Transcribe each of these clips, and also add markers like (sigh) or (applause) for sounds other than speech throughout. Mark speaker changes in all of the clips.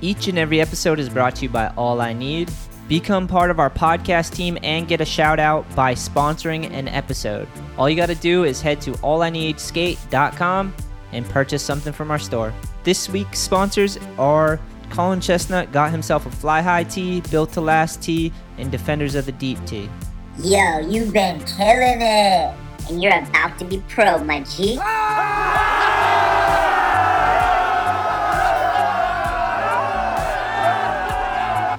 Speaker 1: Each and every episode is brought to you by All I Need. Become part of our podcast team and get a shout out by sponsoring an episode. All you got to do is head to allineedskate.com and purchase something from our store. This week's sponsors are Colin Chestnut got himself a Fly High tee, Built to Last tee, and Defenders of the Deep tee.
Speaker 2: Yo, you've been killing it. And you're about to be pro, my G.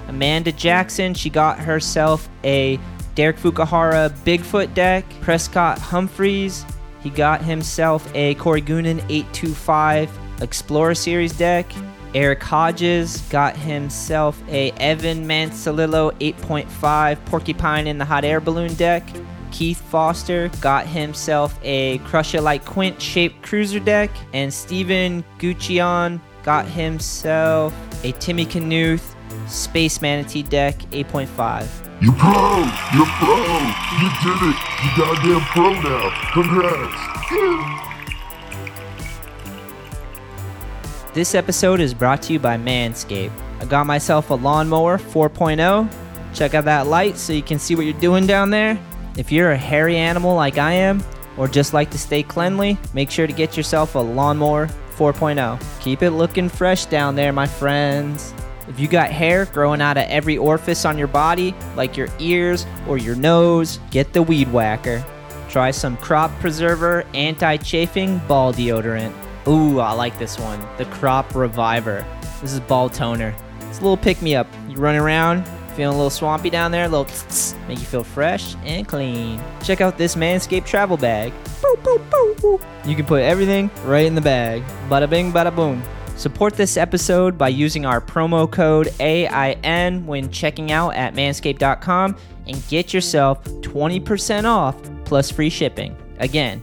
Speaker 1: Amanda Jackson, she got herself a Derek Fukuhara Bigfoot deck. Prescott Humphreys, he got himself a Corey Goonan 825 Explorer Series deck. Eric Hodges got himself a Evan Mansalillo 8.5 Porcupine in the Hot Air Balloon deck. Keith Foster got himself a Crusher Like Quint shaped cruiser deck. And Steven Guccion got himself a Timmy Knuth Space Manatee deck 8.5.
Speaker 3: You pro! You're pro! You did it! You goddamn pro now! Congrats!
Speaker 1: This episode is brought to you by Manscaped. I got myself a lawnmower 4.0. Check out that light so you can see what you're doing down there. If you're a hairy animal like I am, or just like to stay cleanly, make sure to get yourself a lawnmower 4.0. Keep it looking fresh down there, my friends. If you got hair growing out of every orifice on your body, like your ears or your nose, get the Weed Whacker. Try some Crop Preserver Anti Chafing Ball Deodorant. Ooh, I like this one. The Crop Reviver. This is Ball Toner. It's a little pick me up. You run around, feeling a little swampy down there, a little tss, tss, make you feel fresh and clean. Check out this Manscaped travel bag. Boop, boop, boop, boop. You can put everything right in the bag. Bada bing, bada boom. Support this episode by using our promo code AIN when checking out at manscaped.com and get yourself 20% off plus free shipping. Again,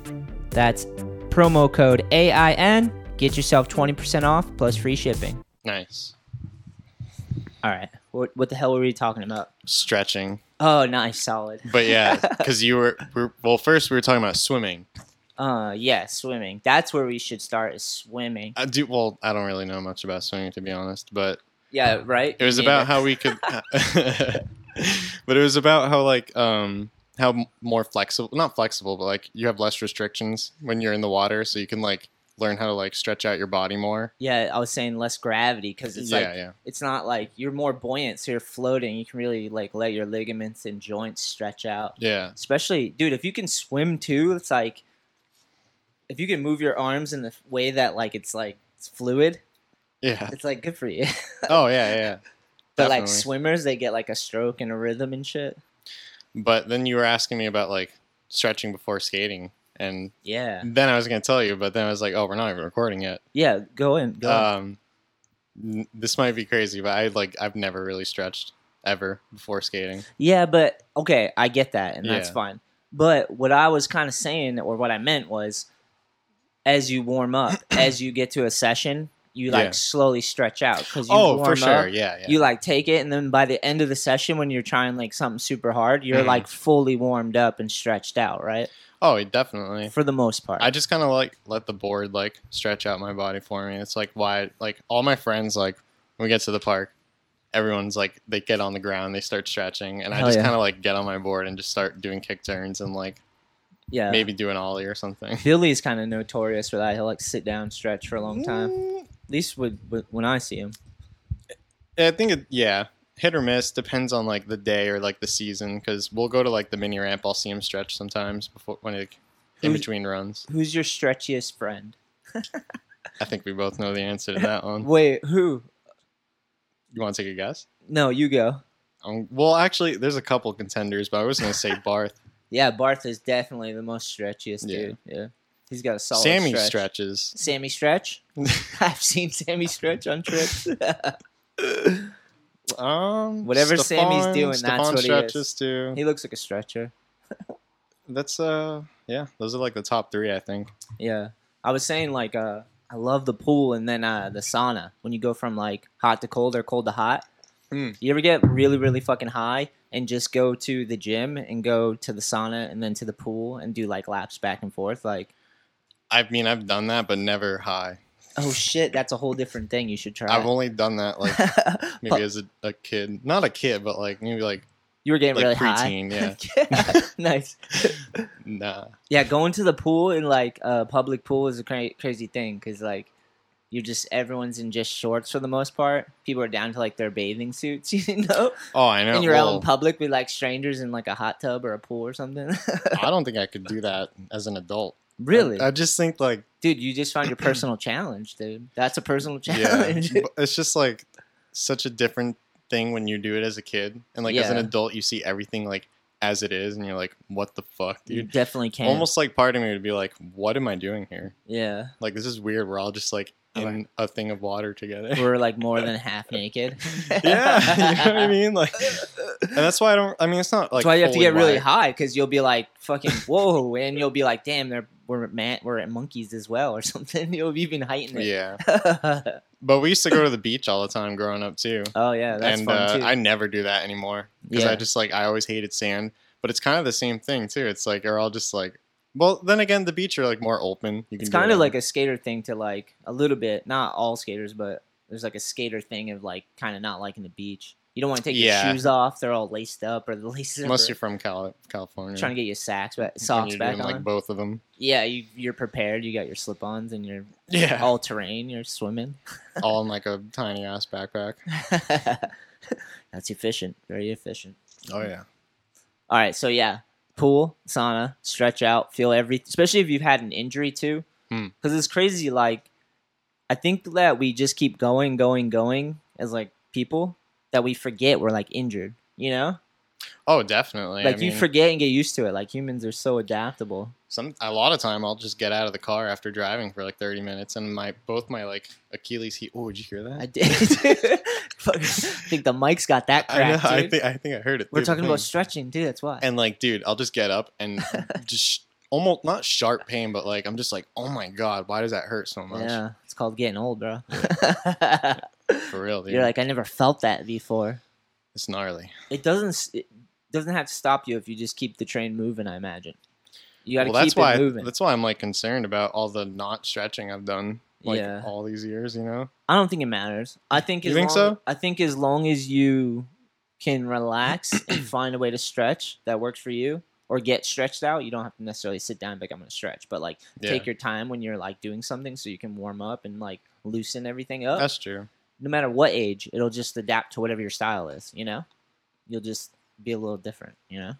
Speaker 1: that's promo code AIN. Get yourself 20% off plus free shipping.
Speaker 4: Nice.
Speaker 1: All right. What, what the hell were we talking about?
Speaker 4: Stretching.
Speaker 1: Oh, nice. Solid. (laughs)
Speaker 4: But yeah, because you were, we're, well, first we were talking about swimming.
Speaker 1: Uh, yeah, swimming. That's where we should start is swimming.
Speaker 4: I do, well, I don't really know much about swimming to be honest, but
Speaker 1: Yeah, right?
Speaker 4: it was
Speaker 1: Me
Speaker 4: about
Speaker 1: neither.
Speaker 4: how
Speaker 1: (laughs)
Speaker 4: we could, (laughs) but it was about how like, um, how m- more flexible, not flexible, but like you have less restrictions when you're in the water. So you can like learn how to like stretch out your body more.
Speaker 1: Yeah, I was saying less gravity because it's
Speaker 4: yeah.
Speaker 1: like
Speaker 4: yeah.
Speaker 1: it's not like you're more buoyant, so you're floating. You can really like let your ligaments and joints stretch out.
Speaker 4: Yeah.
Speaker 1: Especially, dude, if you can swim too, it's like if you can move your arms in the way that like it's like it's fluid, (laughs)
Speaker 4: Yeah.
Speaker 1: it's like good for you.
Speaker 4: Oh yeah. Yeah.
Speaker 1: but like
Speaker 4: Definitely.
Speaker 1: swimmers, they get like a stroke and a rhythm and shit.
Speaker 4: But then you were asking me about like stretching before skating and
Speaker 1: Yeah,
Speaker 4: then I was going to tell you, but then I was like, oh, we're not even recording yet.
Speaker 1: yeah. Go in, go. in.
Speaker 4: Um, n- this might be crazy, but I like I've never really stretched ever before skating.
Speaker 1: Yeah, but okay, I get that, and that's
Speaker 4: Yeah.
Speaker 1: fine. But what I was kind of saying, or what I meant was, as you warm
Speaker 4: (clears throat)
Speaker 1: up, as you get to a session, you like
Speaker 4: Yeah.
Speaker 1: slowly stretch out because you
Speaker 4: Oh,
Speaker 1: warm
Speaker 4: for sure,
Speaker 1: up,
Speaker 4: yeah, yeah.
Speaker 1: You like take it, and then by the end of the session, when you're trying like something super hard, you're
Speaker 4: Mhm.
Speaker 1: like fully warmed up and stretched out, right?
Speaker 4: oh, definitely.
Speaker 1: For the most part.
Speaker 4: I just kind of like let the board like stretch out my body for me. It's like why like all my friends like when we get to the park, everyone's like they get on the ground, they start stretching, and I
Speaker 1: Hell
Speaker 4: just
Speaker 1: yeah.
Speaker 4: kind of like get on my board and just start doing kick turns and like
Speaker 1: yeah.
Speaker 4: maybe do an ollie or something.
Speaker 1: Billy's kind of notorious for that. He'll like sit down, stretch for a long
Speaker 4: Mm.
Speaker 1: time. At least with, with, when I see him.
Speaker 4: I think it, yeah, hit or miss depends on like the day or like the season. Because we'll go to like the mini ramp. I'll see him stretch sometimes before when like in
Speaker 1: Who's-
Speaker 4: between runs.
Speaker 1: Who's your stretchiest friend?
Speaker 4: I think we both know the answer
Speaker 1: (laughs)
Speaker 4: to that one.
Speaker 1: Wait, who?
Speaker 4: You want to take a guess?
Speaker 1: No, you go.
Speaker 4: Um, well, actually, there's a couple contenders, but I was gonna say
Speaker 1: (laughs)
Speaker 4: Barth.
Speaker 1: Yeah, Barth is definitely the most stretchiest
Speaker 4: Yeah.
Speaker 1: dude. Yeah. He's got a solid
Speaker 4: Sammy
Speaker 1: stretch. (laughs)
Speaker 4: stretches.
Speaker 1: Sammy stretch? I've seen Sammy stretch on trips. (laughs)
Speaker 4: Um,
Speaker 1: Whatever Sammy's
Speaker 4: Stefan-
Speaker 1: doing, that's
Speaker 4: Stefan
Speaker 1: what he is.
Speaker 4: stretches too.
Speaker 1: he looks like a stretcher.
Speaker 4: That's uh, yeah, those are like the top three, I think.
Speaker 1: Yeah. I was saying like uh I love the pool and then uh the sauna. When you go from like hot to cold or cold to hot.
Speaker 4: Mm.
Speaker 1: You ever get really, really fucking high and just go to the gym and go to the sauna and then to the pool and do like laps back and forth? Like
Speaker 4: I mean, I've done that, but never high.
Speaker 1: oh shit, that's a whole different thing. You should try.
Speaker 4: I've only done that
Speaker 1: (laughs)
Speaker 4: like maybe
Speaker 1: But
Speaker 4: as a, a kid, not a kid, but like maybe like
Speaker 1: you were getting
Speaker 4: like
Speaker 1: really (laughs)
Speaker 4: preteen. Yeah,
Speaker 1: high. nice.
Speaker 4: nah.
Speaker 1: Yeah, going to the pool in like a public pool is a cra- crazy thing because like you just everyone's in just shorts for the most part. People are down to like their bathing suits, (laughs) you know.
Speaker 4: Oh, I know.
Speaker 1: and you're out
Speaker 4: Well,
Speaker 1: (laughs) in public with like strangers in like a hot tub or a pool or something. (laughs)
Speaker 4: I don't think I could do that as an adult. I-
Speaker 1: really,
Speaker 4: I, just
Speaker 1: (laughs)
Speaker 4: think like
Speaker 1: dude, you just
Speaker 4: (clears throat)
Speaker 1: found your personal challenge, dude. That's a personal
Speaker 4: yeah,
Speaker 1: challenge. (laughs)
Speaker 4: but it's just like such a different thing when you do it as a kid, and like as an
Speaker 1: Yeah.
Speaker 4: adult, you see everything like as it is, and you're like, what the fuck,
Speaker 1: you
Speaker 4: dude.
Speaker 1: definitely can.
Speaker 4: Almost like part of me would be like, what am I doing here?
Speaker 1: yeah.
Speaker 4: Like this is weird. We're all just like in
Speaker 1: Alright.
Speaker 4: a thing of water together.
Speaker 1: We're like more than half naked.
Speaker 4: (laughs) yeah, you know
Speaker 1: (laughs)
Speaker 4: what I mean. Like, and that's why I don't. I mean, it's not like
Speaker 1: That's why you have to
Speaker 4: fully
Speaker 1: get really
Speaker 4: wide.
Speaker 1: high because you'll be like fucking (laughs) whoa, and you'll be like, damn, they're we're man, we're at monkeys as well or (laughs) something. You'll even heighten it.
Speaker 4: Yeah, but we used to go to the beach all the time growing up too,
Speaker 1: (laughs) oh yeah, that's
Speaker 4: and
Speaker 1: fun
Speaker 4: uh,
Speaker 1: too.
Speaker 4: I never do that anymore because
Speaker 1: Yeah.
Speaker 4: I just like I always hated sand. But it's kind of the same thing too. It's like you're all just like. Well, then again, the beach are like more open. You can
Speaker 1: it's
Speaker 4: do
Speaker 1: kind of like
Speaker 4: whatever.
Speaker 1: a skater thing to like a little bit, not all skaters, but there's like a skater thing of like kind of not liking the beach. You don't want to take
Speaker 4: Yeah.
Speaker 1: your shoes off; they're all laced up, or the (laughs) laces are
Speaker 4: unless
Speaker 1: bur-
Speaker 4: you're from Cali- California.
Speaker 1: trying to get your sacks back,
Speaker 4: When
Speaker 1: socks
Speaker 4: you're
Speaker 1: back
Speaker 4: doing,
Speaker 1: on.
Speaker 4: like both
Speaker 1: (laughs)
Speaker 4: of them.
Speaker 1: yeah, you, you're prepared. You got your slip-ons and your
Speaker 4: Yeah, all,
Speaker 1: all terrain. You're swimming.
Speaker 4: in like a tiny ass backpack.
Speaker 1: (laughs) That's efficient. Very efficient.
Speaker 4: Oh yeah,
Speaker 1: All right. So yeah, pool, sauna, stretch out, feel every. Especially if you've had an injury too,
Speaker 4: Hmm.
Speaker 1: because it's crazy. Like, I think that we just keep going, going, going as like people that we forget we're like injured. You know,
Speaker 4: oh definitely.
Speaker 1: like
Speaker 4: I
Speaker 1: you
Speaker 4: mean,
Speaker 1: forget and get used to it. Like humans are so adaptable.
Speaker 4: some a lot of time I'll just get out of the car after driving for like 30 minutes and my both my like Achilles heel. Oh, did you hear that?
Speaker 1: I
Speaker 4: (laughs)
Speaker 1: did. (laughs) Fuck, I think the mic's got that
Speaker 4: I, know,
Speaker 1: cracked.
Speaker 4: I
Speaker 1: dude.
Speaker 4: think I think I heard it. hmm.
Speaker 1: we're
Speaker 4: through the
Speaker 1: talking about
Speaker 4: thing.
Speaker 1: stretching too. That's why.
Speaker 4: and like, dude, I'll just get up
Speaker 1: (laughs)
Speaker 4: and just sh- almost not sharp pain, but like I'm just like, oh my god, why does that hurt so much?
Speaker 1: Yeah, it's called getting old, bro. (laughs)
Speaker 4: For real, dude.
Speaker 1: You're like, I never felt that before.
Speaker 4: it's gnarly.
Speaker 1: It doesn't. s- It doesn't have to stop you if you just keep the train moving. I imagine. You gotta
Speaker 4: Well, that's
Speaker 1: keep
Speaker 4: why
Speaker 1: it moving.
Speaker 4: that's why I'm like concerned about all the not stretching I've done like
Speaker 1: Yeah.
Speaker 4: all these years. You know,
Speaker 1: I don't think it matters. I think
Speaker 4: You
Speaker 1: as
Speaker 4: think
Speaker 1: long,
Speaker 4: so?
Speaker 1: I think as long as you can relax
Speaker 4: (clears throat)
Speaker 1: and find a way to stretch that works for you, or get stretched out. You don't have to necessarily sit down and be like I'm gonna stretch, but like
Speaker 4: yeah,
Speaker 1: take your time when you're like doing something so you can warm up and like loosen everything up.
Speaker 4: that's true.
Speaker 1: no matter what age, it'll just adapt to whatever your style is, you know? You'll just be a little different, you know?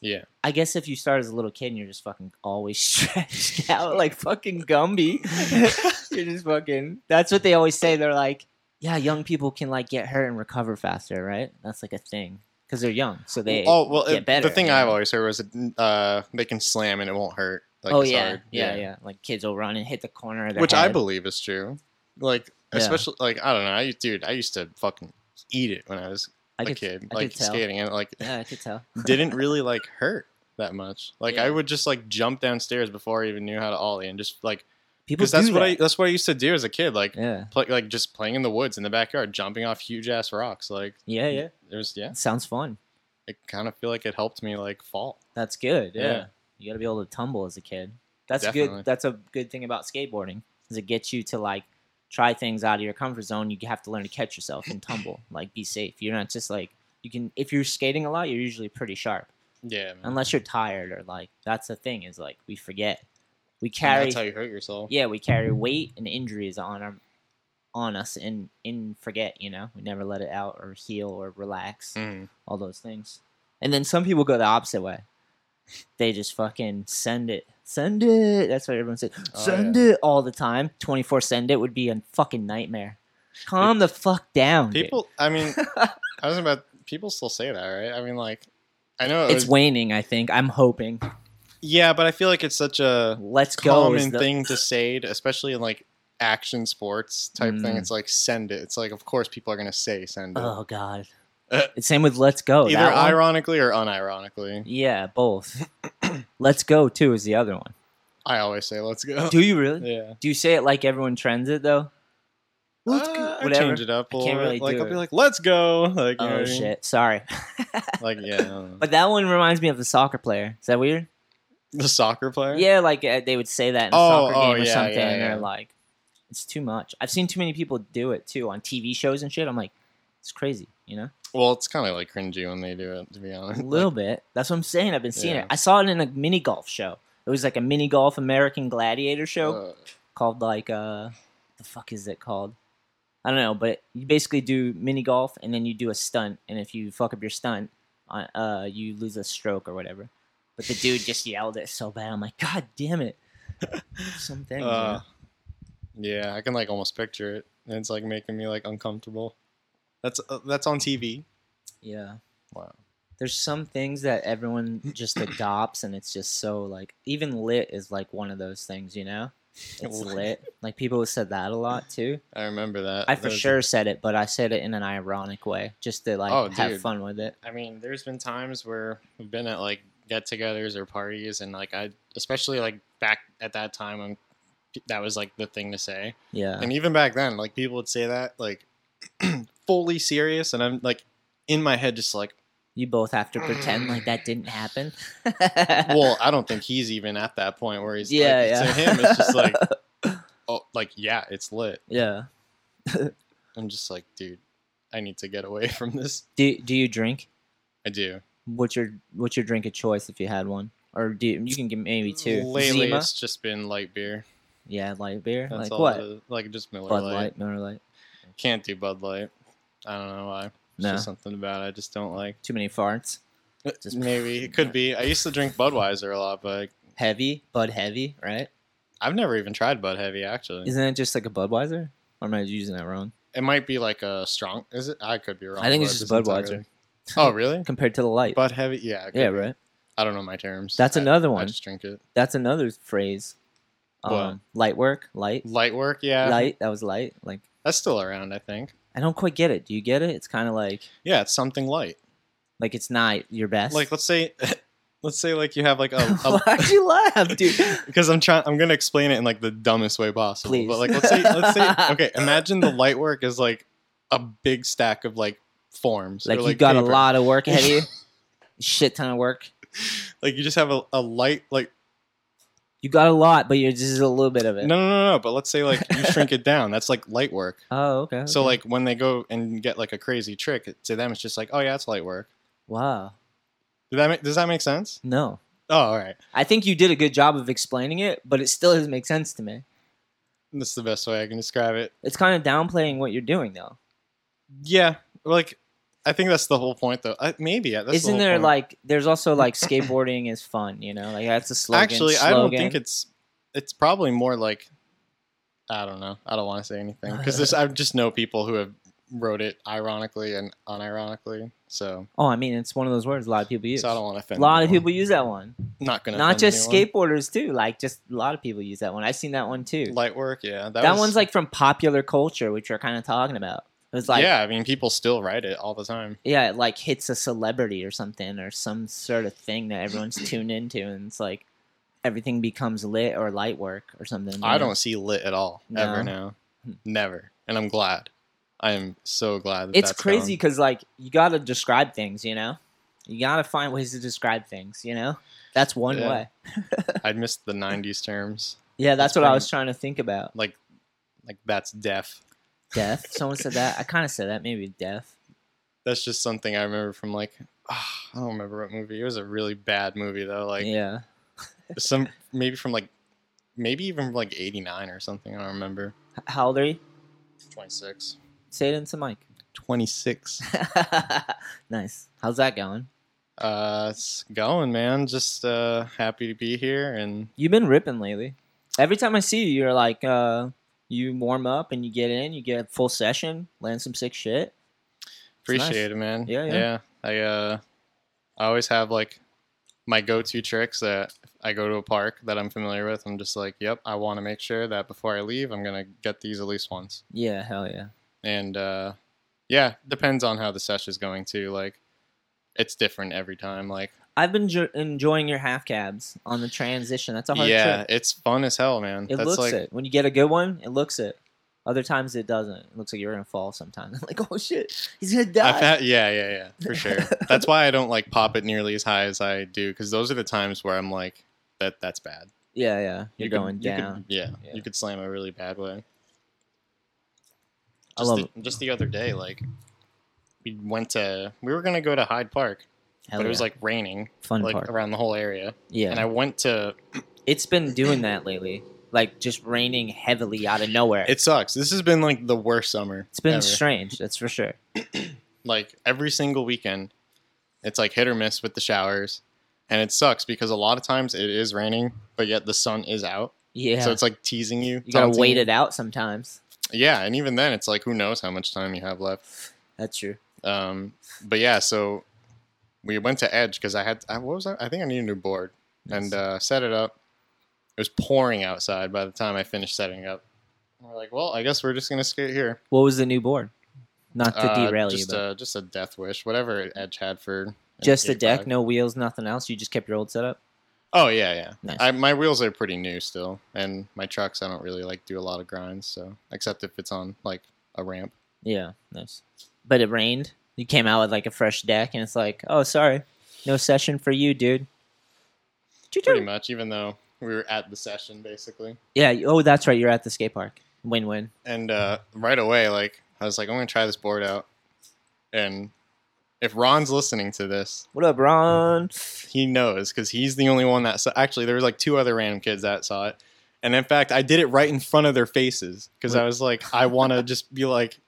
Speaker 4: Yeah.
Speaker 1: I guess if you start as a little kid and you're just fucking always (laughs) stretched out like fucking Gumby, (laughs) you're just fucking. That's what they always say. They're like, yeah, young people can like get hurt and recover faster, right? That's like a thing because they're young, so they.
Speaker 4: oh well,
Speaker 1: get
Speaker 4: it-
Speaker 1: better,
Speaker 4: the thing
Speaker 1: you
Speaker 4: I've
Speaker 1: know?
Speaker 4: always heard was uh, they can slam and it won't hurt. Like,
Speaker 1: oh
Speaker 4: it's
Speaker 1: yeah,
Speaker 4: hard.
Speaker 1: yeah, yeah, Like kids will run and hit the corner of their
Speaker 4: which I
Speaker 1: head.
Speaker 4: believe is true. Like
Speaker 1: Yeah.
Speaker 4: especially like I don't know, I dude, I used to fucking eat it when I was
Speaker 1: I
Speaker 4: a
Speaker 1: could,
Speaker 4: kid,
Speaker 1: I
Speaker 4: like
Speaker 1: could tell.
Speaker 4: skating, and it, like
Speaker 1: Yeah, I could
Speaker 4: (laughs)
Speaker 1: tell.
Speaker 4: didn't really like hurt that much. Like I
Speaker 1: Yeah.
Speaker 4: would just like jump downstairs before I even knew how to ollie, and just like
Speaker 1: People
Speaker 4: because that's
Speaker 1: do
Speaker 4: what I
Speaker 1: that.
Speaker 4: that's what I used to do as a kid, like
Speaker 1: Yeah,
Speaker 4: play, like just playing in the woods in the backyard, jumping off huge ass rocks. Like
Speaker 1: yeah, yeah.
Speaker 4: it was yeah,
Speaker 1: Sounds fun.
Speaker 4: I kind of feel like it helped me like fall.
Speaker 1: That's good. Yeah.
Speaker 4: Yeah.
Speaker 1: You got to be able to tumble as a kid. That's
Speaker 4: Definitely.
Speaker 1: good. That's a good thing about skateboarding is it gets you to like try things out of your comfort zone. You have to learn to catch yourself and
Speaker 4: (laughs)
Speaker 1: tumble, like be safe. You're not just like you can. If you're skating a lot, you're usually pretty sharp,
Speaker 4: Yeah, man.
Speaker 1: unless you're tired or like that's the thing is like we forget. We
Speaker 4: And
Speaker 1: carry
Speaker 4: that's how you hurt yourself.
Speaker 1: yeah, we carry weight and injuries on our on us and and forget. You know, we never let it out or heal or relax
Speaker 4: Mhm.
Speaker 1: all those things. And then some people go the opposite way. They just fucking send it. Send it. That's what everyone says.
Speaker 4: Oh,
Speaker 1: Send it all the time. 24 send it would be a fucking nightmare. Calm the fuck down. dude.
Speaker 4: People,
Speaker 1: (laughs)
Speaker 4: I mean, I was about people still say that, right? I mean, like, I know it
Speaker 1: It's
Speaker 4: was-
Speaker 1: waning, I think. I'm hoping.
Speaker 4: yeah, but I feel like it's such a
Speaker 1: Let's go. is
Speaker 4: common
Speaker 1: the-
Speaker 4: thing to say, to- especially in like action sports type thing.
Speaker 1: Mm.
Speaker 4: It's like send it. It's like, of course, people are gonna say send it,
Speaker 1: Oh, God.
Speaker 4: Uh,
Speaker 1: It's Same with let's go.
Speaker 4: either
Speaker 1: that one?
Speaker 4: ironically or unironically.
Speaker 1: Yeah, both. (clears throat) let's go, too, is the other one.
Speaker 4: I always say, let's go.
Speaker 1: Do you really?
Speaker 4: Uh, (laughs) yeah,
Speaker 1: Do you say it like everyone trends it, though? Let's go.
Speaker 4: Uh, I
Speaker 1: Whatever.
Speaker 4: change it up a
Speaker 1: I
Speaker 4: little
Speaker 1: can't
Speaker 4: bit.
Speaker 1: really
Speaker 4: like
Speaker 1: do
Speaker 4: I'll be
Speaker 1: it.
Speaker 4: like, let's go. Like, you know
Speaker 1: Oh,
Speaker 4: what I mean?
Speaker 1: shit. Sorry.
Speaker 4: (laughs) Like, yeah, I
Speaker 1: (laughs)
Speaker 4: don't know.
Speaker 1: But that one reminds me of the soccer player. Is that weird?
Speaker 4: the soccer player.
Speaker 1: Yeah, like uh, they would say that in a
Speaker 4: Oh,
Speaker 1: soccer
Speaker 4: oh,
Speaker 1: game or
Speaker 4: yeah,
Speaker 1: something.
Speaker 4: yeah, yeah.
Speaker 1: Or like, It's too much. I've seen too many people do it too on TV shows and shit. I'm like, it's crazy, you know?
Speaker 4: Well, it's kind of like cringy when they do it, to be (laughs) honest.
Speaker 1: A little bit. That's what I'm saying. I've been seeing
Speaker 4: Yeah.
Speaker 1: it. I saw it in a mini golf show. It was like a mini golf American Gladiator show
Speaker 4: Uh,
Speaker 1: called like uh the fuck is it called? I don't know, but you basically do mini golf and then you do a stunt and if you fuck up your stunt, uh, uh you lose a stroke or whatever. But the dude just yelled it so bad. I'm like, god damn
Speaker 4: (laughs)
Speaker 1: it. Some things. you
Speaker 4: uh,
Speaker 1: know?
Speaker 4: yeah, I can like almost picture it, and it's like making me like uncomfortable. That's uh, that's on TV.
Speaker 1: Yeah.
Speaker 4: Wow.
Speaker 1: There's some things that everyone just adopts and it's just so like even lit is like one of those things, you
Speaker 4: (laughs)
Speaker 1: know? It's
Speaker 4: Lit.
Speaker 1: lit. Like people have said that a lot too.
Speaker 4: I remember that.
Speaker 1: I
Speaker 4: That
Speaker 1: for
Speaker 4: was-
Speaker 1: sure said it, but I said it in an ironic way, just to like
Speaker 4: Oh,
Speaker 1: have
Speaker 4: dude.
Speaker 1: fun with it.
Speaker 4: I mean, there's been times where we've been at like get-togethers or parties, and like I, especially like back at that time when that was like the thing to say,
Speaker 1: Yeah.
Speaker 4: and even back then, like people would say that like (clears throat) fully serious, and I'm like in my head
Speaker 1: (laughs)
Speaker 4: just like,
Speaker 1: You both have to pretend like that didn't happen. (laughs)
Speaker 4: well, I don't think he's even at that point where he's
Speaker 1: Yeah,
Speaker 4: like,
Speaker 1: yeah.
Speaker 4: to him it's
Speaker 1: (laughs)
Speaker 4: just like, oh, like yeah, it's lit.
Speaker 1: yeah.
Speaker 4: I'm just like, dude, I need to get away (laughs) from this.
Speaker 1: Do do you drink?
Speaker 4: I do.
Speaker 1: What's your what's your drink of choice if you had one? Or do you, you can give maybe two?
Speaker 4: Lately,
Speaker 1: Zima?
Speaker 4: it's just been light beer.
Speaker 1: Yeah, light beer.
Speaker 4: That's
Speaker 1: like
Speaker 4: all.
Speaker 1: what?
Speaker 4: it is. Like just Miller
Speaker 1: Bud
Speaker 4: Light.
Speaker 1: Light, Miller Light.
Speaker 4: Can't do Bud Light. I don't know why. It's
Speaker 1: No.
Speaker 4: just something about it I just don't like.
Speaker 1: Too many farts. Just-
Speaker 4: Maybe it could be. I used to drink Budweiser a lot, but
Speaker 1: Heavy, Bud Heavy, right?
Speaker 4: I've never even tried Bud Heavy actually.
Speaker 1: Isn't it just like a Budweiser? Or am I using that wrong?
Speaker 4: it might be like a strong. Is it? I could be wrong.
Speaker 1: I think
Speaker 4: but
Speaker 1: it's
Speaker 4: it
Speaker 1: just
Speaker 4: doesn't
Speaker 1: Budweiser.
Speaker 4: sound really-
Speaker 1: (laughs)
Speaker 4: Oh really?
Speaker 1: Compared to the light.
Speaker 4: Bud Heavy? Yeah. it could
Speaker 1: yeah,
Speaker 4: be.
Speaker 1: right.
Speaker 4: I don't know my terms.
Speaker 1: That's
Speaker 4: I-
Speaker 1: another
Speaker 4: I
Speaker 1: one.
Speaker 4: just drink it.
Speaker 1: That's another phrase.
Speaker 4: What?
Speaker 1: Um, light work, light,
Speaker 4: Light work. Yeah.
Speaker 1: light. That was light. Like
Speaker 4: That's still around. I think.
Speaker 1: I don't quite get it. Do you get it? It's kind of like
Speaker 4: Yeah, it's something light.
Speaker 1: like it's not your best. (laughs)
Speaker 4: like let's say (laughs) let's say like you have like a, a
Speaker 1: Why'd you laugh,
Speaker 4: (laughs)
Speaker 1: dude?
Speaker 4: because i'm trying i'm gonna explain it in like the dumbest way possible
Speaker 1: Please.
Speaker 4: but like let's say
Speaker 1: (laughs)
Speaker 4: let's say okay imagine the light work is like a big stack of like forms or,
Speaker 1: like, you got a
Speaker 4: paper.
Speaker 1: lot of work
Speaker 4: (laughs)
Speaker 1: ahead of you, shit ton of work.
Speaker 4: like you just have a, a light like
Speaker 1: You got a lot, but you're just a little bit of
Speaker 4: no
Speaker 1: it.
Speaker 4: no no no but let's say like you shrink
Speaker 1: (laughs)
Speaker 4: it down that's like light work
Speaker 1: Oh, okay.
Speaker 4: so
Speaker 1: okay.
Speaker 4: like when they go and get like a crazy trick to them it's just like oh yeah it's light work
Speaker 1: wow,
Speaker 4: does that make, does that make sense
Speaker 1: no.
Speaker 4: oh all right
Speaker 1: I think you did a good job of explaining it, but it still doesn't make sense to me.
Speaker 4: that's the best way i can describe it
Speaker 1: It's kind of downplaying what you're doing, though.
Speaker 4: yeah like i think that's the whole point though I, maybe yeah, that's the
Speaker 1: Isn't
Speaker 4: whole
Speaker 1: there
Speaker 4: point.
Speaker 1: like there's
Speaker 4: (laughs)
Speaker 1: also like skateboarding is fun, you know? Like that's a slogan.
Speaker 4: Actually, I don't
Speaker 1: slogan.
Speaker 4: think it's. It's probably more like, I don't know. I don't want to say anything because I just know people who have wrote it ironically and unironically. So,
Speaker 1: Oh, I mean, it's one of those words a lot of people use.
Speaker 4: so I don't want
Speaker 1: a
Speaker 4: to offend.
Speaker 1: lot of
Speaker 4: anyone.
Speaker 1: people use that one.
Speaker 4: Not gonna.
Speaker 1: Not
Speaker 4: offend
Speaker 1: just
Speaker 4: anyone.
Speaker 1: skateboarders too. Like just a lot of people use that one. I've seen that one too.
Speaker 4: Light work, yeah. That,
Speaker 1: that
Speaker 4: was-
Speaker 1: one's like from popular culture, which you're kind of talking about. It was like yeah.
Speaker 4: yeah. I mean, people still write it all the time.
Speaker 1: it like hits a celebrity or something or some sort of thing that
Speaker 4: (clears throat)
Speaker 1: everyone's tuned into, and it's like everything becomes lit or light work or something. you
Speaker 4: I
Speaker 1: know?
Speaker 4: don't see lit at all ever now,
Speaker 1: Hmm.
Speaker 4: never, and I'm glad. I am so glad. That
Speaker 1: It's
Speaker 4: that's
Speaker 1: crazy
Speaker 4: gone.
Speaker 1: because like you gotta describe things, you know. You gotta find ways to describe things, you know. That's one
Speaker 4: Yeah.
Speaker 1: way. (laughs)
Speaker 4: I missed the '90s terms.
Speaker 1: Yeah, that's,
Speaker 4: That's
Speaker 1: what I
Speaker 4: pretty-
Speaker 1: was trying to think about.
Speaker 4: Like, like that's deaf.
Speaker 1: Death. Someone said that. I kind of said that. Maybe death.
Speaker 4: that's just something I remember from like ah, I don't remember what movie. It was a really bad movie though. Like
Speaker 1: yeah.
Speaker 4: some maybe from like maybe even from like eighty nine or something. I don't remember.
Speaker 1: H- How old are you?
Speaker 4: Twenty six.
Speaker 1: Say it into
Speaker 4: (laughs)
Speaker 1: mic.
Speaker 4: Twenty six.
Speaker 1: nice. How's that going?
Speaker 4: Uh, it's going, man. Just uh, happy to be here. And
Speaker 1: You've been ripping lately. Every time I see you, you're like, uh, you warm up and you get in, you get a full session, land some sick shit. It's nice.
Speaker 4: appreciate it, man.
Speaker 1: Yeah, yeah.
Speaker 4: I uh, I always have like my go-to tricks that if I go to a park that I'm familiar with. I'm just like, yep, I want to make sure that before I leave, I'm gonna get these at least once.
Speaker 1: Yeah, hell yeah.
Speaker 4: and uh, yeah, depends on how the sesh is going too. Like, it's different every time. Like,
Speaker 1: I've been jo- enjoying your half cabs on the transition. That's a hard
Speaker 4: yeah,
Speaker 1: trick.
Speaker 4: it's fun as hell, man.
Speaker 1: It
Speaker 4: That's
Speaker 1: looks
Speaker 4: like,
Speaker 1: it. When you get a good one, it looks it. Other times it doesn't. It looks like you're gonna fall (laughs) sometimes. like, oh shit, he's gonna die.
Speaker 4: I've had, yeah, yeah, yeah,
Speaker 1: (laughs)
Speaker 4: for sure. that's why I don't like pop it nearly as high as I do because those are the times where I'm like, that that's bad.
Speaker 1: yeah, yeah. You're
Speaker 4: You could-
Speaker 1: going
Speaker 4: you could-
Speaker 1: down.
Speaker 4: yeah,
Speaker 1: Yeah.
Speaker 4: you could slam a really bad way.
Speaker 1: I
Speaker 4: Just
Speaker 1: love
Speaker 4: the,
Speaker 1: it.
Speaker 4: Just the other day, like we went to we were gonna go to Hyde Park,
Speaker 1: Hell
Speaker 4: but it was
Speaker 1: yeah.
Speaker 4: like raining
Speaker 1: fun
Speaker 4: like
Speaker 1: park.
Speaker 4: around the whole area.
Speaker 1: yeah,
Speaker 4: And I went to
Speaker 1: it's been doing that lately. Like just raining heavily out of nowhere.
Speaker 4: it sucks. This has been like the worst summer.
Speaker 1: it's been
Speaker 4: ever.
Speaker 1: strange, that's for sure.
Speaker 4: like every single weekend it's like hit or miss with the showers. And it sucks because a lot of times it is raining, but yet the sun is out.
Speaker 1: Yeah,
Speaker 4: So it's like teasing you.
Speaker 1: you gotta
Speaker 4: taunting
Speaker 1: wait
Speaker 4: you.
Speaker 1: it out sometimes.
Speaker 4: Yeah, and even then it's like who knows how much time you have left.
Speaker 1: That's true.
Speaker 4: Um, but yeah, so we went to Edge because I had I, what was I? I think I needed a new board and uh, set it up. It was pouring outside by the time I finished setting up. And we're like, well, I guess we're just gonna skate here.
Speaker 1: what was the new board? Not to
Speaker 4: Uh,
Speaker 1: derail you,
Speaker 4: just
Speaker 1: but
Speaker 4: uh, just a death wish, whatever Edge had for an
Speaker 1: just the deck,
Speaker 4: 85.
Speaker 1: no wheels, nothing else. You just kept your old setup.
Speaker 4: Oh yeah, yeah.
Speaker 1: Nice.
Speaker 4: I, my wheels are pretty new still, and my trucks I don't really like do a lot of grinds, so except if it's on like a ramp.
Speaker 1: Yeah, nice. But it rained. You came out with like a fresh deck, and it's like, oh, sorry, no session for you, dude. Choo-choo.
Speaker 4: Pretty much, even though we were at the session basically.
Speaker 1: Yeah. you- Oh, that's right. You're at the skate park. Win-win.
Speaker 4: and uh, right away, like I was like, I'm gonna try this board out, and if Ron's listening to this,
Speaker 1: What up, Ron?
Speaker 4: he knows because he's the only one that saw. Actually, there was like two other random kids that saw it, and in fact, I did it right in front of their faces because I was like, I want to just be like,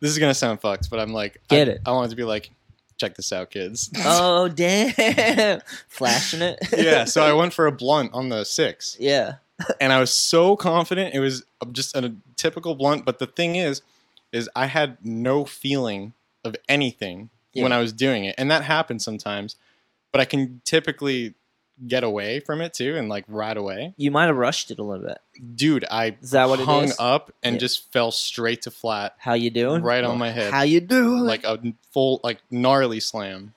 Speaker 4: this is gonna sound fucked, but I'm like, I-
Speaker 1: Get it.
Speaker 4: I wanted to be like, check this out, kids.
Speaker 1: Oh, damn! (laughs) Flashing it. (laughs)
Speaker 4: (laughs) yeah, so I went for a blunt on the six.
Speaker 1: yeah.
Speaker 4: and I was so confident. It was just a typical blunt. But the thing is, is I had no feeling of anything
Speaker 1: Yeah.
Speaker 4: when I was doing it, and that happens sometimes. But I can typically get away from it too, and like right away,
Speaker 1: You might have rushed it a little bit.
Speaker 4: dude. I
Speaker 1: Is that what it
Speaker 4: hung
Speaker 1: is?
Speaker 4: up and
Speaker 1: Yeah.
Speaker 4: just fell straight to flat,
Speaker 1: How you doing?
Speaker 4: Right on my head.
Speaker 1: How you doing?
Speaker 4: like a full, like gnarly slam.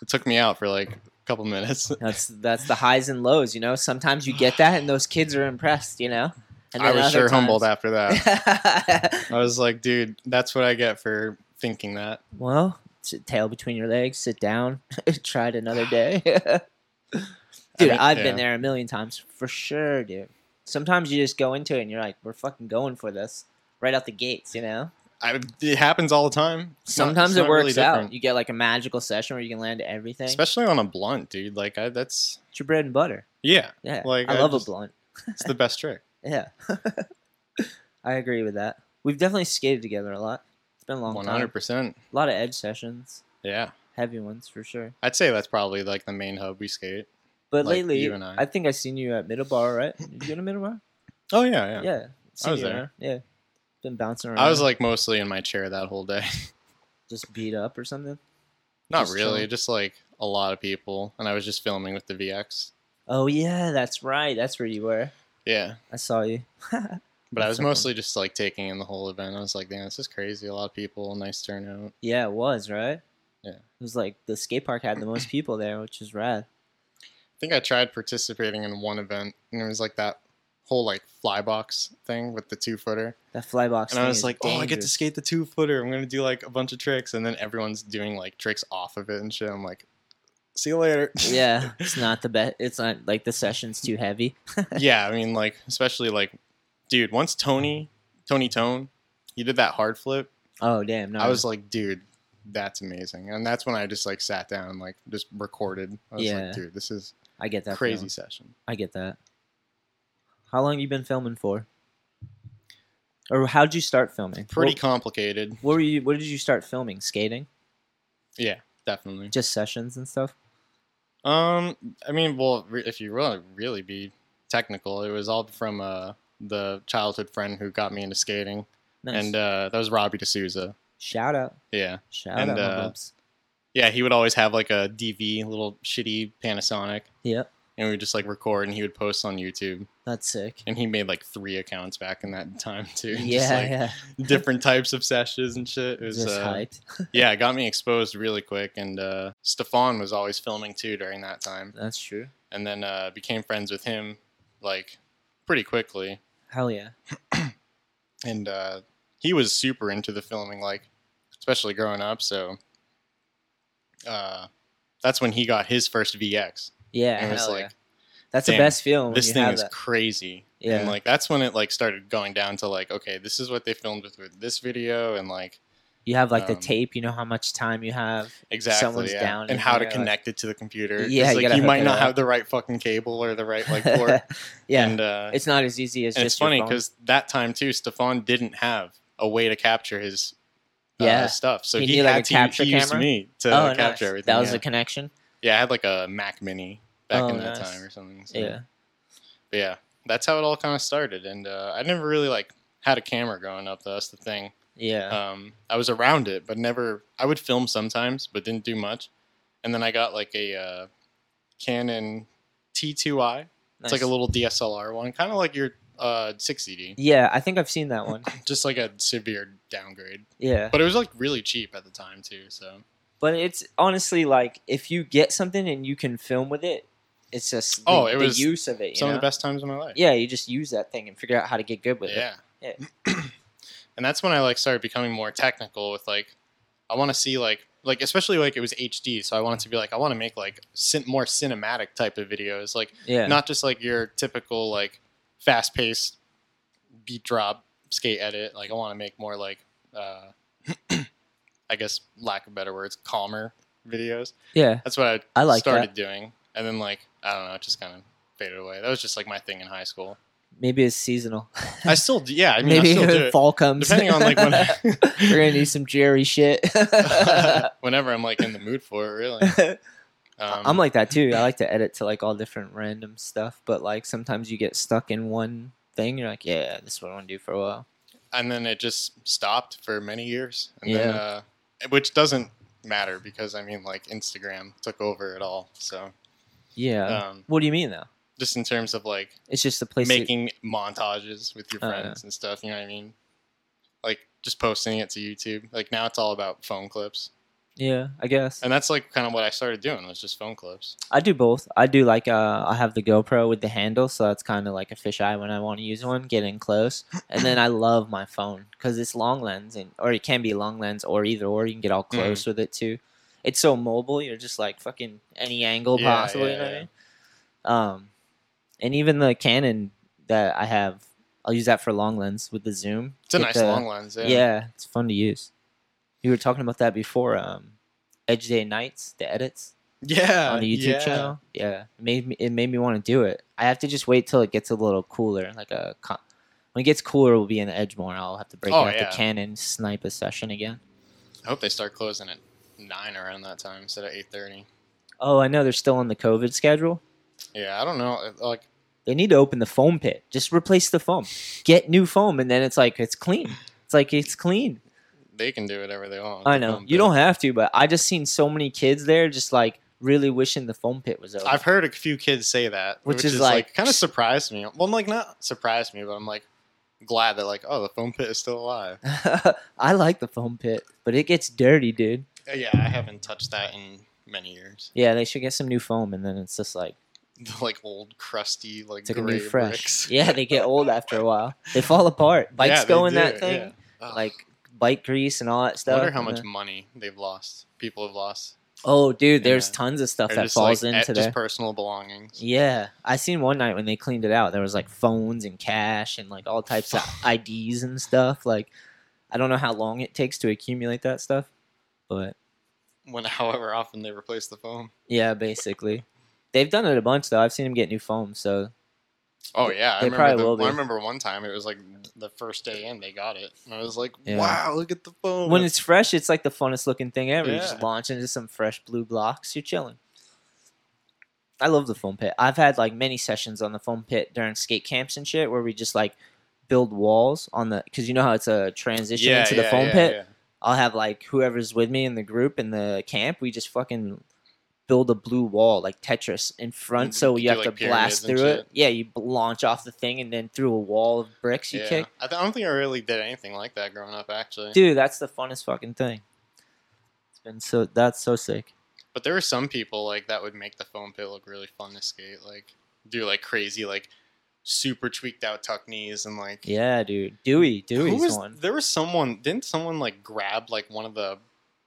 Speaker 4: It took me out for like a couple minutes.
Speaker 1: That's that's the highs and lows, you know. Sometimes you get that, and those kids are impressed, you know. And
Speaker 4: I
Speaker 1: then
Speaker 4: was
Speaker 1: other
Speaker 4: sure
Speaker 1: times-
Speaker 4: humbled after that. I was like, dude, that's what I get for thinking that.
Speaker 1: (laughs) well, sit, tail between your legs, sit down, (laughs) try it
Speaker 4: (sighs)
Speaker 1: another day. (laughs) dude,
Speaker 4: mean,
Speaker 1: I've
Speaker 4: yeah.
Speaker 1: been there a million times for sure, dude. Sometimes you just go into it and you're like, "We're fucking going for this." Right out the gates, you know.
Speaker 4: I, it happens all the time. It's not-
Speaker 1: Sometimes
Speaker 4: it's
Speaker 1: it
Speaker 4: not really
Speaker 1: works out.
Speaker 4: different.
Speaker 1: You get like a magical session where you can land everything.
Speaker 4: especially on a blunt, dude. Like I, that's
Speaker 1: it's your bread and butter.
Speaker 4: yeah,
Speaker 1: Yeah,
Speaker 4: Like,
Speaker 1: I,
Speaker 4: I
Speaker 1: love
Speaker 4: just-
Speaker 1: a blunt.
Speaker 4: it's the best trick.
Speaker 1: Yeah. I agree with that. We've definitely skated together a lot. It's been a (laughs) long
Speaker 4: One
Speaker 1: time.
Speaker 4: hundred percent.
Speaker 1: A lot of edge sessions,
Speaker 4: Yeah,
Speaker 1: heavy ones for sure.
Speaker 4: I'd say that's probably like the main hub we skate.
Speaker 1: But
Speaker 4: Like
Speaker 1: lately,
Speaker 4: you and I.
Speaker 1: I. think I seen you at Middle Bar, right? Did you go to Middle Bar?
Speaker 4: Oh yeah, (laughs) yeah.
Speaker 1: Yeah. Seen
Speaker 4: was
Speaker 1: you
Speaker 4: there.
Speaker 1: around. Yeah. Been bouncing around.
Speaker 4: I was like mostly in my chair that whole day. (laughs)
Speaker 1: just beat up or something.
Speaker 4: Not
Speaker 1: Just
Speaker 4: really,
Speaker 1: chilling.
Speaker 4: just like a lot of people, and I was just filming with the VX.
Speaker 1: Oh yeah, that's right. That's where you were.
Speaker 4: Yeah,
Speaker 1: I saw you.
Speaker 4: but I
Speaker 1: That's
Speaker 4: was
Speaker 1: so fun.
Speaker 4: mostly just like taking in the whole event. I was like, damn, this is crazy. A lot of people, nice turnout.
Speaker 1: Yeah, it was right.
Speaker 4: Yeah.
Speaker 1: It was like the skate park had the
Speaker 4: (clears throat)
Speaker 1: most people there, which is rad.
Speaker 4: I think I tried participating in one event, and it was like that whole like fly box thing with the two footer.
Speaker 1: That fly box.
Speaker 4: and I
Speaker 1: thing
Speaker 4: was
Speaker 1: is
Speaker 4: like, "Oh, I get to
Speaker 1: dangerous.
Speaker 4: skate the two footer. I'm gonna do like a bunch of tricks." And then everyone's doing like tricks off of it and shit. I'm like, "See you later."
Speaker 1: yeah, it's not the best. It's not like the session's too heavy.
Speaker 4: (laughs) yeah. I mean, like, especially like, dude. Once Tony, Tony Tone, he did that hard flip.
Speaker 1: Oh damn! No,
Speaker 4: I was like, "Dude, that's amazing." And that's when I just like sat down, and, like, just recorded. I was
Speaker 1: Yeah.
Speaker 4: like, "Dude, this is
Speaker 1: I get that.
Speaker 4: crazy
Speaker 1: feeling.
Speaker 4: session."
Speaker 1: I get that. How long you been filming for? Or how'd you start filming?
Speaker 4: Pretty
Speaker 1: What,
Speaker 4: complicated.
Speaker 1: what were you? What did you start filming? Skating?
Speaker 4: Yeah, definitely.
Speaker 1: Just sessions and stuff.
Speaker 4: Um, I mean, well, re- if you really really be technical, it was all from uh the childhood friend who got me into skating,
Speaker 1: Nice.
Speaker 4: and uh, that was Robbie D'Souza.
Speaker 1: shout out,
Speaker 4: Yeah,
Speaker 1: shout
Speaker 4: and,
Speaker 1: out, my
Speaker 4: uh,
Speaker 1: bubs.
Speaker 4: yeah, he would always have like a DV, little shitty Panasonic,
Speaker 1: Yep,
Speaker 4: and we would just like record, and he would post on YouTube,
Speaker 1: that's sick.
Speaker 4: and he made like three accounts back in that time (laughs) too.
Speaker 1: Yeah,
Speaker 4: just, like,
Speaker 1: yeah.
Speaker 4: different types of sessions and shit. It was
Speaker 1: Just
Speaker 4: uh,
Speaker 1: hyped.
Speaker 4: yeah, it got me exposed really quick, and uh, Stefan was always filming too during that time.
Speaker 1: That's true.
Speaker 4: and then uh, became friends with him like pretty quickly
Speaker 1: Hell yeah.
Speaker 4: and uh, he was super into the filming like especially growing up so uh, that's when he got his first vx
Speaker 1: Yeah,
Speaker 4: and it was
Speaker 1: hell
Speaker 4: like
Speaker 1: yeah. That's
Speaker 4: Damn,
Speaker 1: the best feeling. When
Speaker 4: this
Speaker 1: you
Speaker 4: thing
Speaker 1: have
Speaker 4: is
Speaker 1: that.
Speaker 4: crazy.
Speaker 1: Yeah.
Speaker 4: And like that's when it like started going down to like, okay, this is what they filmed with, with this video and like
Speaker 1: you have like the
Speaker 4: um,
Speaker 1: tape. You know how much time you have.
Speaker 4: exactly
Speaker 1: Someone's
Speaker 4: yeah,
Speaker 1: down
Speaker 4: and
Speaker 1: and
Speaker 4: how to
Speaker 1: you're like-
Speaker 4: connect it to the computer. 'Cause,
Speaker 1: Yeah, you
Speaker 4: like
Speaker 1: gotta
Speaker 4: you
Speaker 1: hook
Speaker 4: might
Speaker 1: it
Speaker 4: not
Speaker 1: up.
Speaker 4: have the right fucking cable or the
Speaker 1: (laughs)
Speaker 4: right like port.
Speaker 1: yeah,
Speaker 4: And uh
Speaker 1: it's not as easy as
Speaker 4: and
Speaker 1: just
Speaker 4: it's funny
Speaker 1: your phone.
Speaker 4: because that time too, Stefan didn't have a way to capture his uh,
Speaker 1: Yeah.
Speaker 4: stuff, so
Speaker 1: He
Speaker 4: he,
Speaker 1: needed, like,
Speaker 4: had
Speaker 1: a
Speaker 4: to
Speaker 1: capture
Speaker 4: he used
Speaker 1: camera?
Speaker 4: me to
Speaker 1: oh, nice.
Speaker 4: uh, capture everything.
Speaker 1: That was
Speaker 4: yeah.
Speaker 1: the connection.
Speaker 4: yeah, I had like a Mac Mini back
Speaker 1: Oh,
Speaker 4: in that
Speaker 1: nice.
Speaker 4: time or something. so-
Speaker 1: Yeah,
Speaker 4: but yeah, that's how it all kind of started, and uh, I never really like had a camera growing up. Though. That's the thing.
Speaker 1: yeah.
Speaker 4: Um, I was around it, but never. I would film sometimes, but didn't do much. And then I got like a uh, Canon T2i. It's like a
Speaker 1: Nice.
Speaker 4: little DSLR one, kind of like your uh, 60D,
Speaker 1: Yeah, I think I've seen that
Speaker 4: (laughs)
Speaker 1: one.
Speaker 4: just like a severe downgrade.
Speaker 1: Yeah,
Speaker 4: But it was like really cheap at the time too. So
Speaker 1: but it's honestly like if you get something and you can film with it, it's just the,
Speaker 4: Oh, it
Speaker 1: the
Speaker 4: was
Speaker 1: use of it. You
Speaker 4: some
Speaker 1: know?
Speaker 4: of the best times of my life.
Speaker 1: Yeah, you just use that thing and figure out how to get good with it.
Speaker 4: yeah. (clears throat) and that's when I like started becoming more technical with like I want to see like like especially like it was HD, so I wanted to be like I want to make like cin- more cinematic type of videos, like
Speaker 1: Yeah,
Speaker 4: not just like your typical like fast paced beat drop skate edit. Like I want to make more like uh, (clears throat) I guess lack of better words, calmer videos.
Speaker 1: yeah.
Speaker 4: That's what I,
Speaker 1: I like
Speaker 4: started doing, and then like I don't know, it just kind of faded away. That was just like my thing in high school.
Speaker 1: Maybe it's seasonal.
Speaker 4: I still do, yeah, I mean I
Speaker 1: Maybe (laughs)
Speaker 4: still do it.
Speaker 1: fall comes.
Speaker 4: Depending
Speaker 1: (laughs)
Speaker 4: on like when (laughs)
Speaker 1: we're gonna need some Jerry shit. (laughs)
Speaker 4: whenever I'm like in the mood for it, really. Um,
Speaker 1: I'm like that too. I like to edit to like all different random stuff, but like sometimes you get stuck in one thing. You're like, yeah, this is what I want to do for a while.
Speaker 4: and then it just stopped for many years, and then,
Speaker 1: Yeah.
Speaker 4: uh, which doesn't matter because I mean, like Instagram took over it all. So
Speaker 1: Yeah.
Speaker 4: um,
Speaker 1: what do you mean though?
Speaker 4: just in terms of like
Speaker 1: It's just the place. that-
Speaker 4: making montages with your
Speaker 1: Oh,
Speaker 4: friends and stuff, you know what I mean? Like just posting it to YouTube. Like now it's all about phone clips,
Speaker 1: yeah, I guess.
Speaker 4: and that's like kind of what I started doing was just phone clips.
Speaker 1: I do both. I do like uh, I have the GoPro with the handle, so that's kind of like a fisheye when I want to use one, get in close. And
Speaker 4: (laughs)
Speaker 1: then I love my phone because it's long lens, and or it can be long lens or either or. You can get all
Speaker 4: Mm.
Speaker 1: close with it too. It's so mobile. You're just like fucking any angle
Speaker 4: Yeah,
Speaker 1: possible. you
Speaker 4: yeah,
Speaker 1: know
Speaker 4: yeah.
Speaker 1: what I mean? Um, and even the Canon that I have, I'll use that for long lens with the zoom.
Speaker 4: It's a
Speaker 1: Get
Speaker 4: nice
Speaker 1: the-
Speaker 4: long lens. Yeah.
Speaker 1: yeah. it's fun to use. You were talking about that before. Um, Edge Day Nights, the edits
Speaker 4: Yeah,
Speaker 1: on
Speaker 4: (laughs)
Speaker 1: the YouTube
Speaker 4: yeah.
Speaker 1: channel. Yeah, it made me it made me want to do it. I have to just wait till it gets a little cooler, like a con- when it gets cooler, we'll be in edge more. I'll have to break
Speaker 4: Oh,
Speaker 1: out
Speaker 4: yeah.
Speaker 1: the cannon, snipe a session again.
Speaker 4: I hope they start closing at nine around that time instead of eight thirty.
Speaker 1: Oh, I know they're still on the COVID schedule.
Speaker 4: Yeah, I don't know. Like,
Speaker 1: They need to open the foam pit. Just replace the foam. Get new foam, and then it's like it's clean. It's like it's clean.
Speaker 4: they can do whatever they want. with
Speaker 1: I
Speaker 4: the
Speaker 1: know
Speaker 4: phone
Speaker 1: you
Speaker 4: bill.
Speaker 1: don't have to, but I just seen so many kids there, just like really wishing the foam pit was open.
Speaker 4: I've heard a few kids say that,
Speaker 1: Which
Speaker 4: which,
Speaker 1: is
Speaker 4: is, like,
Speaker 1: like-
Speaker 4: kind of surprised me. Well, like not surprised me, but I'm like glad that like oh the foam pit is still alive.
Speaker 1: (laughs) I like the foam pit, but it gets dirty, dude.
Speaker 4: Uh, yeah, I haven't touched that in many years. (laughs)
Speaker 1: Yeah, they should get some new foam, and then it's just like.
Speaker 4: The, like old crusty like
Speaker 1: It's like a
Speaker 4: gray
Speaker 1: new fresh. (laughs)
Speaker 4: bricks.
Speaker 1: Yeah,
Speaker 4: (laughs)
Speaker 1: they get old after a while. (laughs) They fall apart. Bikes
Speaker 4: Yeah,
Speaker 1: go
Speaker 4: they
Speaker 1: in
Speaker 4: do,
Speaker 1: that thing,
Speaker 4: yeah. Ugh,
Speaker 1: like bike grease and all that
Speaker 4: I
Speaker 1: stuff.
Speaker 4: wonder how
Speaker 1: and
Speaker 4: much
Speaker 1: then-
Speaker 4: money they've lost. People have lost.
Speaker 1: Oh, dude, there's
Speaker 4: Yeah.
Speaker 1: tons of stuff
Speaker 4: Or
Speaker 1: that
Speaker 4: just,
Speaker 1: falls
Speaker 4: like, at-
Speaker 1: into
Speaker 4: just
Speaker 1: there.
Speaker 4: personal belongings.
Speaker 1: Yeah, I seen one night when they cleaned it out. There was like phones and cash and like all types
Speaker 4: (laughs)
Speaker 1: of IDs and stuff. Like, I don't know how long it takes to accumulate that stuff, but
Speaker 4: When (laughs) however often they replace the foam.
Speaker 1: yeah, basically, they've done it a bunch though. I've seen them get new foam, so
Speaker 4: Oh yeah,
Speaker 1: they
Speaker 4: I remember
Speaker 1: probably
Speaker 4: the-
Speaker 1: will be.
Speaker 4: I remember one time it was like the first day in they got it, and I was like,
Speaker 1: Yeah.
Speaker 4: "Wow, look at the phone!"
Speaker 1: when it's fresh, it's like the funnest looking thing ever. You just
Speaker 4: Yeah.
Speaker 1: launch into some fresh blue blocks. You're chilling. I love the foam pit. I've had like many sessions on the foam pit during skate camps and shit, where we just like build walls on the because you know how it's a transition into the foam pit. I'll have like whoever's with me in the group in the camp. We just fucking build a blue wall like Tetris in front,
Speaker 4: And
Speaker 1: so
Speaker 4: Mm-hmm. you
Speaker 1: you have
Speaker 4: do, like,
Speaker 1: to blast
Speaker 4: pyramids and
Speaker 1: through it.
Speaker 4: shit.
Speaker 1: Yeah, you b- launch off the thing and then through a wall of bricks you
Speaker 4: Yeah.
Speaker 1: kick.
Speaker 4: I, th- I don't think I really did anything like that growing up, actually.
Speaker 1: Dude, that's the funnest fucking thing. It's been so that's so sick.
Speaker 4: But there were some people like that would make the foam pit look really fun to skate, like do like crazy, like super tweaked out tuck knees and like
Speaker 1: Yeah, dude. Dewey,
Speaker 4: Who
Speaker 1: Dewey's
Speaker 4: was-
Speaker 1: one.
Speaker 4: There was someone. Didn't someone like grab like one of the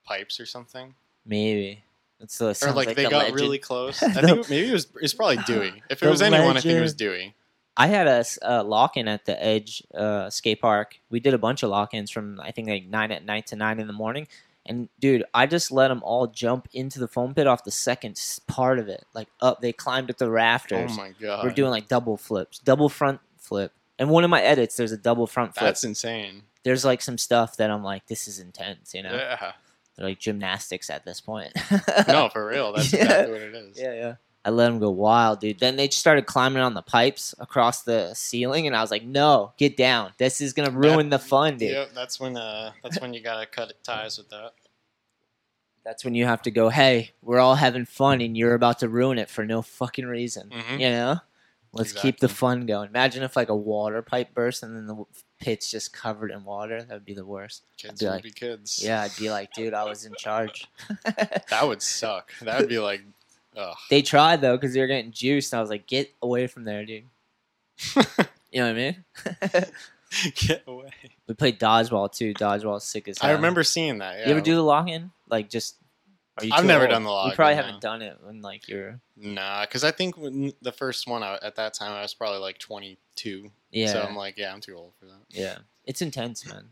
Speaker 4: pipes or something?
Speaker 1: Maybe. It's the
Speaker 4: or
Speaker 1: sounds
Speaker 4: like,
Speaker 1: like
Speaker 4: they
Speaker 1: the
Speaker 4: got
Speaker 1: legend. (laughs)
Speaker 4: really close. I
Speaker 1: The-
Speaker 4: think it- maybe it was it's
Speaker 1: (laughs)
Speaker 4: probably Dewey. If it
Speaker 1: The
Speaker 4: was anyone, I think it was
Speaker 1: legend.
Speaker 4: Dewey. Oh
Speaker 1: I had a s- uh, lock-in at the Edge uh, skate park. We did a bunch of lock-ins from I think like nine at night to nine in the morning. And dude, I just let them all jump into the foam pit off the second s- part of it. Like up, they climbed up the
Speaker 4: Oh
Speaker 1: rafters.
Speaker 4: my god,
Speaker 1: We're doing like double flips, double front flip. And one of my edits, there's a double front flip.
Speaker 4: that's insane.
Speaker 1: there's like some stuff that I'm like, this is intense, you know?
Speaker 4: Yeah,
Speaker 1: They're like gymnastics at this point. (laughs)
Speaker 4: no, for real, that's
Speaker 1: Yeah.
Speaker 4: exactly what it is.
Speaker 1: Yeah, yeah. I let them go wild, dude. Then they started climbing on the pipes across the ceiling, and I was like, "No, get down. This is gonna ruin the fun, dude.
Speaker 4: Yep, that's when uh, that's when you gotta cut ties with that.
Speaker 1: That's when you have to go. Hey, we're all having fun, and you're about to ruin it for no fucking reason.
Speaker 4: Mhm.
Speaker 1: You know? Let's keep the
Speaker 4: Exactly.
Speaker 1: fun going. Imagine if like a water pipe burst, and then the w- pit's just covered in water. That would be the worst.
Speaker 4: Kids
Speaker 1: be
Speaker 4: will
Speaker 1: like,
Speaker 4: be kids.
Speaker 1: Yeah, I'd be like, dude, I was in charge.
Speaker 4: that would suck. That would be like, (laughs) ugh.
Speaker 1: they tried though, because they were getting juiced, and I was like, get away from there,
Speaker 4: (laughs)
Speaker 1: dude. you know what I mean?
Speaker 4: Get away.
Speaker 1: We played dodgeball too. Dodgeball is sick as hell.
Speaker 4: I remember seeing that. Yeah.
Speaker 1: You ever do the login? Like just. Are you
Speaker 4: I've
Speaker 1: too
Speaker 4: never
Speaker 1: old?
Speaker 4: done the
Speaker 1: You probably
Speaker 4: login,
Speaker 1: haven't
Speaker 4: no.
Speaker 1: done it when like you're.
Speaker 4: Nah, because I think when the first one I, at that time I was probably like 22.
Speaker 1: Yeah.
Speaker 4: So I'm like, yeah, I'm too old for that.
Speaker 1: yeah. It's intense, man.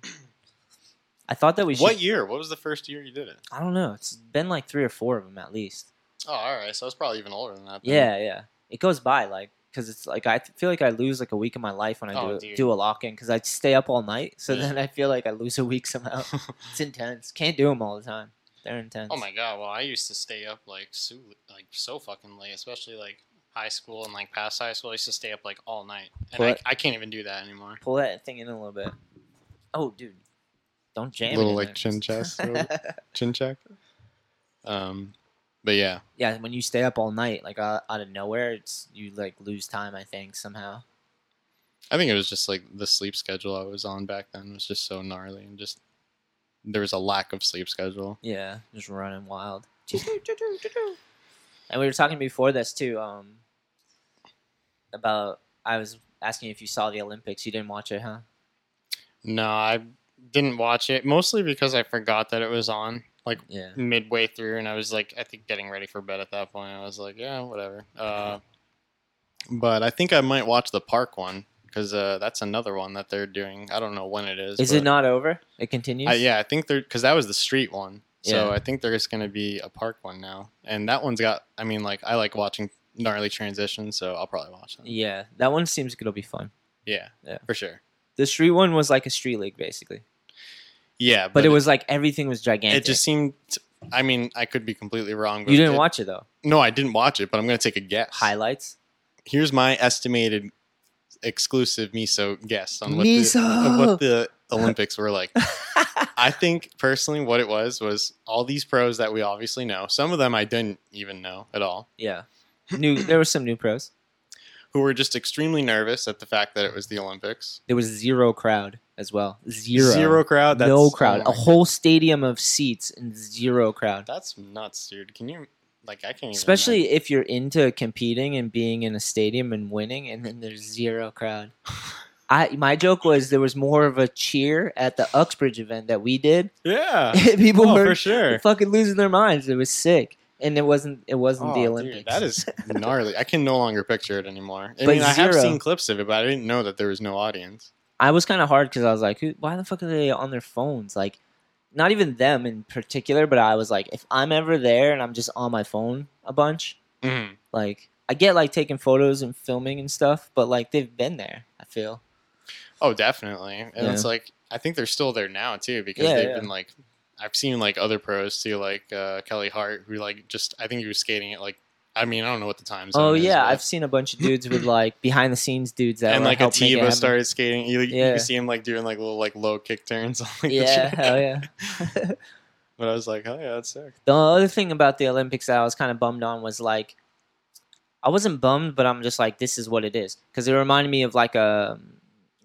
Speaker 1: I thought that we should.
Speaker 4: What year? What was the first year you did it?
Speaker 1: I don't know. It's been like three or four of them at least.
Speaker 4: Oh, all right. So I was probably even older than that. then.
Speaker 1: Yeah, yeah. It goes by like because it's like I th- feel like I lose like a week of my life when I
Speaker 4: Oh,
Speaker 1: do
Speaker 4: dude.
Speaker 1: do a lock in because I stay up all night. So
Speaker 4: Yeah.
Speaker 1: then I feel like I lose a week somehow.
Speaker 4: (laughs)
Speaker 1: it's intense. Can't do them all the time. They're intense.
Speaker 4: Oh my god. Well, I used to stay up like so like so fucking late, especially like high school and like past high school. I used to stay up like all night, and I,
Speaker 1: What?
Speaker 4: I can't even do that anymore.
Speaker 1: Pull that thing in a little bit. Oh, dude. Don't jam. it
Speaker 4: Little,
Speaker 1: in
Speaker 4: like,
Speaker 1: there.
Speaker 4: chin chest or whatever. Chin check. Um, but yeah,
Speaker 1: (laughs) yeah, when you stay up all night, like out, out of nowhere, it's you like lose time. I think somehow.
Speaker 4: I think it was just like the sleep schedule I was on back then was just so gnarly and just there was a lack of sleep schedule.
Speaker 1: Yeah, just running wild. and we were talking before this too. Um, about I was asking if you saw the Olympics. You didn't watch it, huh?
Speaker 4: No, I didn't watch it mostly because I forgot that it was on like
Speaker 1: Yeah.
Speaker 4: midway through and I was like I think getting ready for bed at that point. I was like, yeah, whatever. Uh, but I think I might watch the park one cuz uh, that's another one that they're doing. I don't know when it is.
Speaker 1: Is it
Speaker 4: but-
Speaker 1: not over? It continues.
Speaker 4: I, yeah, I think they're because that was the street one. So
Speaker 1: Yeah.
Speaker 4: I think there's going to be a park one now, and that one's got. I mean, like I like watching gnarly transitions, so I'll probably watch that.
Speaker 1: Yeah, that one seems like it'll be fun.
Speaker 4: Yeah,
Speaker 1: Yeah.
Speaker 4: for sure.
Speaker 1: The street one was like a street league basically,
Speaker 4: Yeah,
Speaker 1: but, it was like everything was
Speaker 4: It,
Speaker 1: gigantic.
Speaker 4: just seemed. I mean, I could be completely wrong. But
Speaker 1: you didn't
Speaker 4: it-
Speaker 1: watch it though.
Speaker 4: No, I didn't watch it, but I'm going to take a guess.
Speaker 1: Highlights.
Speaker 4: Here's my estimated exclusive miso guess on what, The,
Speaker 1: Miso! (laughs)
Speaker 4: of what the Olympics were like. I think personally, what it was was all these pros that we obviously know. Some of them I didn't even know at all.
Speaker 1: yeah. New. There were some new pros.
Speaker 4: who were just extremely nervous at the fact that it was the Olympics.
Speaker 1: There was zero crowd as well. Zero.
Speaker 4: crowd. That's,
Speaker 1: no crowd.
Speaker 4: oh
Speaker 1: a
Speaker 4: my-
Speaker 1: whole stadium of seats and zero crowd.
Speaker 4: That's nuts, dude. Can you like? I can't. Even
Speaker 1: Especially if you're into competing and being in a stadium and winning, and then there's zero
Speaker 4: (sighs)
Speaker 1: crowd. I my joke was there was more of a cheer at the Uxbridge event that we did.
Speaker 4: Yeah.
Speaker 1: (laughs) People
Speaker 4: (laughs) oh,
Speaker 1: were
Speaker 4: for sure.
Speaker 1: fucking losing their minds. It was sick, and it wasn't it wasn't
Speaker 4: Oh,
Speaker 1: the
Speaker 4: dude,
Speaker 1: Olympics. (laughs)
Speaker 4: that is gnarly. I can no longer picture it anymore. I
Speaker 1: But
Speaker 4: mean, I have
Speaker 1: zero.
Speaker 4: seen clips of it, but I didn't know that there was no audience.
Speaker 1: I was kind of hard because I was like, "Who- why the fuck are they on their phones? Like, not even them in particular, but I was like, if I'm ever there and I'm just on my phone a bunch,
Speaker 4: Mhm.
Speaker 1: like, I get like taking photos and filming and stuff, but like they've been there. I feel
Speaker 4: Oh, definitely. And
Speaker 1: Yeah.
Speaker 4: it's like I think they're still there now too because
Speaker 1: Yeah,
Speaker 4: they've
Speaker 1: yeah.
Speaker 4: been like. I've seen like other pros too, like uh, Kelly Hart, who like just I think he was skating at like I mean I don't know what the time zone.
Speaker 1: Oh
Speaker 4: is,
Speaker 1: yeah,
Speaker 4: but-
Speaker 1: I've seen a bunch of dudes with like behind the scenes dudes that
Speaker 4: and
Speaker 1: were
Speaker 4: like
Speaker 1: helping make it
Speaker 4: Atiba
Speaker 1: happen.
Speaker 4: (laughs) started skating. You, you
Speaker 1: Yeah.
Speaker 4: could see him like doing like little like low kick turns. (laughs) On, like, the
Speaker 1: Yeah,
Speaker 4: track.
Speaker 1: hell yeah.
Speaker 4: But I was like, oh yeah, that's sick.
Speaker 1: The other thing about the Olympics that I was kind of bummed on was like, I wasn't bummed, but I'm just like, this is what it is. Because it reminded me of like a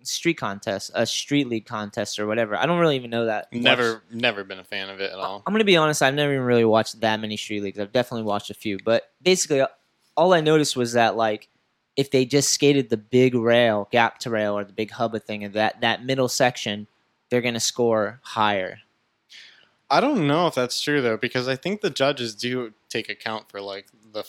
Speaker 1: street contest, a street league contest or whatever. I don't really even know that. much.
Speaker 4: Never, never been a fan of it at all.
Speaker 1: I'm going to be honest, I've never even really watched that many street leagues. I've definitely watched a few. But basically, uh, all I noticed was that like, if they just skated the big rail, gap to rail, or the big hubba thing, and that, that middle section, they're going to score higher.
Speaker 4: I don't know if that's true though, because I think the judges do take account for like the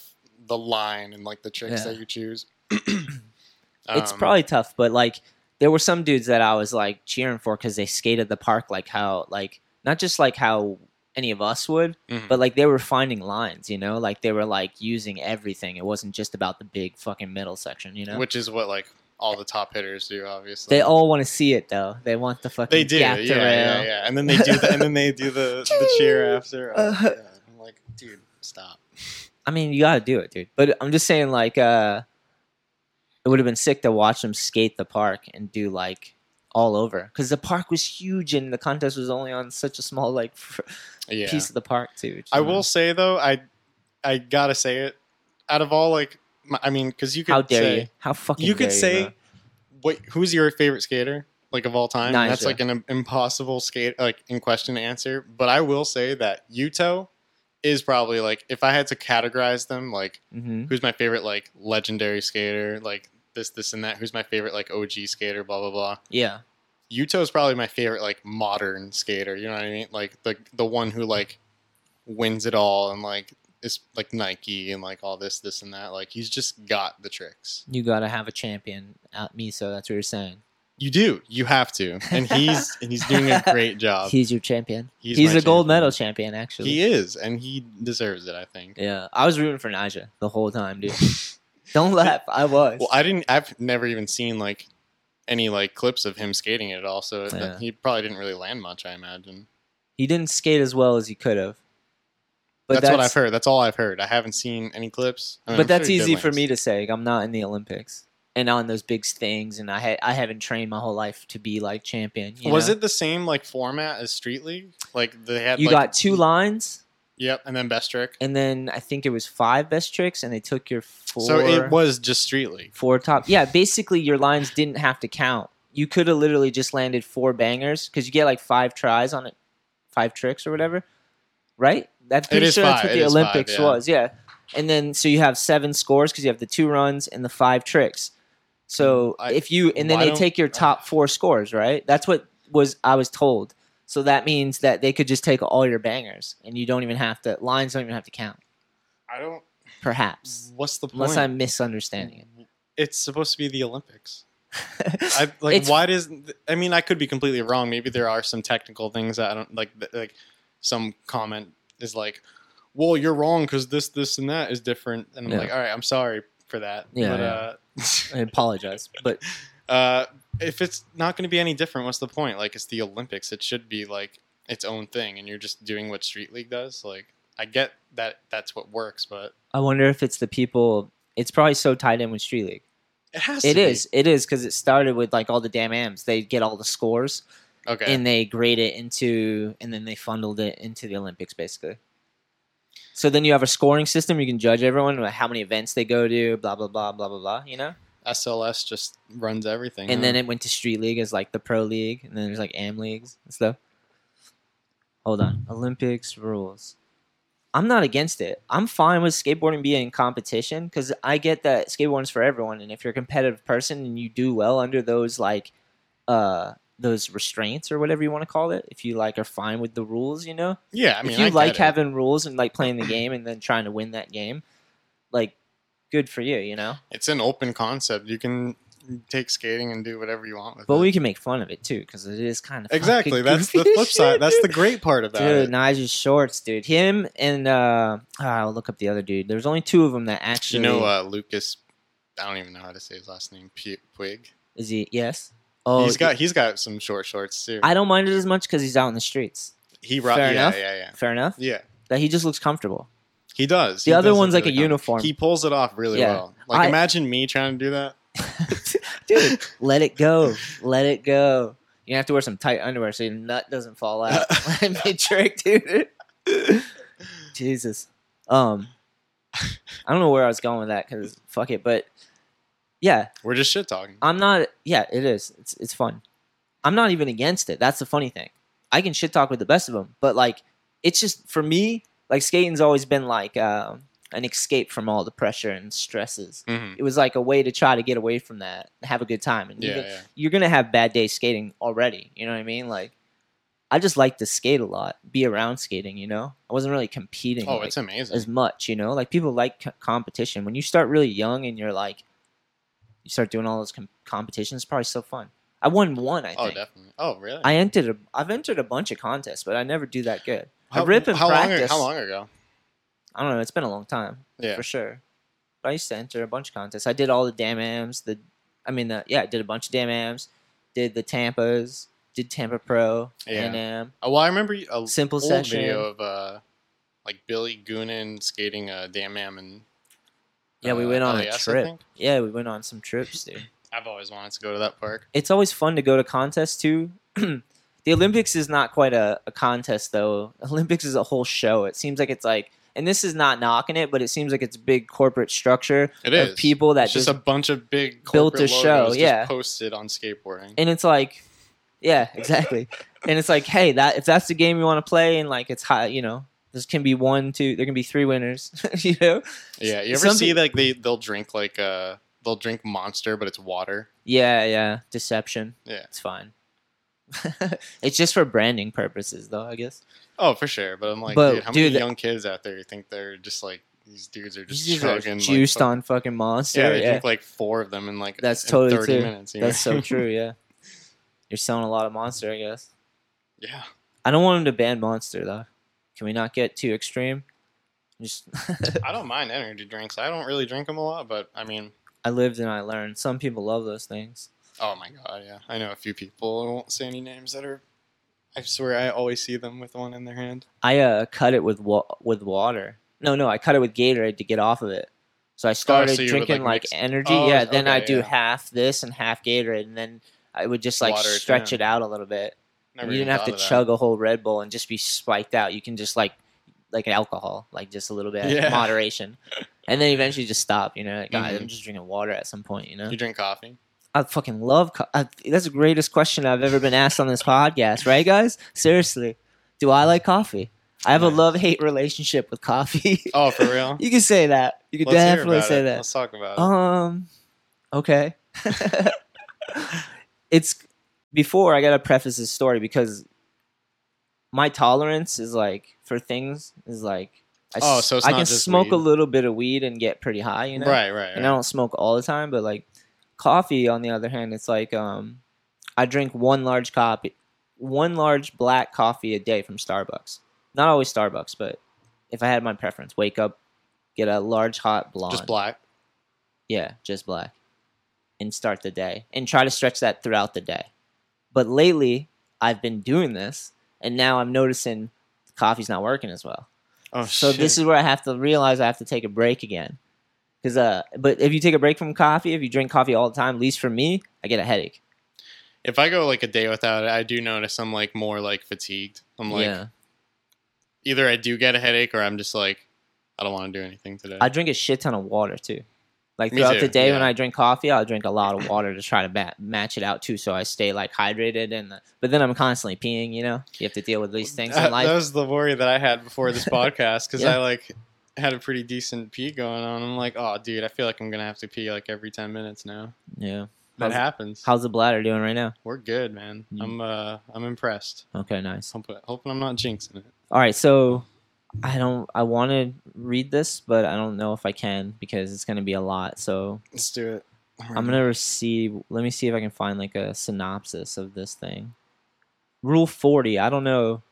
Speaker 4: the line and like the tricks
Speaker 1: Yeah.
Speaker 4: that you choose.
Speaker 1: (clears throat) it's
Speaker 4: Um,
Speaker 1: probably tough, but like there were some dudes that I was like cheering for because they skated the park like how like not just like how any of us would,
Speaker 4: Mhm.
Speaker 1: but like they were finding lines, you know, like they were like using everything. It wasn't just about the big fucking middle section, you know.
Speaker 4: which is what like all the top hitters do, obviously.
Speaker 1: they all want to see it though. They want the fucking
Speaker 4: they do,
Speaker 1: gap
Speaker 4: yeah,
Speaker 1: to
Speaker 4: yeah,
Speaker 1: rail.
Speaker 4: yeah, and then they do, the, and then they do
Speaker 1: (laughs)
Speaker 4: the the cheer after. Oh,
Speaker 1: Uh,
Speaker 4: yeah.
Speaker 1: (laughs)
Speaker 4: I'm like, dude, stop.
Speaker 1: I mean, you gotta do it, dude. But I'm just saying, like, uh it would have been sick to watch them skate the park and do like all over because the park was huge and the contest was only on such a small like (laughs)
Speaker 4: Yeah,
Speaker 1: piece of the park too. which,
Speaker 4: I
Speaker 1: you know,
Speaker 4: will say though, I I gotta say it. Out of all like, my, I mean, because you could
Speaker 1: How dare
Speaker 4: say,
Speaker 1: you? How fucking
Speaker 4: you could
Speaker 1: dare
Speaker 4: say
Speaker 1: bro.
Speaker 4: what who's your favorite skater like of all time And that's
Speaker 1: Niza.
Speaker 4: like an im- impossible skate like in question to answer but i will say that yuto is probably like if i had to categorize them like
Speaker 1: Mhm.
Speaker 4: who's my favorite like legendary skater like this this and that who's my favorite like og skater blah blah blah
Speaker 1: yeah,
Speaker 4: yuto is probably my favorite like modern skater you know what i mean like the the one who like wins it all and like is like nike and like all this this and that like he's just got the tricks
Speaker 1: you gotta have a champion at me. So that's what you're saying.
Speaker 4: You do. You have to.
Speaker 1: (laughs)
Speaker 4: And he's and he's doing a great job.
Speaker 1: he's your champion.
Speaker 4: Uh, He's,
Speaker 1: He's, a
Speaker 4: my
Speaker 1: gold
Speaker 4: champion.
Speaker 1: medal champion, actually.
Speaker 4: He is, and he deserves it. I think.
Speaker 1: Yeah, I was rooting for Naja the whole time,
Speaker 4: (laughs)
Speaker 1: dude. Don't laugh. I was.
Speaker 4: Well, I didn't. I've never even seen like any like clips of him skating at all. So that-
Speaker 1: Yeah.
Speaker 4: he probably didn't really land much. I imagine.
Speaker 1: he didn't skate as well as he could have.
Speaker 4: that's, what I've heard. That's all I've heard. I haven't seen any clips. I mean,
Speaker 1: but
Speaker 4: I'm sure
Speaker 1: that's
Speaker 4: he did
Speaker 1: easy for
Speaker 4: land.
Speaker 1: me to say. I'm not in the Olympics and on those big things, and I ha- I haven't trained my whole life to be like champion. you
Speaker 4: Was
Speaker 1: know?
Speaker 4: it the same like format as Street League? Like they had.
Speaker 1: You
Speaker 4: like,
Speaker 1: got two lines,
Speaker 4: Yep, and then best trick.
Speaker 1: and then I think it was five best tricks, and they took your four.
Speaker 4: So it was just Street League.
Speaker 1: four top. Yeah, basically your lines didn't have to count. You could have literally just landed four bangers because you get like five tries on it, five tricks or whatever, right? That's pretty
Speaker 4: is
Speaker 1: sure that's
Speaker 4: five,
Speaker 1: what
Speaker 4: it
Speaker 1: the
Speaker 4: is five,
Speaker 1: Olympics
Speaker 4: yeah.
Speaker 1: was. Yeah, and then so you have seven scores because you have the two runs and the five tricks. So
Speaker 4: I-
Speaker 1: if you and then
Speaker 4: why
Speaker 1: they
Speaker 4: don't-
Speaker 1: take your top four scores, right? That's what was I was told. So that means that they could just take all your bangers and you don't even have to lines don't even have to count.
Speaker 4: I don't.
Speaker 1: Perhaps
Speaker 4: What's the Mm, point?
Speaker 1: unless I'm misunderstanding it.
Speaker 4: It's supposed to be the Olympics. I,
Speaker 1: (laughs)
Speaker 4: like
Speaker 1: It's-
Speaker 4: why does I mean I could be completely wrong. Maybe there are some technical things that I don't like. th- Like some comment is like, "Well, you're wrong because this, this, and that is different." And I'm
Speaker 1: Yeah.
Speaker 4: like, "All right, I'm sorry for that."
Speaker 1: Yeah,
Speaker 4: But,
Speaker 1: I apologize, but
Speaker 4: Uh, (laughs) uh, if it's not going to be any different, what's the point? Like it's the Olympics. It should be like its own thing, and you're just doing what Street League does. Like I get that that's what works, but
Speaker 1: I wonder if it's the people. It's probably so tied in with Street League.
Speaker 4: it has.
Speaker 1: It
Speaker 4: to
Speaker 1: is. It is because it started with like all the damn AMs. They get all the scores
Speaker 4: Be. Okay.
Speaker 1: and they grade it into, and then they funneled it into the Olympics basically. So then you have a scoring system. You can judge everyone about how many events they go to, blah blah blah blah blah blah. You know.
Speaker 4: SLS just runs everything,
Speaker 1: And
Speaker 4: huh?
Speaker 1: then it went to Street League as like the pro league, and then there's like AM leagues and stuff. Hold on, Olympics rules. I'm not against it. I'm fine with skateboarding being in competition because I get that skateboarding's for everyone, and if you're a competitive person and you do well under those like uh those restraints or whatever you want to call it, if you like are fine with the rules, you know,
Speaker 4: yeah, I mean,
Speaker 1: if you
Speaker 4: I get
Speaker 1: like
Speaker 4: it.
Speaker 1: having rules and like playing the game and then trying to win that game, like good for you, you know.
Speaker 4: It's an open concept. You can take skating and do whatever you want with
Speaker 1: But
Speaker 4: it.
Speaker 1: we can make fun of it too because it is kind of (laughs)
Speaker 4: exactly. That's the flip side. That's the great part about
Speaker 1: dude.
Speaker 4: it.
Speaker 1: Nigel's shorts, dude. Him and uh, ah, I'll look up the other dude. There's only two of them that actually.
Speaker 4: You know, uh, Lucas. I don't even know how to say his last name. Pu- Puig.
Speaker 1: is he? Yes. Oh,
Speaker 4: he's got he's got some short shorts too.
Speaker 1: I don't mind it as much because he's out in the streets.
Speaker 4: he ro-
Speaker 1: fair
Speaker 4: yeah,
Speaker 1: enough.
Speaker 4: yeah, yeah,
Speaker 1: Fair enough.
Speaker 4: yeah.
Speaker 1: That he just looks comfortable.
Speaker 4: He does.
Speaker 1: The
Speaker 4: He
Speaker 1: other
Speaker 4: does
Speaker 1: one's like a
Speaker 4: look really confident.
Speaker 1: uniform.
Speaker 4: He pulls it off really
Speaker 1: Yeah.
Speaker 4: well. Like
Speaker 1: I-
Speaker 4: imagine me trying to do that.
Speaker 1: dude, let it go. Let it go. You have to wear some tight underwear so your nut doesn't fall out. (laughs) Let me trick, dude. Jesus. Um, I don't know where I was going with that because fuck it, but yeah,
Speaker 4: We're just shit talking.
Speaker 1: I'm not. Yeah, it is. It's it's fun. I'm not even against it. That's the funny thing. I can shit talk with the best of them, but like, it's just for me. Like skating's always been like um, an escape from all the pressure and stresses.
Speaker 4: hmm
Speaker 1: It was like a way to try to get away from that, and have a good time, and
Speaker 4: Yeah,
Speaker 1: even-
Speaker 4: yeah.
Speaker 1: you're gonna have bad days skating already. You know what I mean? Like, I just like to skate a lot, be around skating. You know, I wasn't really competing.
Speaker 4: Oh,
Speaker 1: like,
Speaker 4: it's amazing.
Speaker 1: as much, you know? Like people like c- competition. When you start really young and you're like, you start doing all those com- competitions, it's probably so fun. I won one, I
Speaker 4: oh,
Speaker 1: think.
Speaker 4: definitely. Oh, really?
Speaker 1: I entered. A, I've entered a bunch of contests, but I never do that good.
Speaker 4: how,
Speaker 1: I rip and
Speaker 4: how
Speaker 1: practice.
Speaker 4: Long, how long ago?
Speaker 1: I don't know. It's been a long time
Speaker 4: Yeah.
Speaker 1: for sure. But I used to enter a bunch of contests. I did all the damn ams. The, I mean, the, yeah, I did a bunch of damn ams. Did the Tampas. Did Tampa Pro.
Speaker 4: Yeah.
Speaker 1: NM.
Speaker 4: Oh, well, I remember you- a
Speaker 1: Simple
Speaker 4: old
Speaker 1: session.
Speaker 4: video of uh, like Billy Goonan skating uh, Damn Am and
Speaker 1: Yeah, we
Speaker 4: uh,
Speaker 1: went on a
Speaker 4: LAS, I
Speaker 1: trip.
Speaker 4: think.
Speaker 1: Yeah, we went on some trips, dude.
Speaker 4: I've always wanted to go to that park.
Speaker 1: it's always fun to go to contests too. (clears throat) the Olympics is not quite a, a contest though. (laughs) Olympics is a whole show. It seems like it's like, and this is not knocking it, but it seems like it's a big corporate structure
Speaker 4: It
Speaker 1: of
Speaker 4: is
Speaker 1: people that
Speaker 4: It's just,
Speaker 1: just,
Speaker 4: a bunch of big
Speaker 1: built
Speaker 4: corporate
Speaker 1: a show,
Speaker 4: logos just
Speaker 1: yeah.
Speaker 4: posted on skateboarding.
Speaker 1: and it's like,
Speaker 4: (laughs)
Speaker 1: yeah, exactly. and it's like, hey, that if that's the game you want to play, and like it's high, you know, this can be one, two, there can be three winners, (laughs) you know?
Speaker 4: yeah, you
Speaker 1: s-
Speaker 4: ever
Speaker 1: some
Speaker 4: see
Speaker 1: peop-
Speaker 4: like they they'll drink like uh they'll drink Monster, but it's water.
Speaker 1: Yeah, yeah, deception.
Speaker 4: Yeah.
Speaker 1: it's fine. (laughs) it's just for branding purposes, though, I guess.
Speaker 4: Oh, for sure. But I'm like,
Speaker 1: But,
Speaker 4: dude, how
Speaker 1: dude,
Speaker 4: many
Speaker 1: the-
Speaker 4: young kids out there think they're just like these dudes are just
Speaker 1: These are
Speaker 4: chugging like,
Speaker 1: juiced
Speaker 4: fuck-
Speaker 1: on fucking monster.
Speaker 4: Yeah, they drink like four of them in like
Speaker 1: That's
Speaker 4: in
Speaker 1: totally
Speaker 4: 30
Speaker 1: true.
Speaker 4: minutes. you know?
Speaker 1: That's
Speaker 4: (laughs)
Speaker 1: so true. Yeah, you're selling a lot of Monster, I guess.
Speaker 4: yeah.
Speaker 1: I don't want him to ban Monster though. Can we not get too extreme? Just (laughs)
Speaker 4: I don't mind energy drinks. I don't really drink them a lot, but I mean,
Speaker 1: I lived and I learned. Some people love those things.
Speaker 4: oh my god, yeah. I know a few people. I won't say any names that are. I swear, I always see them with one in their hand.
Speaker 1: I uh, cut it with wa- with water. No, no, I cut it with Gatorade to get off of it. So I started
Speaker 4: Oh, you would,
Speaker 1: drinking like,
Speaker 4: like, mix-
Speaker 1: energy.
Speaker 4: Oh,
Speaker 1: yeah, then
Speaker 4: okay,
Speaker 1: I do
Speaker 4: yeah.
Speaker 1: half this and half Gatorade, and then I would just like
Speaker 4: Water it
Speaker 1: stretch
Speaker 4: down.
Speaker 1: it out a little bit.
Speaker 4: Never
Speaker 1: you
Speaker 4: even
Speaker 1: didn't have
Speaker 4: thought
Speaker 1: to
Speaker 4: of that.
Speaker 1: chug a whole Red Bull and just be spiked out. You can just like like alcohol, like just a little bit
Speaker 4: Yeah.
Speaker 1: moderation, and then eventually just stop. You know, like, "God, I'm
Speaker 4: Mhm.
Speaker 1: just drinking water at some point. You know,
Speaker 4: You drink coffee?
Speaker 1: I fucking love. Co- I, that's the greatest question I've ever been asked on this podcast, right, guys? Seriously, do I like coffee? I have a
Speaker 4: Nice.
Speaker 1: love hate relationship with coffee.
Speaker 4: (laughs) Oh, for real?
Speaker 1: you can say that. (laughs) You can
Speaker 4: Let's hear
Speaker 1: definitely
Speaker 4: about
Speaker 1: say
Speaker 4: it.
Speaker 1: that.
Speaker 4: Let's talk about it.
Speaker 1: Um, okay. (laughs) it's before I gotta preface this story because my tolerance is like for things is like I, s-
Speaker 4: Oh, so it's
Speaker 1: I
Speaker 4: not
Speaker 1: can
Speaker 4: just
Speaker 1: smoke a
Speaker 4: weed.
Speaker 1: little bit of weed and get pretty high, you know.
Speaker 4: right, right.
Speaker 1: And
Speaker 4: right.
Speaker 1: I don't smoke all the time, but like coffee, on the other hand, it's like um, I drink one large coffee, one large black coffee a day from Starbucks. Not always Starbucks, but if I had my preference, wake up, get a large hot blonde.
Speaker 4: Just black.
Speaker 1: Yeah, just black. And start the day and try to stretch that throughout the day. But lately, I've been doing this and now I'm noticing coffee's not working as well.
Speaker 4: Oh,
Speaker 1: so this is where I have to realize I have to take a break again. Cuz uh but if you take a break from coffee, if you drink coffee all the time, at least for me, I get a headache.
Speaker 4: If I go like a day without it, I do notice I'm like more like fatigued. I'm like
Speaker 1: yeah.
Speaker 4: either I do get a headache or I'm just like I don't want to do anything today.
Speaker 1: I drink a shit ton of water too. Like
Speaker 4: Me
Speaker 1: throughout
Speaker 4: too,
Speaker 1: the day when
Speaker 4: yeah.
Speaker 1: I drink coffee, I'll drink a lot of water to try to ba- match it out too, so I stay like hydrated. And uh, but then I'm constantly peeing. You know, you have to deal with these things
Speaker 4: (laughs) that,
Speaker 1: in life.
Speaker 4: that was the worry that I had before
Speaker 1: (laughs)
Speaker 4: this podcast because
Speaker 1: Yeah.
Speaker 4: I like had a pretty decent pee going on. I'm like, oh, dude, I feel like I'm gonna have to pee like every ten minutes now.
Speaker 1: Yeah.
Speaker 4: That
Speaker 1: How's-
Speaker 4: happens.
Speaker 1: How's the bladder doing right now?
Speaker 4: We're good, man.
Speaker 1: Mm.
Speaker 4: I'm uh, I'm impressed.
Speaker 1: Okay, nice.
Speaker 4: Hoping, hoping I'm not jinxing it.
Speaker 1: All right, so I don't. I want to read this, but I don't know if I can because it's gonna be a lot. So
Speaker 4: Let's do it.
Speaker 1: I'm gonna receive. Let me see if I can find like a synopsis of this thing. Rule forty. I don't know.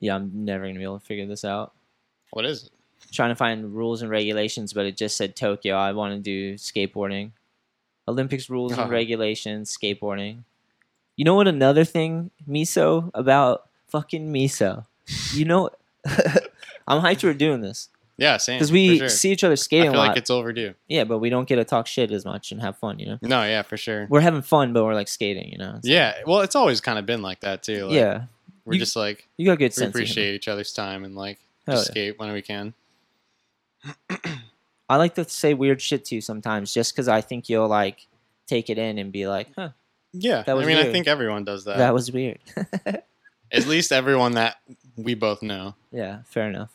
Speaker 1: Yeah, I'm never gonna be able to figure this out.
Speaker 4: What is it?
Speaker 1: trying to find rules and regulations, but it just said Tokyo. I want to do skateboarding, Olympics rules
Speaker 4: (laughs) Uh-huh.
Speaker 1: and regulations, skateboarding. You know what? Another thing, miso about fucking miso. You know, (laughs) I'm hyped we're doing this
Speaker 4: Yeah, same.
Speaker 1: because
Speaker 4: for
Speaker 1: we
Speaker 4: sure.
Speaker 1: see each other
Speaker 4: I
Speaker 1: skating
Speaker 4: feel
Speaker 1: a lot.
Speaker 4: like it's overdue.
Speaker 1: yeah, but we don't get to talk shit as much and have fun. You know,
Speaker 4: No, yeah, for sure.
Speaker 1: we're having fun, but we're like skating. You know. It's-
Speaker 4: Yeah, well, it's always kind of been like that too. Like,
Speaker 1: yeah,
Speaker 4: we're
Speaker 1: You-
Speaker 4: just like
Speaker 1: you got a good
Speaker 4: we
Speaker 1: sense. of humor.
Speaker 4: appreciate each other's time and like
Speaker 1: Hell
Speaker 4: just
Speaker 1: yeah.
Speaker 4: skate when we can.
Speaker 1: I like to say weird shit to you sometimes, just because I think you'll like take it in and be like, "Huh,
Speaker 4: Yeah,
Speaker 1: That was
Speaker 4: I mean, I
Speaker 1: weird.
Speaker 4: think everyone does that.
Speaker 1: that was weird." (laughs)
Speaker 4: At least everyone that we both know,
Speaker 1: Yeah, fair enough.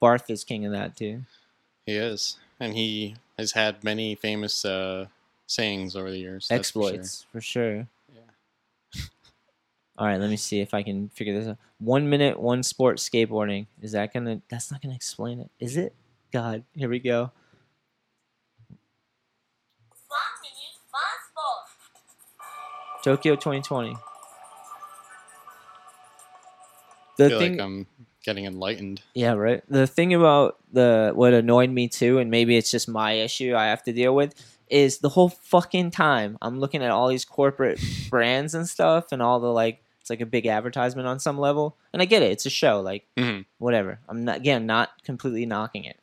Speaker 1: Barth is king of that too.
Speaker 4: he is, and he has had many famous uh, sayings over the years. that's for sure.
Speaker 1: Exploits for sure. All right, let me see if I can figure this out. One minute, one sport skateboarding. Is that gonna? That's not gonna explain it, is it? God, here we go.
Speaker 2: Five minutes, five sports.
Speaker 1: Tokyo 2020. The
Speaker 4: I feel
Speaker 1: thing,
Speaker 4: like I'm getting enlightened.
Speaker 1: yeah, right. The thing about the what annoyed me too, and maybe it's just my issue I have to deal with, is the whole fucking time I'm looking at all these corporate (laughs) brands and stuff, and all the like. It's like a big advertisement on some level, and I get it. It's a show, like
Speaker 4: Mhm.
Speaker 1: whatever. I'm not again not completely knocking it.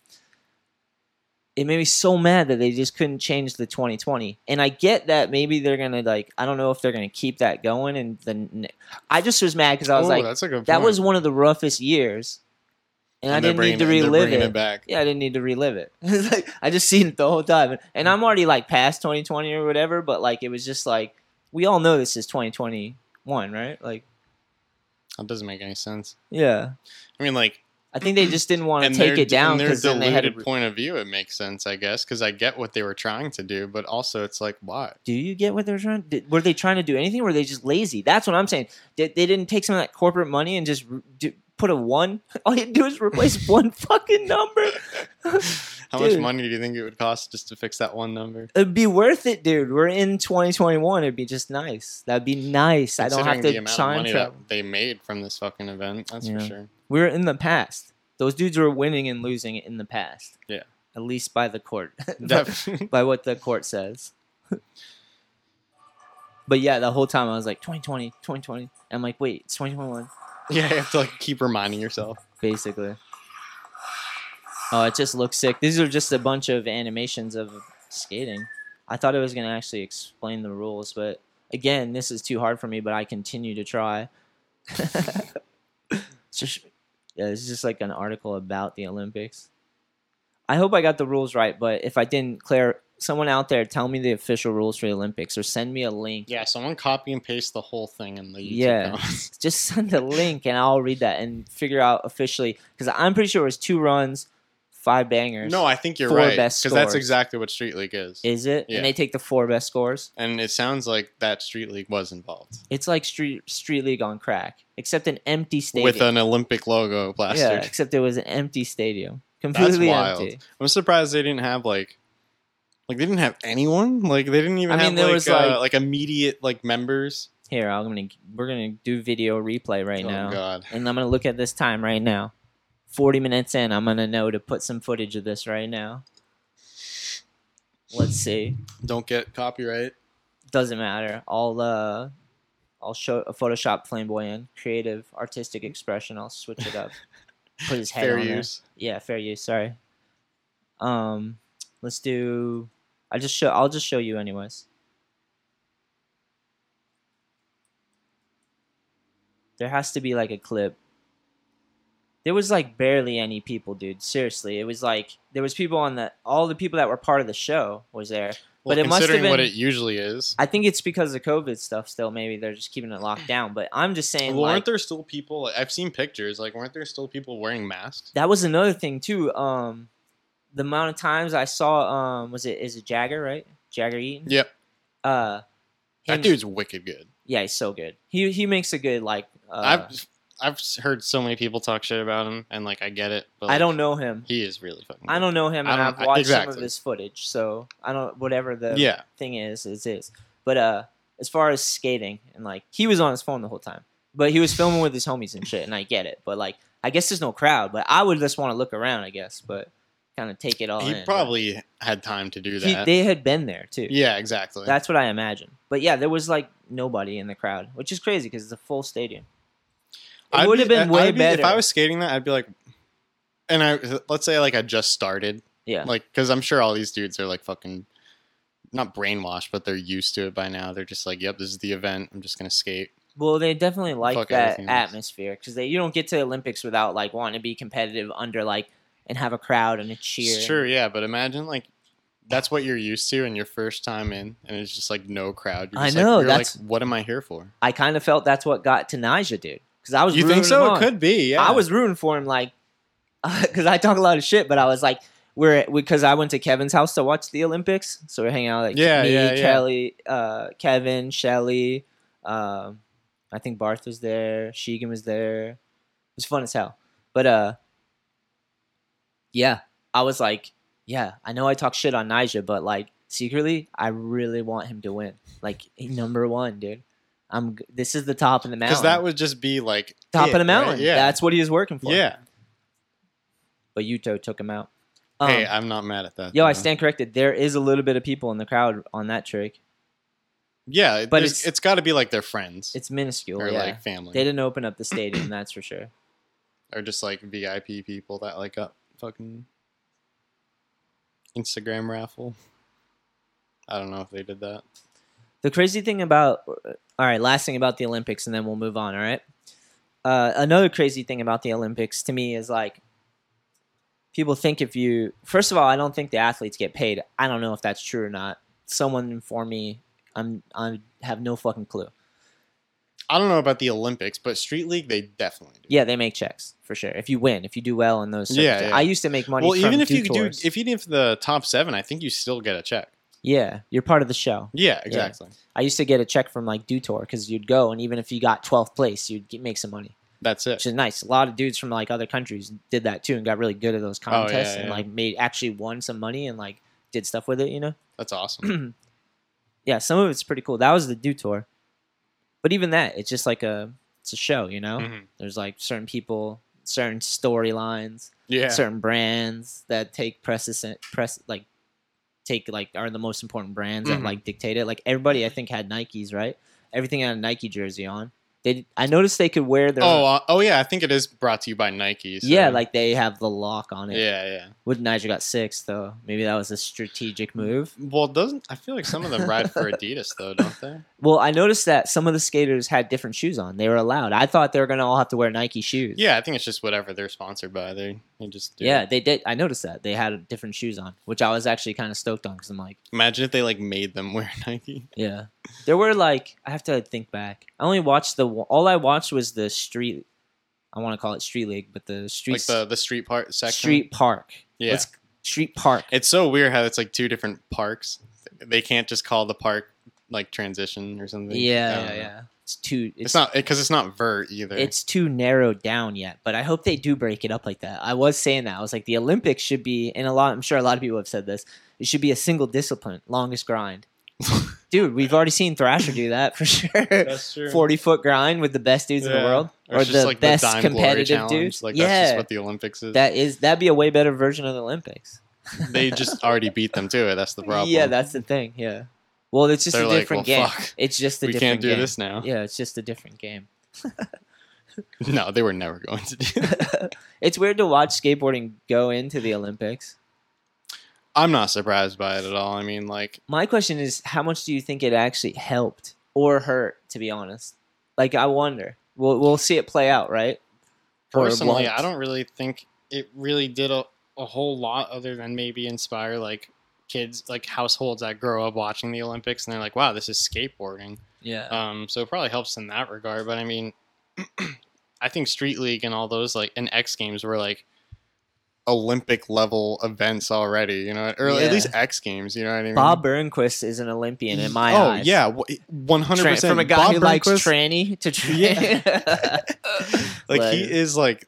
Speaker 1: It made me so mad that they just couldn't change the 2020. And I get that maybe they're gonna like I don't know if they're gonna keep that going. And then I just was mad because I was
Speaker 4: oh,
Speaker 1: like
Speaker 4: that's a good
Speaker 1: that
Speaker 4: point.
Speaker 1: was one of the roughest years, and, I
Speaker 4: they're
Speaker 1: didn't need to
Speaker 4: bringing it- they're
Speaker 1: relive
Speaker 4: bringing
Speaker 1: it.
Speaker 4: it back.
Speaker 1: Yeah, I didn't need to relive it. (laughs) It's like I just seen it the whole time, and I'm already like past 2020 or whatever. But like it was just like we all know this is 2021, right? Like
Speaker 4: That doesn't make any sense.
Speaker 1: yeah,
Speaker 4: I mean, like,
Speaker 1: I think they just didn't want
Speaker 4: and
Speaker 1: to take
Speaker 4: their-
Speaker 1: it down
Speaker 4: and their
Speaker 1: because then they had to
Speaker 4: diluted point of view. It makes sense, I guess, because I get what they were trying to do, but also it's like, why?
Speaker 1: do you get what they're trying? Did, were they trying to do anything? Or were they just lazy? That's what I'm saying. They, they didn't take some of that corporate money and just r do, put a one. (laughs) All you do is
Speaker 4: (laughs)
Speaker 1: replace one fucking number.
Speaker 4: How much
Speaker 1: Dude.
Speaker 4: money do you think it would cost just to fix that one number?
Speaker 1: It'd be worth it, dude. We're in 2021. It'd be just nice. That'd be nice. I don't have
Speaker 4: Considering
Speaker 1: to time
Speaker 4: that
Speaker 1: travel.
Speaker 4: they made from this fucking event. That's
Speaker 1: Yeah.
Speaker 4: for sure.
Speaker 1: We're in the past. Those dudes were winning and losing in the past.
Speaker 4: Yeah.
Speaker 1: At least by the
Speaker 4: (laughs)
Speaker 1: court. (laughs)
Speaker 4: Def-
Speaker 1: by what the court says. (laughs) but yeah, the whole time I was like 2020, 2020. I'm like, wait, it's 2021.
Speaker 4: yeah, you have to like keep reminding yourself.
Speaker 1: basically. Oh, it just looks sick. These are just a bunch of animations of skating. I thought it was going to actually explain the rules, but again, this is too hard for me, but I continue to try. It's just- yeah, it's just like an article about the Olympics. I hope I got the rules right, but if I didn't, Claire, someone out there tell me the official rules for the Olympics or send me a link.
Speaker 4: Yeah, someone copy and paste the whole thing in the YouTube
Speaker 1: Yeah. (laughs)
Speaker 4: comments.
Speaker 1: just send a link and I'll read that and figure out officially because I'm pretty sure it was two runs, five bangers.
Speaker 4: No, I think you're
Speaker 1: Four
Speaker 4: right
Speaker 1: best
Speaker 4: because that's
Speaker 1: scores.
Speaker 4: exactly what Street League is.
Speaker 1: is it?
Speaker 4: Yeah.
Speaker 1: And they take the four best scores.
Speaker 4: and it sounds like that Street League was involved
Speaker 1: It's like street street league on crack, except an empty stadium.
Speaker 4: with an Olympic logo
Speaker 1: yeah,
Speaker 4: plastered.
Speaker 1: except it was an empty stadium, completely
Speaker 4: wild.
Speaker 1: empty.
Speaker 4: I'm surprised they didn't have like, like they didn't have anyone. Like they didn't even
Speaker 1: I mean,
Speaker 4: have
Speaker 1: there
Speaker 4: like,
Speaker 1: was,
Speaker 4: uh,
Speaker 1: like-
Speaker 4: like immediate like members.
Speaker 1: Here, I'm gonna we're gonna do video replay right
Speaker 4: oh
Speaker 1: now,
Speaker 4: God,
Speaker 1: and I'm gonna look at this time right now. Forty minutes in, I'm gonna know to put some footage of this right now. Let's see.
Speaker 4: don't get copyright.
Speaker 1: doesn't matter. I'll uh, I'll show a Photoshop flamboyant, creative, artistic expression. I'll switch it
Speaker 4: (laughs)
Speaker 1: up. Put his head
Speaker 4: Fair
Speaker 1: on there.
Speaker 4: use.
Speaker 1: Yeah, fair use. Sorry. Um, let's do. I just show. I'll just show you anyways. There has to be like a clip. There was like barely any people, dude. Seriously, it was like there was people on the all the people that were part of the show was there.
Speaker 4: Well,
Speaker 1: But it must have
Speaker 4: considering what
Speaker 1: been-
Speaker 4: it usually is.
Speaker 1: I think it's because of COVID stuff. Still, maybe they're just keeping it locked down. But I'm just saying,
Speaker 4: well,
Speaker 1: like,
Speaker 4: weren't there still people? Like, I've seen pictures. Like, weren't there still people wearing masks?
Speaker 1: that was another thing too. Um, the amount of times I saw, um, was it is it Jagger right? Jagger Eaton.
Speaker 4: Yep,
Speaker 1: Uh, him-
Speaker 4: that dude's wicked good.
Speaker 1: Yeah, he's so good. He he makes a good like. Uh,
Speaker 4: I've I've heard so many people talk shit about him, and like I get it. But
Speaker 1: I
Speaker 4: like,
Speaker 1: don't know him.
Speaker 4: He is really fucking.
Speaker 1: I don't know him,
Speaker 4: I
Speaker 1: and
Speaker 4: don't-
Speaker 1: I've watched some
Speaker 4: exactly.
Speaker 1: of his footage. So I don't whatever the
Speaker 4: good. Yeah,
Speaker 1: thing is is is. But uh, as far as skating and like he was on his phone the whole time, but he was filming with his homies and shit, and I get it. But like, I guess there's no crowd, but I would just want to look around, I guess, but kind of take it all in.
Speaker 4: he
Speaker 1: but-
Speaker 4: probably had time to do
Speaker 1: Oh, he,
Speaker 4: that.
Speaker 1: they had been there too.
Speaker 4: yeah, exactly.
Speaker 1: That's what I imagine. But yeah, there was like nobody in the crowd, which is crazy because it's a full stadium. It
Speaker 4: I'd
Speaker 1: would have
Speaker 4: be-
Speaker 1: been
Speaker 4: I-
Speaker 1: way
Speaker 4: I'd be-
Speaker 1: better.
Speaker 4: If I was skating that, I'd be like, and I let's say like I just started,
Speaker 1: yeah.
Speaker 4: like because I'm sure all these dudes are like fucking not brainwashed, but they're used to it by now. They're just like, yep, this is the event. I'm just gonna skate.
Speaker 1: Well, they definitely like
Speaker 4: Fuck
Speaker 1: that
Speaker 4: everything else.
Speaker 1: atmosphere because you don't get to the Olympics without like wanting to be competitive under like and have a crowd and a cheer.
Speaker 4: It's true, yeah. But imagine like that's what you're used to, and your first time in, and it's just like no crowd. You're
Speaker 1: I
Speaker 4: just,
Speaker 1: know,
Speaker 4: Like, you're
Speaker 1: that's-
Speaker 4: like, what am I here for?
Speaker 1: I kind of felt that's what got to Nija, dude. Because I was
Speaker 4: You
Speaker 1: rooting
Speaker 4: think
Speaker 1: him
Speaker 4: so? It
Speaker 1: on.
Speaker 4: could be. Yeah,
Speaker 1: I was rooting for him, like, (laughs) because I talk a lot of shit, but I was like, we're because I went to Kevin's house to watch the Olympics, so we're hanging out like
Speaker 4: Yeah,
Speaker 1: me,
Speaker 4: yeah, yeah.
Speaker 1: Kelly, uh, Kevin, Shelly, um, I think Barth was there, Sheegan was there. It was fun as hell. But uh yeah, I was like, yeah, I know I talk shit on Nija, but like secretly, I really want him to win. Like number 1, dude. I'm g- this is the top of the mountain.
Speaker 4: Because that would just be like
Speaker 1: top
Speaker 4: it,
Speaker 1: of the
Speaker 4: right?
Speaker 1: mountain.
Speaker 4: Yeah.
Speaker 1: That's what he was working for.
Speaker 4: yeah.
Speaker 1: But Yuto took him out. Um,
Speaker 4: hey, I'm not mad at that.
Speaker 1: yo, I
Speaker 4: though.
Speaker 1: stand corrected. There is a little bit of people in the crowd on that trick.
Speaker 4: Yeah,
Speaker 1: But
Speaker 4: but
Speaker 1: it's-
Speaker 4: it's got to be like their friends
Speaker 1: It's minuscule.
Speaker 4: or
Speaker 1: yeah.
Speaker 4: like family
Speaker 1: they didn't open up the stadium, that's for sure.
Speaker 4: or just like VIP people that like up fucking Instagram raffle. I don't know if they did that.
Speaker 1: The crazy thing about, uh, all right, last thing about the Olympics, and then we'll move on. All right. Uh, another crazy thing about the Olympics to me is like, people think if you, first of all, I don't think the athletes get paid. I don't know if that's true or not. Someone inform me. I'm I have no fucking clue.
Speaker 4: I don't know about the Olympics, but Street League they definitely do.
Speaker 1: Yeah, they make checks for sure. If you win, if you do well in those.
Speaker 4: Yeah,
Speaker 1: circumstances.
Speaker 4: yeah.
Speaker 1: I used to make money.
Speaker 4: well,
Speaker 1: from
Speaker 4: even if you do,
Speaker 1: tours.
Speaker 4: if even if the top seven, I think you still get a check.
Speaker 1: yeah, you're part of the show.
Speaker 4: Yeah, exactly.
Speaker 1: I used to get a check from like Dutour because you'd go, and even if you got 12th place, you'd get, make some money.
Speaker 4: That's it.
Speaker 1: which is nice. A lot of dudes from like other countries did that too and got really good at those
Speaker 4: Oh, yeah,
Speaker 1: contests and
Speaker 4: yeah.
Speaker 1: like made actually won some money and like did stuff with it, you know?
Speaker 4: That's (clears throat) awesome.
Speaker 1: Yeah, some of it's pretty cool. That was the do tour. But even that, it's just like a it's a show, you know?
Speaker 4: Mhm.
Speaker 1: There's like certain people, certain storylines,
Speaker 4: Yeah,
Speaker 1: certain brands that take precedent press like take like are the most important brands
Speaker 4: Mhm.
Speaker 1: that like dictate it. Like everybody I think had Nikes, right? Everything had a Nike jersey on. They I noticed they could wear their
Speaker 4: Oh, uh, oh yeah. I think it is brought to you by Nike. so-
Speaker 1: yeah, like they have the lock on it.
Speaker 4: yeah, yeah.
Speaker 1: With Niger got six though. Maybe that was a strategic move.
Speaker 4: Well, doesn't I feel like some of them ride (laughs) for Adidas though, don't they?
Speaker 1: Well, I noticed that some of the skaters had different shoes on. They were allowed. I thought they were gonna all have to wear Nike shoes.
Speaker 4: Yeah, I think it's just whatever they're sponsored by. They they just do.
Speaker 1: Yeah,
Speaker 4: it.
Speaker 1: they did. I noticed that they had different shoes on, which I was actually kind of stoked on because I'm like,
Speaker 4: Imagine if they like made them wear (laughs) Nike.
Speaker 1: yeah. There were like, I have to think back. I only watched the all I watched was the street. I want to call it street league, but the street
Speaker 4: Like the the street part section.
Speaker 1: street park.
Speaker 4: Yeah.
Speaker 1: Let's- street park.
Speaker 4: It's so weird how it's like two different parks. They can't just call the park like transition or something. I
Speaker 1: yeah,
Speaker 4: don't
Speaker 1: yeah,
Speaker 4: know.
Speaker 1: yeah. It's too.
Speaker 4: It's, not because it's not vert either.
Speaker 1: it's too narrowed down yet, but I hope they do break it up like that. I was saying that. I was like, the Olympics should be, and a lot, I'm sure a lot of people have said this, it should be a single discipline, longest
Speaker 4: (laughs)
Speaker 1: grind. Dude, we've already seen Thrasher do that for (laughs) sure.
Speaker 4: true.
Speaker 1: 40 foot grind with the best dudes in the world, or, the best competitive dudes.
Speaker 4: Like
Speaker 1: yeah,
Speaker 4: that's just what the Olympics is.
Speaker 1: that is that'd be a way better version of the Olympics.
Speaker 4: they
Speaker 1: (laughs)
Speaker 4: just already beat them to it. That's the problem.
Speaker 1: Yeah, that's the thing. Yeah. Well, it's just
Speaker 4: They're
Speaker 1: a
Speaker 4: like,
Speaker 1: different
Speaker 4: well,
Speaker 1: game.
Speaker 4: fuck.
Speaker 1: It's just a
Speaker 4: we
Speaker 1: different
Speaker 4: can't do
Speaker 1: game.
Speaker 4: this now.
Speaker 1: Yeah, it's just a different game.
Speaker 4: (laughs)
Speaker 1: (laughs)
Speaker 4: No, they were never going to do. (laughs) That.
Speaker 1: it's weird to watch skateboarding go into the Olympics.
Speaker 4: I'm not surprised by it at all. I mean, like
Speaker 1: my question is how much do you think it actually helped or hurt to be honest like i wonder we'll, we'll see it play out right Or it
Speaker 5: personally,
Speaker 1: won't.
Speaker 5: I don't really think it really did a, a whole lot other than maybe inspire like kids, like households that grow up watching the Olympics and they're like, wow, this is skateboarding.
Speaker 1: yeah
Speaker 5: Um, so it probably helps in that regard. But I
Speaker 4: (clears throat)
Speaker 5: mean, I think Street League and all those like and X Games were like,
Speaker 4: Olympic level events already. You know, or
Speaker 1: Yeah.
Speaker 4: at least X Games. You know what I mean?
Speaker 1: bob Burnquist is an olympian in my
Speaker 4: oh,
Speaker 1: eyes
Speaker 4: yeah, one hundred
Speaker 1: Tra-
Speaker 4: percent.
Speaker 1: from a guy
Speaker 4: Bob
Speaker 1: who likes
Speaker 4: Burnquist,
Speaker 1: tranny to tranny (laughs)
Speaker 4: like
Speaker 1: Like-
Speaker 4: he is like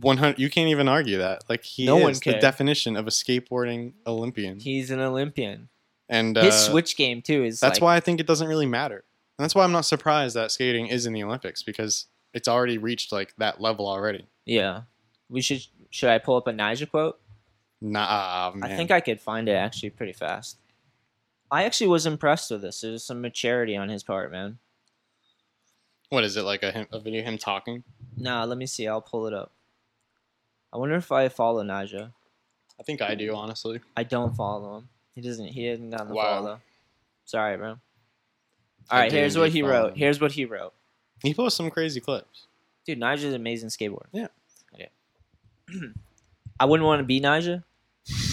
Speaker 4: one hundred. You can't even argue that. Like he
Speaker 1: No
Speaker 4: is
Speaker 1: one
Speaker 4: the
Speaker 1: can.
Speaker 4: definition of a skateboarding Olympian.
Speaker 1: he's an olympian
Speaker 4: and uh,
Speaker 1: his switch game too is
Speaker 4: That's
Speaker 1: like,
Speaker 4: why I think it doesn't really matter, and that's why I'm not surprised that skating is in the Olympics because it's already reached like that level already.
Speaker 1: yeah we should should i pull up a Nigel quote
Speaker 4: Nah, man.
Speaker 1: i think i could find it actually pretty fast i actually was impressed with this there's some maturity on his part man
Speaker 4: what is it like a, him, a video of him talking?
Speaker 1: Nah, let me see. I'll pull it up. I wonder if I follow Naja.
Speaker 4: I think I
Speaker 1: Mm.
Speaker 4: do honestly.
Speaker 1: I don't follow him. He doesn't. He hasn't gotten the
Speaker 4: Wow.
Speaker 1: follow. Sorry, bro.
Speaker 4: I
Speaker 1: All right.
Speaker 4: do
Speaker 1: Here's what
Speaker 4: indeed
Speaker 1: he
Speaker 4: follow
Speaker 1: wrote.
Speaker 4: him.
Speaker 1: Here's what he wrote.
Speaker 4: He posts some crazy clips.
Speaker 1: Dude, Naja's an amazing skateboarder.
Speaker 4: Yeah.
Speaker 1: Okay. (clears throat) I wouldn't want to be Naja,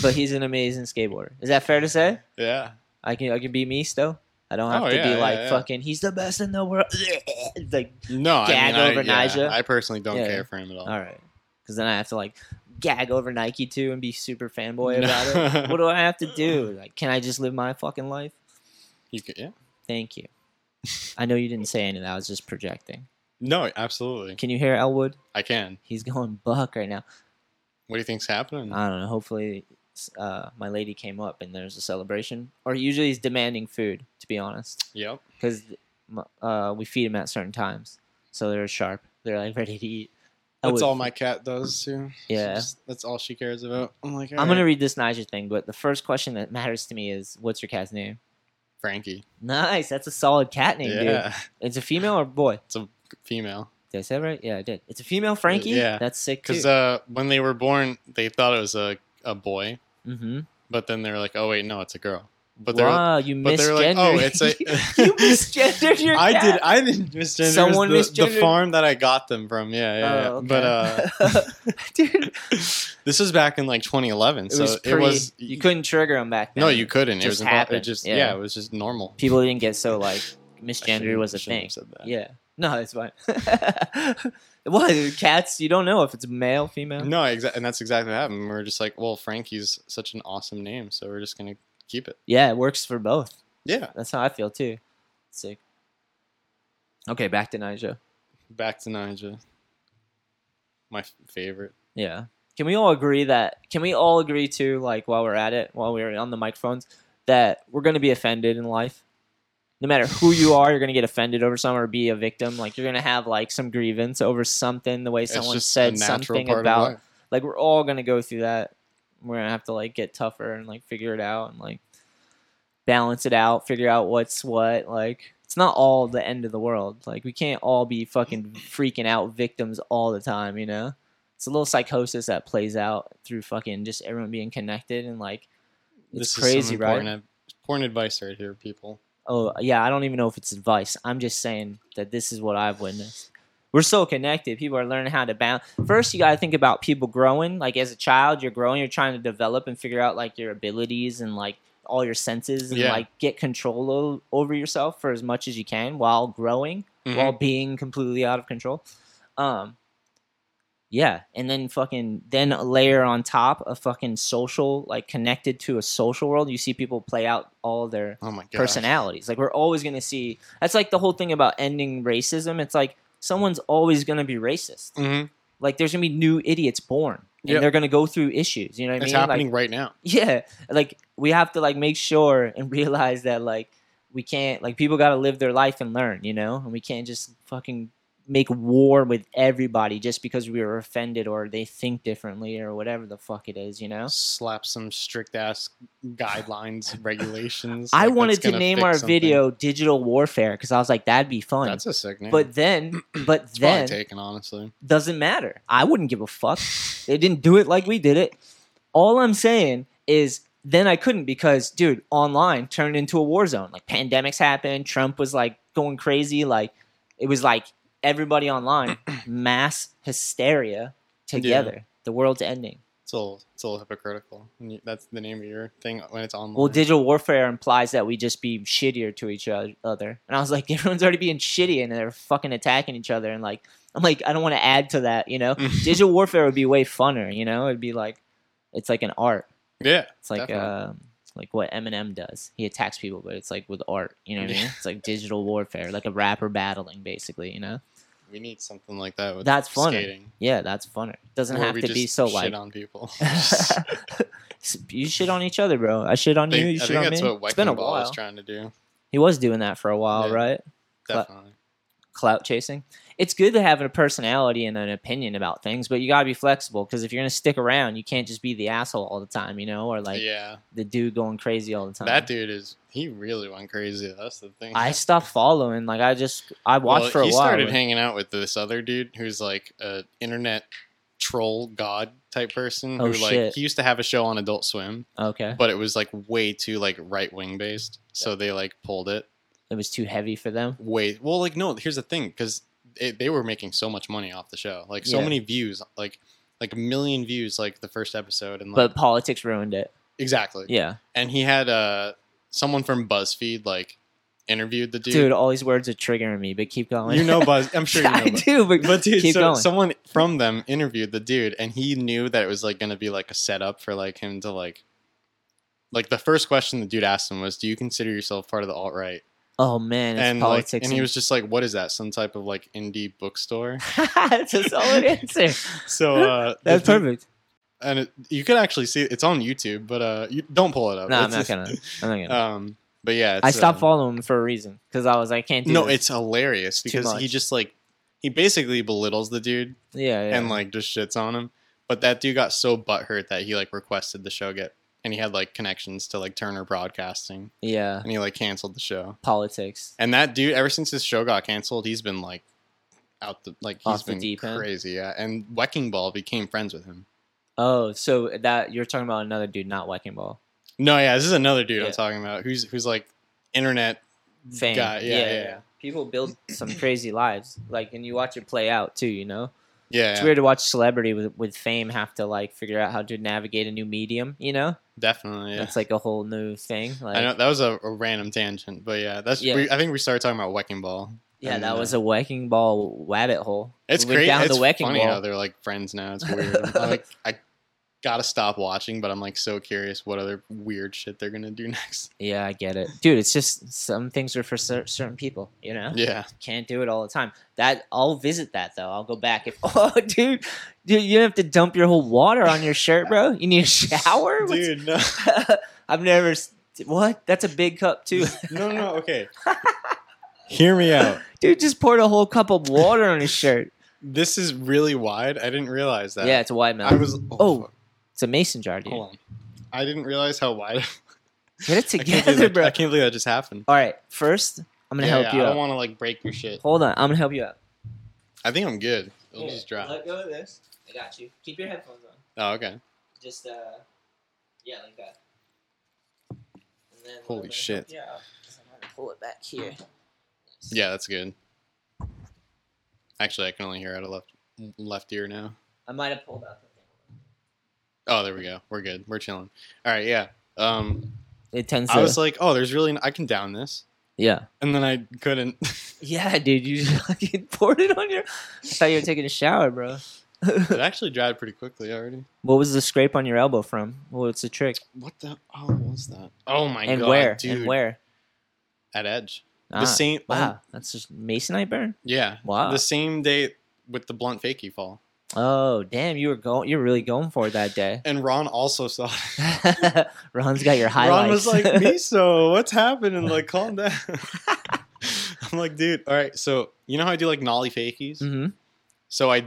Speaker 1: but he's an amazing skateboarder. Is that fair to say?
Speaker 4: Yeah,
Speaker 1: I can I can be me still. I don't have
Speaker 4: Oh,
Speaker 1: to
Speaker 4: yeah,
Speaker 1: be
Speaker 4: yeah,
Speaker 1: like
Speaker 4: yeah.
Speaker 1: fucking. He's the best in the world. (laughs) like
Speaker 4: no,
Speaker 1: Gag
Speaker 4: I mean,
Speaker 1: over
Speaker 4: I, yeah,
Speaker 1: Nigel?
Speaker 4: I personally don't
Speaker 1: Yeah.
Speaker 4: care for him at all.
Speaker 1: All right. Because then I have to like gag over Nike too and be super fanboy
Speaker 4: No.
Speaker 1: about
Speaker 4: (laughs)
Speaker 1: it. What do I have to do? Like, can I just live my fucking life?
Speaker 4: You could, yeah.
Speaker 1: Thank you. I know you didn't say any of that. I was just projecting.
Speaker 4: No, absolutely.
Speaker 1: Can you hear Elwood?
Speaker 4: I can.
Speaker 1: He's going buck right now.
Speaker 4: What do you think's happening?
Speaker 1: I don't know. Hopefully, s- uh, my lady came up and there's a celebration. Or usually he's demanding food, to be honest,
Speaker 4: yep.
Speaker 1: because uh, we feed him at certain times. So they're sharp. They're like (laughs) ready to eat.
Speaker 4: That's
Speaker 1: Elwood-
Speaker 4: all my cat does too. She
Speaker 1: Yeah.
Speaker 4: just- that's all she cares about. I'm like,
Speaker 1: I'm gonna read this Niger thing, but the first question that matters to me is, "What's your cat's name?"
Speaker 4: Frankie.
Speaker 1: Nice, that's a solid cat name, dude.
Speaker 4: yeah,
Speaker 1: It's a female or boy?
Speaker 4: (laughs) female.
Speaker 1: Did I say that right? Yeah, I did. It's a female Frankie.
Speaker 4: yeah.
Speaker 1: that's sick too.
Speaker 4: Because uh, when they were born, they thought it was a, a boy,
Speaker 1: mm-hmm.
Speaker 4: but then they were like, oh wait, no, it's a girl. But they're
Speaker 1: Wow, you
Speaker 4: but they're like,
Speaker 1: misgendered.
Speaker 4: oh, it's a. (laughs)
Speaker 1: (laughs) you misgendered your
Speaker 4: I
Speaker 1: cat.
Speaker 4: did. I didn't misgender.
Speaker 1: Someone
Speaker 4: Someone the,
Speaker 1: misgendered-
Speaker 4: the farm that I got them from. Yeah, yeah. yeah.
Speaker 1: Oh, okay.
Speaker 4: But uh,
Speaker 1: (laughs) dude,
Speaker 4: (laughs) this is back in like 2011,
Speaker 1: it
Speaker 4: so
Speaker 1: was, pre,
Speaker 4: it was.
Speaker 1: You couldn't trigger him back then.
Speaker 4: No, you couldn't. it
Speaker 1: Just
Speaker 4: was invo-
Speaker 1: happened.
Speaker 4: It just
Speaker 1: Yeah.
Speaker 4: yeah. it was just normal.
Speaker 1: people didn't get so like
Speaker 4: (sighs) I
Speaker 1: misgender
Speaker 4: shouldn't-
Speaker 1: was a
Speaker 4: shouldn't
Speaker 1: thing.
Speaker 4: have said that.
Speaker 1: Yeah, no, it's fine. (laughs) well, dude, cats, you don't know if it's male, female.
Speaker 4: No, exactly, and that's exactly what happened. We were just like, well, Frankie's such an awesome name, so we're just gonna keep it.
Speaker 1: Yeah, it works for both.
Speaker 4: Yeah.
Speaker 1: That's how I feel too. Sick. Okay, back to Nigel.
Speaker 4: Back to Ninja. My f- favorite.
Speaker 1: Yeah. Can we all agree that? Can we all agree too? Like while we're at it, while we're on the microphones, that we're gonna be offended in life. No matter who you are, you're gonna get offended over something or be a victim. Like you're gonna have like some grievance over something, the way someone said something about. Like we're all gonna go through that. We're gonna have to like get tougher and like figure it out and like balance it out, figure out what's what. Like it's not all the end of the world. Like we can't all be fucking freaking out victims all the time, you know? It's a little psychosis that plays out through fucking just everyone being connected and like it's
Speaker 4: This is some
Speaker 1: crazy, right?
Speaker 4: important ad- Important advice right here, people.
Speaker 1: oh yeah, I don't even know if it's advice. I'm just saying that this is what I've witnessed. We're so connected. People are learning how to balance. First, you gotta think about people growing. Like as a child, you're growing. You're trying to develop and figure out like your abilities and like all your senses and
Speaker 4: Yeah.
Speaker 1: like get control o- over yourself for as much as you can while growing
Speaker 4: Mhm.
Speaker 1: while being completely out of control. Um, yeah, and then fucking then layer on top a fucking social like connected to a social world. You see people play out all their
Speaker 4: oh my god.
Speaker 1: personalities. Like we're always gonna see. That's like the whole thing about ending racism. It's like someone's always gonna be racist.
Speaker 4: Mhm.
Speaker 1: Like there's gonna be new idiots born, and
Speaker 4: Yep.
Speaker 1: they're gonna go through issues. You know what I
Speaker 4: It's
Speaker 1: mean? Like,
Speaker 4: happening right now.
Speaker 1: yeah like we have to like make sure and (laughs) realize that like we can't like people got to live their life and learn you know and we can't just fucking make war with everybody just because we were offended or they think differently or whatever the fuck it is you know
Speaker 4: Slap some strict ass
Speaker 1: (laughs)
Speaker 4: guidelines, regulations.
Speaker 1: i
Speaker 4: like, that's
Speaker 1: wanted to
Speaker 4: gonna
Speaker 1: name
Speaker 4: fix
Speaker 1: our
Speaker 4: something.
Speaker 1: video digital warfare because i was like that'd be fun
Speaker 4: That's a sick name.
Speaker 1: but
Speaker 4: (clears throat)
Speaker 1: then but
Speaker 4: it's probably
Speaker 1: then
Speaker 4: taken honestly.
Speaker 1: doesn't matter. I wouldn't give a fuck. They didn't do it like we did it. All I'm saying is then I couldn't because dude, online turned into a war zone. Like pandemics happened, Trump was like going crazy, like it was like everybody
Speaker 4: (clears throat)
Speaker 1: online, mass hysteria together. The world's ending.
Speaker 4: It's a little, it's a little hypocritical. And you- That's the name of your thing when it's online.
Speaker 1: Well,
Speaker 4: (laughs)
Speaker 1: digital warfare implies that we just be shittier to each o- other. And I was like, (laughs) everyone's already being shitty and they're fucking attacking each other. And like, I'm like, I don't want to add to that, you know? digital warfare would be way funner, you know? It'd be like, it's like an art.
Speaker 4: yeah,
Speaker 1: It's like,
Speaker 4: Definitely.
Speaker 1: um, like what Eminem does. He attacks people, but it's like with art, you know what I mean?
Speaker 4: Yeah.
Speaker 1: It's like digital warfare, like a rapper battling, basically, you know?
Speaker 4: we need something like that. With
Speaker 1: That's funner.
Speaker 4: Skating.
Speaker 1: Yeah, that's funner. Doesn't
Speaker 4: where
Speaker 1: have
Speaker 4: we
Speaker 1: to be
Speaker 4: just
Speaker 1: so (laughs)
Speaker 4: shit
Speaker 1: like.
Speaker 4: on people.
Speaker 1: you shit on each other, bro. I shit on you. You
Speaker 4: think, I
Speaker 1: shit
Speaker 4: think
Speaker 1: on
Speaker 4: that's
Speaker 1: me.
Speaker 4: what
Speaker 1: it's been a
Speaker 4: Wrecking Ball
Speaker 1: while.
Speaker 4: is trying to do.
Speaker 1: he was doing that for a while,
Speaker 4: Yeah.
Speaker 1: right? But-
Speaker 4: Definitely.
Speaker 1: clout chasing. It's good to have a personality and an opinion about things, but you gotta be flexible because if you're gonna stick around, you can't just be the asshole all the time, you know, or like
Speaker 4: yeah,
Speaker 1: the dude going crazy all the time.
Speaker 4: that dude is. He really went crazy. That's the thing. (laughs)
Speaker 1: I stopped following. Like I just I watched
Speaker 4: Well,
Speaker 1: for a
Speaker 4: he
Speaker 1: while.
Speaker 4: started
Speaker 1: but-
Speaker 4: hanging out with this other dude who's like a internet troll god type person
Speaker 1: Oh,
Speaker 4: who like
Speaker 1: shit.
Speaker 4: he used to have a show on Adult Swim,
Speaker 1: (laughs) okay,
Speaker 4: but it was like way too like right wing based. So they like pulled it.
Speaker 1: it was too heavy for them.
Speaker 4: way well like no here's the thing because they were making so much money off the show like so
Speaker 1: Yeah.
Speaker 4: many views like like a million views like the first episode and like
Speaker 1: But politics ruined it.
Speaker 4: exactly
Speaker 1: Yeah,
Speaker 4: and he had uh someone from buzzfeed like interviewed the
Speaker 1: dude,
Speaker 4: dude,
Speaker 1: all these words are triggering me. But keep (laughs) going.
Speaker 4: you know buzz i'm sure you
Speaker 1: (laughs)
Speaker 4: know
Speaker 1: I
Speaker 4: Buzz-
Speaker 1: do, but,
Speaker 4: but dude
Speaker 1: keep
Speaker 4: so
Speaker 1: going.
Speaker 4: someone from them interviewed the dude and he knew that it was like gonna be like a setup for like him to like like the first question the dude asked him was do you consider yourself part of the alt-right
Speaker 1: Oh man, it's
Speaker 4: and like,
Speaker 1: politics.
Speaker 4: and he was just like, "What is that? Some type of like indie bookstore?"
Speaker 1: (laughs) That's a solid
Speaker 4: (laughs)
Speaker 1: answer.
Speaker 4: so uh, the
Speaker 1: That's
Speaker 4: dude-
Speaker 1: perfect.
Speaker 4: and it, you can actually see it's on YouTube, but uh, you, don't pull it up.
Speaker 1: No, I'm
Speaker 4: It's
Speaker 1: not
Speaker 4: just-
Speaker 1: gonna. I'm not gonna.
Speaker 4: (laughs) Um, but yeah, it's,
Speaker 1: I stopped
Speaker 4: uh,
Speaker 1: following him for a reason because I was like, I can't do
Speaker 4: No,
Speaker 1: this.
Speaker 4: it's hilarious because he
Speaker 1: much.
Speaker 4: just like he basically belittles the dude
Speaker 1: yeah, yeah.
Speaker 4: and like just shits on him. But that dude got so butthurt that he like requested the show get and he had like connections to like Turner Broadcasting
Speaker 1: yeah,
Speaker 4: and he like canceled the show.
Speaker 1: politics.
Speaker 4: And that dude, ever since his show got canceled, he's been like out the like he's
Speaker 1: Off the
Speaker 4: been
Speaker 1: deep end.
Speaker 4: crazy. Yeah, and Wrecking Ball became friends with him.
Speaker 1: Oh, so that you're talking about another dude, not Wrecking Ball.
Speaker 4: No, yeah, this is another dude
Speaker 1: Yeah.
Speaker 4: I'm talking about who's who's like internet
Speaker 1: Fame.
Speaker 4: guy. Yeah, yeah, yeah.
Speaker 1: People build some crazy lives, like, and you watch it play out too. You know,
Speaker 4: Yeah,
Speaker 1: it's weird to watch celebrity with, with fame have to like figure out how to navigate a new medium. You know,
Speaker 4: definitely. Yeah.
Speaker 1: that's like a whole new thing. Like,
Speaker 4: I know that was a, a random tangent, but yeah, that's.
Speaker 1: Yeah.
Speaker 4: We, I think we started talking about wrecking ball.
Speaker 1: yeah,
Speaker 4: and,
Speaker 1: that
Speaker 4: uh,
Speaker 1: was a wrecking ball rabbit hole.
Speaker 4: It's
Speaker 1: We went
Speaker 4: crazy.
Speaker 1: down
Speaker 4: it's
Speaker 1: the wrecking
Speaker 4: funny
Speaker 1: ball.
Speaker 4: how they're like friends now. It's weird.
Speaker 1: (laughs)
Speaker 4: I'm like I gotta stop watching, but I'm like so curious what other weird shit they're gonna do (laughs) next.
Speaker 1: Yeah, I get it, dude. It's just some things are for cer- certain people. You know.
Speaker 4: Yeah,
Speaker 1: can't do it all the time. That I'll visit that though. I'll go back if (laughs) oh dude, dude, you have to dump your whole water on your shirt, bro. You need a shower, What's-
Speaker 4: dude.
Speaker 1: (laughs)
Speaker 4: No,
Speaker 1: I've never. s- What? That's a big cup too,
Speaker 4: (laughs) no, no.
Speaker 1: (laughs)
Speaker 4: Okay, hear me out.
Speaker 1: dude. Just poured a whole cup of water on his shirt.
Speaker 4: This is really wide. I didn't realize (laughs) that.
Speaker 1: Yeah, it's a wide mouth.
Speaker 4: I was.
Speaker 1: Oh,
Speaker 4: fuck,
Speaker 1: it's a mason jar, dude.
Speaker 4: hold on. I didn't realize how wide. (laughs)
Speaker 1: Get it
Speaker 4: I can't, believe
Speaker 1: together,
Speaker 4: that,
Speaker 1: bro.
Speaker 4: I can't believe that just happened.
Speaker 1: All right, first I'm gonna
Speaker 4: Yeah,
Speaker 1: help
Speaker 4: yeah,
Speaker 1: you
Speaker 4: I
Speaker 1: out.
Speaker 4: don't want to like break your shit.
Speaker 1: Hold on, I'm gonna help you out.
Speaker 4: I think I'm good. It'll just drop.
Speaker 1: Let go of this. I got you. Keep your headphones on.
Speaker 4: Oh, okay.
Speaker 1: Just uh, yeah, like that. And then
Speaker 4: Holy
Speaker 1: I'm gonna
Speaker 4: shit.
Speaker 1: help you out. So I'm gonna Pull it back here.
Speaker 4: Yeah, that's good. Actually, I can only hear out of left left ear now.
Speaker 1: I might have pulled out the thing.
Speaker 4: Oh, there we go. We're good. We're chilling. All right, yeah. Um,
Speaker 1: It tends
Speaker 4: I was like, oh, there's really n- I can down this,
Speaker 1: yeah.
Speaker 4: and then I
Speaker 1: (laughs)
Speaker 4: couldn't.
Speaker 1: Yeah, dude, you (laughs) just fucking poured it on your. I thought you were taking a shower, bro.
Speaker 4: it actually dried pretty quickly already.
Speaker 1: What was the scrape on your elbow from? What's the trick?
Speaker 4: What the? Oh, what was that? Oh my
Speaker 1: and
Speaker 4: god,
Speaker 1: where?
Speaker 4: dude!
Speaker 1: And where?
Speaker 4: At Edge,
Speaker 1: Ah,
Speaker 4: the same. oh,
Speaker 1: Wow, Ah. that's just masonite burn.
Speaker 4: yeah.
Speaker 1: Wow.
Speaker 4: The same day with the blunt fakie fall,
Speaker 1: Oh damn, you were going. You're really going for it that day. (laughs)
Speaker 4: and Ron also saw. it.
Speaker 1: Ron's got your highlights.
Speaker 4: Ron was like, "Miso, what's happening? Like, calm down." (laughs) I'm like, dude. All right, so you know how I do like nollie
Speaker 1: (laughs)
Speaker 4: fakies?
Speaker 1: mm-hmm.
Speaker 4: So I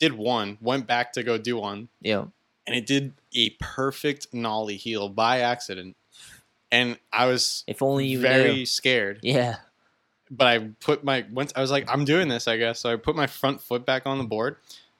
Speaker 4: did one, went back to go do one,
Speaker 1: Yeah.
Speaker 4: and it did a perfect nollie heel by accident. And I was
Speaker 1: If only you
Speaker 4: very
Speaker 1: knew.
Speaker 4: scared.
Speaker 1: Yeah.
Speaker 4: But I put my once I was like, I'm doing this, I guess. So I put my front foot back on the board,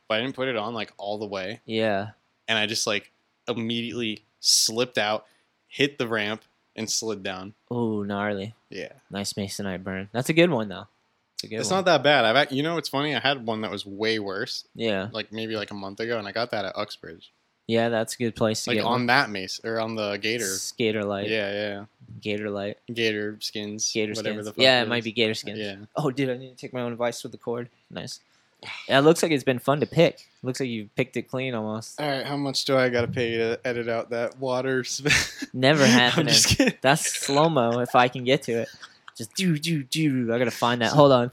Speaker 4: but I didn't put it on like all the way.
Speaker 1: Yeah.
Speaker 4: And I just like immediately slipped out, hit the ramp, and slid down.
Speaker 1: Oh, gnarly.
Speaker 4: Yeah.
Speaker 1: Nice masonite burn. That's a good one though. It's a good
Speaker 4: it's
Speaker 1: one.
Speaker 4: not that bad. I've act- you know it's funny, I had one that was way worse,
Speaker 1: yeah.
Speaker 4: like maybe like a month ago, and I got that at Uxbridge.
Speaker 1: Yeah, that's a good place to
Speaker 4: Like
Speaker 1: get
Speaker 4: on
Speaker 1: one.
Speaker 4: that mace or on the gator.
Speaker 1: Skater light.
Speaker 4: Yeah, yeah.
Speaker 1: Gator light.
Speaker 4: Gator skins.
Speaker 1: Gator
Speaker 4: whatever
Speaker 1: skins.
Speaker 4: The fuck
Speaker 1: yeah, it
Speaker 4: is.
Speaker 1: might be gator skins.
Speaker 4: Yeah.
Speaker 1: Oh, dude, I need to take my own advice with the cord. Nice. Yeah, it looks like it's been fun to pick. Looks like you picked it clean almost.
Speaker 4: All right, how much do I gotta pay to edit out that water? sm-
Speaker 1: Never
Speaker 4: (laughs) I'm
Speaker 1: happening.
Speaker 4: just kidding.
Speaker 1: That's slow mo if I can get to it. Just do do do. I gotta find that. Hold on.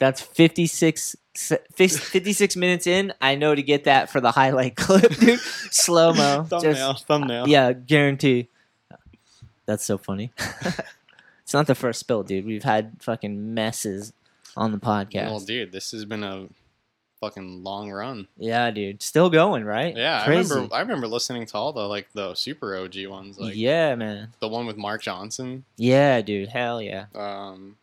Speaker 1: That's 56, se- fif- 56 minutes in. I know to get that for the highlight (laughs) clip, dude. Slow mo.
Speaker 4: (laughs) thumbnail, thumbnail.
Speaker 1: uh, Yeah, guarantee. That's so funny. (laughs) it's not the first spill, dude. We've had fucking messes on the podcast.
Speaker 4: Well, dude, this has been a fucking long run.
Speaker 1: Yeah, dude. Still going, right?
Speaker 4: Yeah,
Speaker 1: Crazy.
Speaker 4: I remember. I remember listening to all the like the super OG ones, like
Speaker 1: yeah, man.
Speaker 4: the one with Mark Johnson.
Speaker 1: Yeah, dude. Hell yeah.
Speaker 4: Um,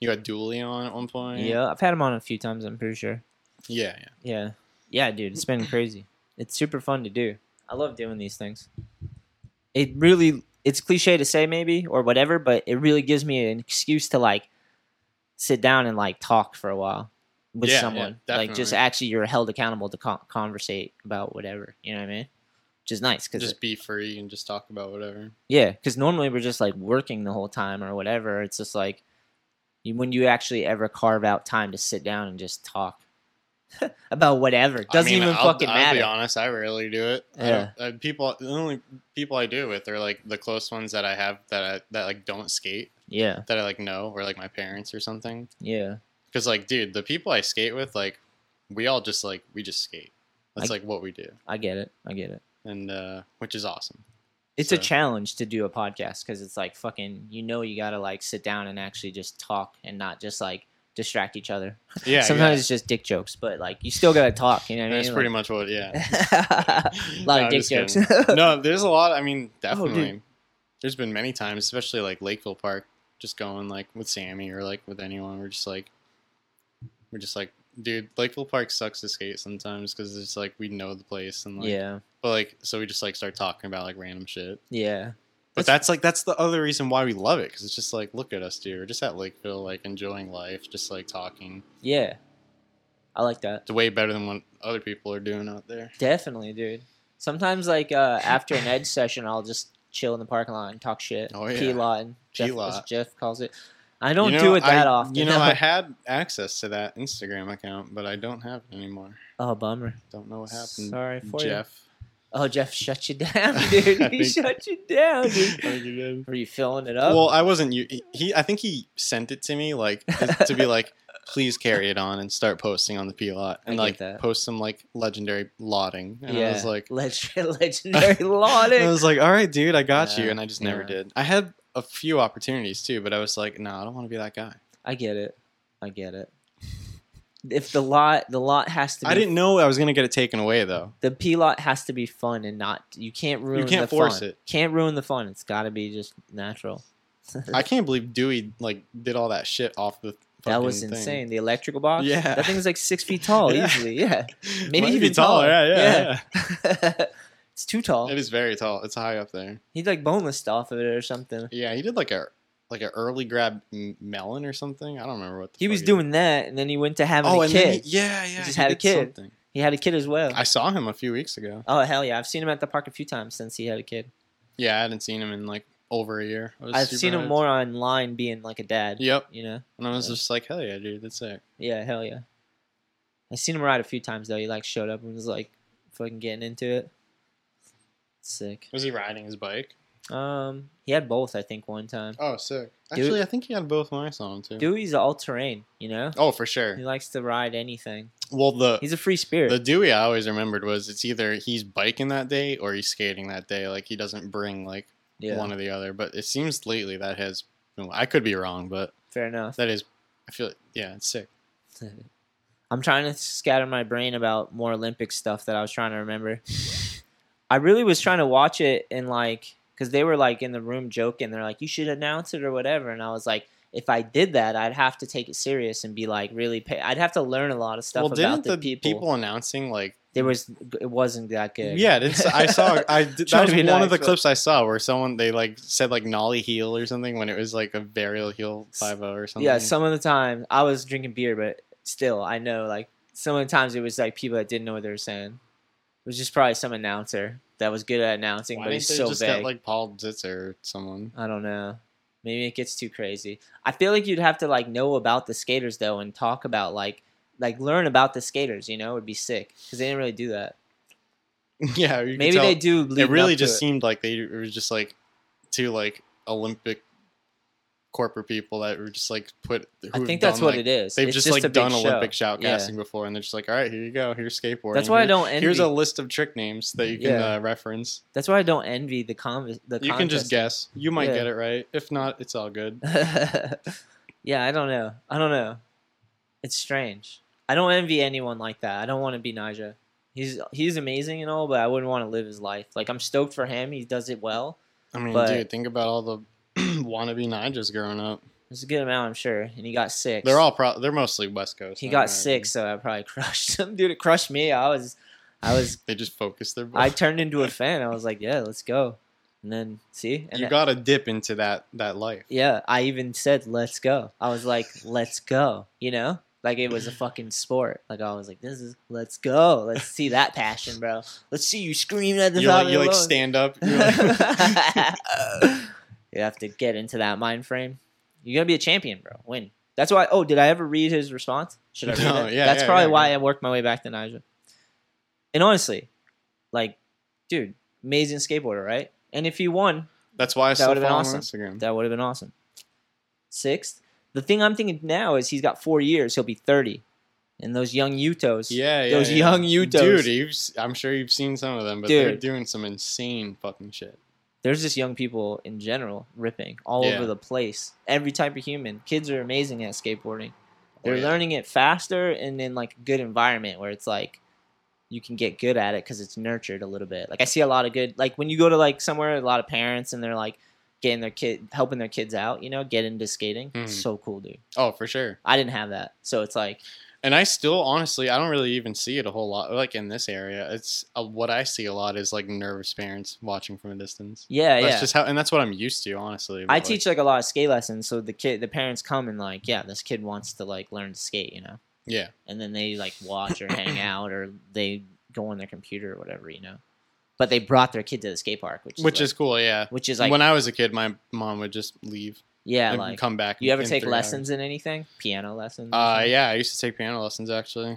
Speaker 4: you had Dooley on at one point.
Speaker 1: Yeah, I've had him on a few times, I'm pretty sure.
Speaker 4: yeah, yeah.
Speaker 1: Yeah. Yeah, dude. It's been crazy. It's super fun to do. I love doing these things. It really it's cliche to say maybe or whatever, but it really gives me an excuse to like sit down and like talk for a while with
Speaker 4: Yeah, yeah,
Speaker 1: someone. like just
Speaker 4: definitely.
Speaker 1: actually you're held accountable to con- conversate about whatever, you know what I mean? Which is nice cuz
Speaker 4: Just be free and just talk about whatever.
Speaker 1: Yeah, because normally we're just like working the whole time or whatever. It's just like you, when you actually ever carve out time to sit down and just talk. (laughs) about whatever.
Speaker 4: I
Speaker 1: Doesn't
Speaker 4: mean,
Speaker 1: even
Speaker 4: I'll-
Speaker 1: fucking
Speaker 4: I'll
Speaker 1: matter.
Speaker 4: be honest, I rarely do it. I
Speaker 1: Yeah.
Speaker 4: don't- uh, people, the only people I do it with are like the close ones that I have that I, that like don't skate
Speaker 1: yeah,
Speaker 4: that I like know or like my parents or something.
Speaker 1: yeah.
Speaker 4: Because like, dude, the people I skate with, like, we all just like we just skate. That's
Speaker 1: I-
Speaker 4: like what we do,
Speaker 1: I get it. I get it.
Speaker 4: and uh, which
Speaker 1: (laughs)
Speaker 4: is awesome.
Speaker 1: It's a
Speaker 4: So-
Speaker 1: challenge to do a podcast because it's like fucking. You know, you gotta like sit down and actually just talk and not just like distract each other.
Speaker 4: Yeah,
Speaker 1: Sometimes it's just dick jokes, but like you still gotta talk. You know
Speaker 4: yeah.
Speaker 1: what I mean?
Speaker 4: that's pretty much what. Yeah,
Speaker 1: much. (laughs) a lot
Speaker 4: No,
Speaker 1: of
Speaker 4: I'm
Speaker 1: dick
Speaker 4: just kidding.
Speaker 1: jokes. (laughs)
Speaker 4: no, there's a lot. I mean,
Speaker 1: Oh, dude.
Speaker 4: definitely. there's been many times, especially like Lakeville Park, just going like with Sammy or like with anyone. We're just like, we're just like, dude, Lakeville Park sucks to skate sometimes because it's like we know the place and like,
Speaker 1: yeah,
Speaker 4: but like, so we just like start talking about like random shit.
Speaker 1: yeah.
Speaker 4: But that's like that's the other reason why we love it because it's just like, look at us, dude. We're just at Lakeville, like enjoying life, just like talking.
Speaker 1: Yeah. I like that.
Speaker 4: It's way better than what other people are doing out there.
Speaker 1: Definitely, dude. Sometimes like uh, after an edge session I'll just chill in the parking lot and talk shit.
Speaker 4: Oh, yeah.
Speaker 1: P lot and Jeff, as
Speaker 4: P-lot.
Speaker 1: Jeff calls it. I don't
Speaker 4: You know,
Speaker 1: do it that
Speaker 4: I-
Speaker 1: often.
Speaker 4: You know, I had access to that Instagram account, but I don't have it anymore.
Speaker 1: (laughs) oh bummer.
Speaker 4: Don't know what happened.
Speaker 1: Sorry for you. (laughs)
Speaker 4: Jeff.
Speaker 1: Oh Jeff shut you down, (laughs) dude.
Speaker 4: I (laughs)
Speaker 1: he
Speaker 4: think-
Speaker 1: shut you down,
Speaker 4: (laughs) I
Speaker 1: dude.
Speaker 4: think you did.
Speaker 1: Were you filling it up?
Speaker 4: Well, I wasn't. You. He. I think he sent it to me like to
Speaker 1: (laughs)
Speaker 4: be like, please carry it on and start posting on the P lot and
Speaker 1: I get
Speaker 4: like
Speaker 1: that.
Speaker 4: post some like legendary lauding. And (laughs) I was like,
Speaker 1: Leg- (laughs) legendary lauding.
Speaker 4: I was like, all right, dude, I got
Speaker 1: Yeah,
Speaker 4: you, and I just never
Speaker 1: yeah.
Speaker 4: did. I had a few opportunities too, but I was like, no, I don't want to be that guy.
Speaker 1: I get it. I get it. If the lot the lot has to be
Speaker 4: I didn't know I was gonna get it taken away though.
Speaker 1: the P lot has to be fun and not you can't ruin
Speaker 4: can't
Speaker 1: the
Speaker 4: force
Speaker 1: fun.
Speaker 4: it.
Speaker 1: Can't ruin the fun. It's gotta be just natural.
Speaker 4: I can't believe Dewey like did all that shit off the.
Speaker 1: that was
Speaker 4: fucking thing. (laughs)
Speaker 1: insane. The electrical box?
Speaker 4: Yeah.
Speaker 1: That thing's like six feet tall,
Speaker 4: (laughs) Yeah.
Speaker 1: easily. Yeah. (laughs) Maybe
Speaker 4: Might be
Speaker 1: even taller.
Speaker 4: Yeah, yeah,
Speaker 1: Yeah. it's too tall.
Speaker 4: yeah. It is very tall. It's high up there.
Speaker 1: He'd like boneless off of it or something.
Speaker 4: Yeah, he did like a like a early grab m- melon or something. I don't remember what the
Speaker 1: He
Speaker 4: fuck
Speaker 1: was doing that and then he went to having a
Speaker 4: Oh, and
Speaker 1: kid.
Speaker 4: then he,
Speaker 1: he,
Speaker 4: yeah, yeah,
Speaker 1: just
Speaker 4: he
Speaker 1: had a
Speaker 4: did
Speaker 1: kid.
Speaker 4: something.
Speaker 1: had a kid as well.
Speaker 4: I saw him a few weeks ago.
Speaker 1: oh hell yeah. I've seen him at the park a few times since he had a kid.
Speaker 4: Yeah, I hadn't seen him in like over a year. I was
Speaker 1: I've
Speaker 4: super
Speaker 1: seen him
Speaker 4: hyped.
Speaker 1: more online being like a dad.
Speaker 4: Yep,
Speaker 1: You know?
Speaker 4: and I was just like, hell yeah, dude, that's sick.
Speaker 1: Yeah, hell yeah. I seen him ride a few times though. He like showed up and was like fucking getting into it. Sick.
Speaker 4: Was he riding his bike?
Speaker 1: Um, he had both I think one time.
Speaker 4: Oh, sick.
Speaker 1: Dewey-
Speaker 4: Actually, I think he had both when I saw him too.
Speaker 1: Dewey's all terrain, you know.
Speaker 4: Oh, for sure.
Speaker 1: He likes to ride anything.
Speaker 4: Well, the
Speaker 1: He's a free (laughs)
Speaker 4: the
Speaker 1: spirit.
Speaker 4: Dewey I always remembered was it's either he's biking that day or he's skating that day. Like he doesn't bring like
Speaker 1: Yeah,
Speaker 4: one or the other. But it seems lately that has. Been, I could be wrong, but
Speaker 1: fair enough. (laughs)
Speaker 4: that is. I feel yeah, it's sick.
Speaker 1: I'm trying to scatter my brain about more Olympic stuff that I was trying to remember. I really was trying to watch it and like, because they were like in the room joking. They're like, you should announce it or whatever. And I was like, if I did that, I'd have to take it serious and be like really pay. I'd have to learn a lot of stuff
Speaker 4: well,
Speaker 1: about
Speaker 4: didn't
Speaker 1: the,
Speaker 4: the,
Speaker 1: people.
Speaker 4: people announcing like
Speaker 1: There was, it wasn't that good.
Speaker 4: Yeah, it's,
Speaker 1: (laughs)
Speaker 4: I saw. I did,
Speaker 1: Trying
Speaker 4: that was
Speaker 1: to be
Speaker 4: one of the
Speaker 1: nice, but-
Speaker 4: clips I saw where someone they like said like nollie heel or something when it was like a burial heel five zero or something.
Speaker 1: Yeah, some of the time I was drinking beer, but still, I know like some of the times it was like people that didn't know what they were saying. It was just probably some announcer that was good at announcing,
Speaker 4: Why
Speaker 1: but
Speaker 4: didn't
Speaker 1: he's
Speaker 4: they
Speaker 1: so
Speaker 4: just
Speaker 1: vague.
Speaker 4: get like Paul Zitzer or someone? (laughs)
Speaker 1: I don't know. Maybe it gets too crazy. I feel like you'd have to like know about the skaters though, and talk about like like learn about the skaters. You know, it'd be sick because they didn't really do that.
Speaker 4: yeah, you could
Speaker 1: Maybe they
Speaker 4: tell-
Speaker 1: do. leading
Speaker 4: It really
Speaker 1: up to
Speaker 4: just
Speaker 1: it.
Speaker 4: seemed like they were just like two like Olympic corporate people that were just like put. Who
Speaker 1: I
Speaker 4: have
Speaker 1: think that's
Speaker 4: done,
Speaker 1: what
Speaker 4: like-
Speaker 1: it is.
Speaker 4: They've
Speaker 1: It's
Speaker 4: just,
Speaker 1: a
Speaker 4: like
Speaker 1: big
Speaker 4: done
Speaker 1: show.
Speaker 4: Olympic shoutcasting
Speaker 1: Yeah.
Speaker 4: before, and they're just like, "All right, here you go. Here's skateboarding.
Speaker 1: That's why I
Speaker 4: Here-
Speaker 1: don't envy.
Speaker 4: Here's a list of trick names that you can
Speaker 1: Yeah.
Speaker 4: uh, reference.
Speaker 1: That's why I don't envy the conv. The
Speaker 4: You can
Speaker 1: contest.
Speaker 4: just guess. You might
Speaker 1: Yeah.
Speaker 4: get it right. If not, it's all good.
Speaker 1: (laughs) yeah, I don't know. I don't know. It's strange. I don't envy anyone like that. I don't want to be Naja. He's he's amazing and all, but I wouldn't want to live his life. Like I'm stoked for him. He does it well.
Speaker 4: I mean,
Speaker 1: But-
Speaker 4: dude, think about all the (clears throat) wannabe Nigers growing up.
Speaker 1: There's a good amount, I'm sure. And he got six.
Speaker 4: They're all pro- they're mostly West Coast.
Speaker 1: He
Speaker 4: I
Speaker 1: got
Speaker 4: reckon.
Speaker 1: six, so I probably (laughs) crushed him, dude. It crushed me. I was, I was,
Speaker 4: They just focus their. (laughs)
Speaker 1: I turned into a fan. I was like, yeah, let's go. And then see, and
Speaker 4: you
Speaker 1: I-
Speaker 4: got to dip into that that life.
Speaker 1: yeah, I even said, let's go. I was like, let's go. You know, like it was a fucking sport. Like I was like, this is, let's go. Let's see that passion, bro. Let's see you screaming at the
Speaker 4: You
Speaker 1: top
Speaker 4: like
Speaker 1: of
Speaker 4: you
Speaker 1: your
Speaker 4: like
Speaker 1: lungs.
Speaker 4: stand up. You're like-
Speaker 1: (laughs) you have to get into that mind frame. You're gonna be a champion, bro. Win. That's why. Oh, did I ever read his response? Should I read
Speaker 6: No,
Speaker 1: it?
Speaker 6: yeah,
Speaker 1: That's
Speaker 6: yeah,
Speaker 1: probably
Speaker 6: yeah,
Speaker 1: why
Speaker 6: yeah.
Speaker 1: I worked my way back to Naja. And honestly, like, dude, amazing skateboarder, right? And if he won,
Speaker 6: That's why I still
Speaker 1: would've
Speaker 6: follow
Speaker 1: been
Speaker 6: him on
Speaker 1: awesome.
Speaker 6: Instagram.
Speaker 1: that would have been awesome. Sixth, the thing I'm thinking now is he's got four years. He'll be thirty, and those young Utos.
Speaker 4: Yeah, yeah.
Speaker 1: Those
Speaker 4: yeah.
Speaker 1: young Utos.
Speaker 4: Dude, you've, s- I'm sure you've seen some of them, but they're
Speaker 1: Dude.
Speaker 4: doing some insane fucking shit.
Speaker 1: there's just young people in general ripping all
Speaker 4: Yeah.
Speaker 1: over the place. Every type of human. Kids are amazing at skateboarding. They're
Speaker 4: Oh, yeah.
Speaker 1: learning it faster and in like a good environment where it's like you can get good at it because it's nurtured a little bit. Like I see a lot of good like when you go to like somewhere a lot of parents and they're like getting their kid helping their kids out, you know, get into skating.
Speaker 4: Mhm.
Speaker 1: So cool, dude.
Speaker 4: Oh, for sure.
Speaker 1: I didn't have that. So it's like
Speaker 4: And I still, honestly, I don't really even see it a whole lot. Like in this area, it's uh, what I see a lot is like nervous parents watching from a distance.
Speaker 1: yeah,
Speaker 4: that's
Speaker 1: yeah.
Speaker 4: just how, and that's what I'm used to, honestly. but,
Speaker 1: I
Speaker 4: like,
Speaker 1: teach like a lot of skate lessons, so the kid the parents come and like, yeah, this kid wants to like learn to skate, you know.
Speaker 4: Yeah,
Speaker 1: and then they like watch or
Speaker 4: (coughs)
Speaker 1: hang out or they go on their computer or whatever, you know. But they brought their kid to the skate park, which is
Speaker 4: which
Speaker 1: like-
Speaker 4: is cool. Yeah.
Speaker 1: which is like
Speaker 4: when I was a kid, my mom would just leave
Speaker 1: yeah,
Speaker 4: and
Speaker 1: like
Speaker 4: come back.
Speaker 1: you ever
Speaker 4: in
Speaker 1: take
Speaker 4: three
Speaker 1: lessons in anything? Piano lessons? or
Speaker 4: hours. Uh,
Speaker 1: something?
Speaker 4: yeah, I used to take piano lessons actually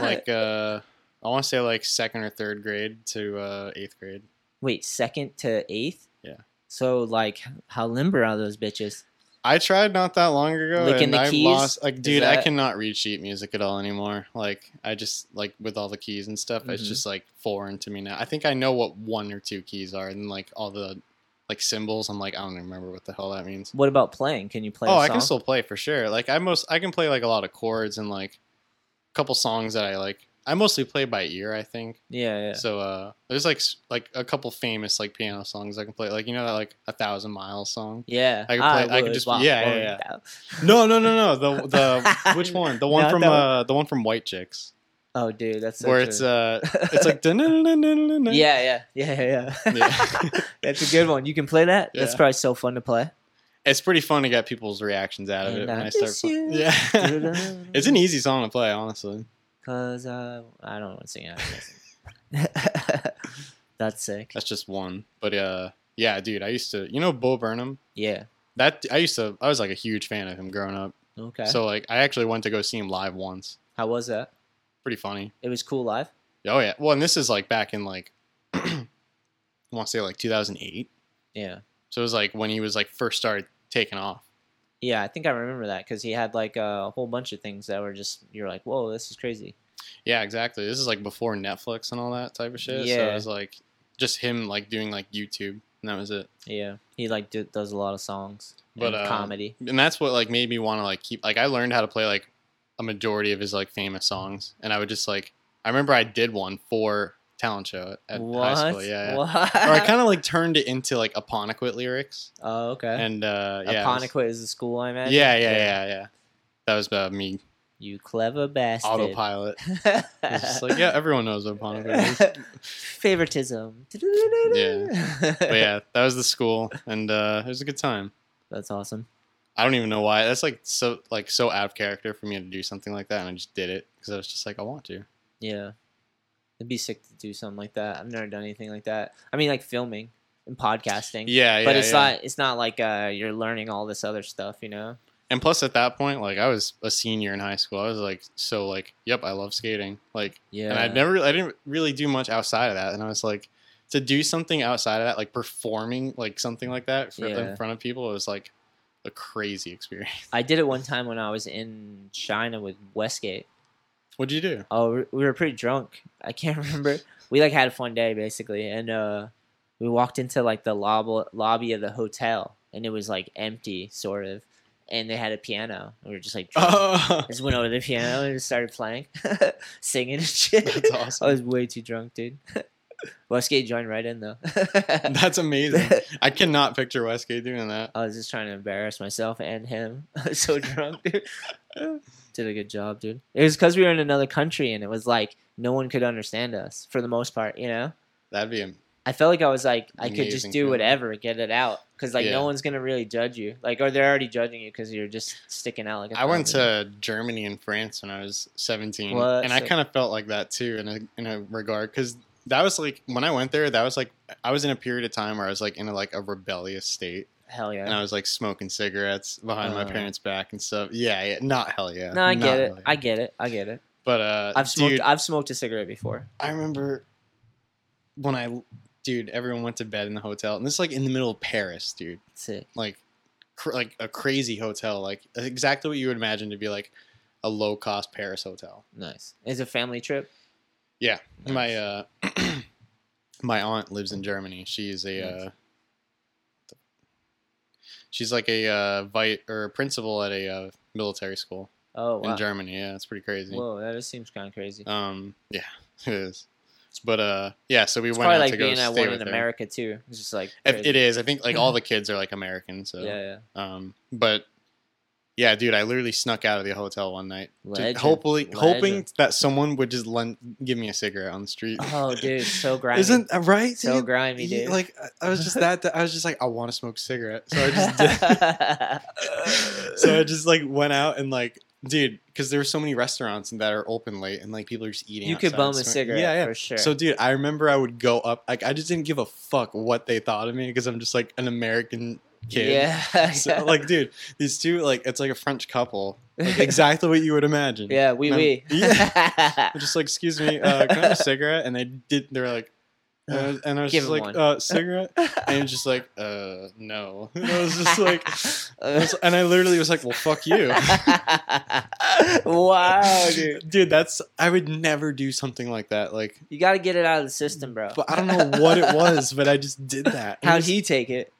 Speaker 1: Ah.
Speaker 4: like uh, I want to say like second or third grade to uh, eighth grade.
Speaker 1: Wait, second to eighth?
Speaker 4: Yeah.
Speaker 1: So like, how limber are those bitches?
Speaker 4: I tried not that long ago,
Speaker 1: Licking
Speaker 4: and
Speaker 1: the
Speaker 4: I
Speaker 1: keys?
Speaker 4: lost. Like, dude, I
Speaker 1: that-
Speaker 4: cannot read sheet music at all anymore. Like, I just like with all the keys and stuff, it's
Speaker 1: Mhm.
Speaker 4: just like foreign to me now. I think I know what one or two keys are, and like all the like symbols. I'm like, I don't remember what the hell that means.
Speaker 1: What about playing? Can you play?
Speaker 4: oh,
Speaker 1: a
Speaker 4: I can
Speaker 1: song?
Speaker 4: still play for sure. Like, I most I can play like a lot of chords and like a couple songs that I like. I mostly play by ear, I think.
Speaker 1: Yeah, yeah.
Speaker 4: So uh there's like s- like a couple famous like piano songs I can play. Like you know that like a thousand miles song.
Speaker 1: Yeah,
Speaker 4: I could play- I could
Speaker 1: would
Speaker 4: just-
Speaker 1: walk
Speaker 4: yeah, yeah,
Speaker 1: on
Speaker 4: yeah.
Speaker 1: down.
Speaker 4: No, no, no, no. The
Speaker 1: (laughs)
Speaker 4: the which one? The one
Speaker 1: Not
Speaker 4: from
Speaker 1: that one.
Speaker 4: uh the one from White Chicks,
Speaker 1: Oh, dude, that's such
Speaker 4: where
Speaker 1: a-
Speaker 4: it's uh it's like dun-dun-dun-dun-dun-dun.
Speaker 1: yeah, yeah, yeah, yeah.
Speaker 4: Yeah.
Speaker 1: (laughs)
Speaker 4: (laughs)
Speaker 1: that's a good one. You can play that. That's
Speaker 4: Yeah.
Speaker 1: probably so fun to play.
Speaker 4: It's pretty fun to get people's reactions out of
Speaker 1: And
Speaker 4: it when
Speaker 1: I
Speaker 4: I start.
Speaker 1: miss
Speaker 4: Playing.
Speaker 1: you.
Speaker 4: Yeah,
Speaker 1: (laughs)
Speaker 4: it's an easy song to play, honestly.
Speaker 1: Cause I, I don't want to sing. it. (laughs) That's sick.
Speaker 4: That's just one, but uh yeah, dude, I used to you know Bo Burnham.
Speaker 1: Yeah.
Speaker 4: That I used to I was like a huge fan of him growing up.
Speaker 1: Okay.
Speaker 4: So like I actually went to go see him live once.
Speaker 1: how was that?
Speaker 4: Pretty funny.
Speaker 1: It was cool live.
Speaker 4: Oh yeah. Well, and this is like back in like (clears throat) I want to say like 2008.
Speaker 1: Yeah.
Speaker 4: So it was like when he was like first started taking off.
Speaker 1: Yeah, I think I remember that because he had like a whole bunch of things that were just you're like, whoa, this is crazy.
Speaker 4: Yeah, exactly. This is like before Netflix and all that type of shit. So
Speaker 1: Yeah.
Speaker 4: it was like just him like doing like YouTube, and that was it.
Speaker 1: Yeah, he like do, does a lot of songs,
Speaker 4: But,
Speaker 1: and
Speaker 4: uh,
Speaker 1: comedy.
Speaker 4: And that's what like made me want to like keep like I learned how to play like a majority of his like famous songs, and I would just like I remember I did one for talent show at at
Speaker 1: what?
Speaker 4: high school. Yeah. yeah.
Speaker 1: What?
Speaker 4: Or I kind of like turned it into like Aponiquit lyrics,
Speaker 1: (laughs) oh, okay.
Speaker 4: and uh, yeah, it was-
Speaker 1: Aponiqua is the school I imagine.
Speaker 4: Yeah, yeah, yeah, yeah. That was uh, me
Speaker 1: You clever bastard. (laughs)
Speaker 4: autopilot. It was just like, yeah, everyone knows what autopilot is.
Speaker 1: (laughs) Favoritism.
Speaker 4: Yeah. But yeah, that was the school, and uh, it was a good time.
Speaker 1: (laughs) That's awesome.
Speaker 4: I don't even know why. That's like so like so out of character for me to do something like that, and I just did it because I was just like, I want to.
Speaker 1: Yeah. It'd be sick to do something like that. I've never done anything like that. I mean, like filming and podcasting.
Speaker 4: Yeah, yeah.
Speaker 1: but it's
Speaker 4: yeah.
Speaker 1: not. It's not like uh, you're learning all this other stuff, you know.
Speaker 4: And plus, at that point, like I was a senior in high school, I was like, so like, yep, I love skating. Like,
Speaker 1: Yeah.
Speaker 4: and I never, I didn't really do much outside of that. And I was like, to do something outside of that, like performing, like something like that for,
Speaker 1: Yeah.
Speaker 4: in front of people, it was like a crazy experience. (laughs)
Speaker 1: I did it one time when I was in China with Westgate.
Speaker 4: What'd you do?
Speaker 1: Oh, we- we were pretty drunk. I can't (laughs) remember. We like had a fun day basically, and uh, we walked into like the lob- lobby of the hotel, and it was like empty, sort of, and they had a piano. And we were just like, drunk.
Speaker 4: Oh,
Speaker 1: just went over to the piano and just started playing, (laughs) singing and shit. (laughs)
Speaker 4: (laughs) That's awesome.
Speaker 1: I was way too drunk, dude. (laughs) Westgate joined right in though. (laughs)
Speaker 4: that's amazing. I cannot picture Westgate doing that.
Speaker 1: I was just trying to embarrass myself and him. (laughs) I was so drunk,
Speaker 4: (laughs)
Speaker 1: dude. Did a good job, dude. It was because we were in another country and it was like no one could understand us for the most part, you know?
Speaker 4: That'd be am-
Speaker 1: I felt like I was like, I could just
Speaker 4: Amazing
Speaker 1: do
Speaker 4: feeling.
Speaker 1: whatever, get it out. Because like
Speaker 4: Yeah.
Speaker 1: no one's going to really judge you. Like, or they're already judging you because you're just sticking out like a
Speaker 4: I went
Speaker 1: thumb,
Speaker 4: to Germany and France when I was 17,
Speaker 1: What?
Speaker 4: and I
Speaker 1: So-
Speaker 4: kind of felt like that too in a in a regard because that was like when I went there, that was like I was in a period of time where I was like in a, like a rebellious state.
Speaker 1: Hell yeah.
Speaker 4: and I was like smoking cigarettes behind my
Speaker 1: Uh.
Speaker 4: parents' back and stuff. Yeah, yeah, not hell yeah.
Speaker 1: no, I
Speaker 4: not
Speaker 1: get it.
Speaker 4: hell yeah.
Speaker 1: I get it. I get it.
Speaker 4: but uh,
Speaker 1: I've smoked.
Speaker 4: dude,
Speaker 1: I've smoked a cigarette before.
Speaker 4: I remember when I, dude, everyone went to bed in the hotel, and this is like in the middle of Paris, dude,
Speaker 1: Sick.
Speaker 4: like, cr- like a crazy hotel, like exactly what you would imagine to be like a low cost Paris hotel.
Speaker 1: Nice. It's a family trip.
Speaker 4: Yeah,
Speaker 1: Nice.
Speaker 4: my uh, (clears throat) my aunt lives in Germany. She is a
Speaker 1: Nice.
Speaker 4: uh, she's like a uh, vite or principal at a uh, military school
Speaker 1: Oh wow.
Speaker 4: in Germany. Yeah, it's pretty crazy.
Speaker 1: Whoa, that just seems kind of crazy.
Speaker 4: Um, yeah, (laughs) it is. But uh, yeah, so we
Speaker 1: it's
Speaker 4: went
Speaker 1: probably
Speaker 4: out
Speaker 1: like
Speaker 4: to go
Speaker 1: being at
Speaker 4: stay
Speaker 1: one
Speaker 4: with
Speaker 1: in
Speaker 4: her.
Speaker 1: America too. It's just like
Speaker 4: If it
Speaker 1: crazy.
Speaker 4: is. I think like
Speaker 1: (laughs)
Speaker 4: all the kids are like American. So,
Speaker 1: Yeah, yeah.
Speaker 4: um, but yeah, dude, I literally snuck out of the hotel one night, to-
Speaker 1: Legend.
Speaker 4: hopefully hoping
Speaker 1: Legend.
Speaker 4: that someone would just lend give me a cigarette on the street.
Speaker 1: Oh, dude,
Speaker 4: (laughs)
Speaker 1: so grimy.
Speaker 4: Isn't that right?
Speaker 1: so
Speaker 4: dude?
Speaker 1: grimy, dude?
Speaker 4: Yeah, Like I- I was just
Speaker 1: (laughs)
Speaker 4: that. I was just like I want to smoke a cigarette, so I just did. so I just like went out and like. Dude, because there were so many restaurants that are open late, and like people are just eating.
Speaker 1: (laughs) you could
Speaker 4: outside
Speaker 1: bum a
Speaker 4: and smoking.
Speaker 1: cigarette
Speaker 4: Yeah, yeah.
Speaker 1: for sure.
Speaker 4: So, dude, I remember I would go up. Like, I just didn't give a fuck what they thought of me because I'm just like an American kid.
Speaker 1: yeah,
Speaker 4: (laughs) So, like, dude, these two, like, it's like a French couple. Like, exactly what you would
Speaker 1: (laughs)
Speaker 4: imagine.
Speaker 1: yeah, we
Speaker 4: I'm-
Speaker 1: we.
Speaker 4: They're Just like, excuse me, uh, can I have a cigarette? And they did. They
Speaker 1: (sighs)
Speaker 4: were like, uh, and I was
Speaker 1: Give
Speaker 4: just
Speaker 1: him
Speaker 4: like,
Speaker 1: one. (laughs)
Speaker 4: uh, cigarette. And he was just like, uh, no. (laughs) And I was just
Speaker 1: (laughs)
Speaker 4: like, I (laughs) was- and I literally was like, well, fuck you.
Speaker 1: wow, Oh,
Speaker 4: (laughs)
Speaker 1: dude.
Speaker 4: Dude, that's I would never do something like that. Like,
Speaker 1: You got to get it out of the system, bro.
Speaker 4: but I don't know what it was, but I
Speaker 1: (laughs)
Speaker 4: just did that. And it
Speaker 1: How'd
Speaker 4: was
Speaker 1: he take it?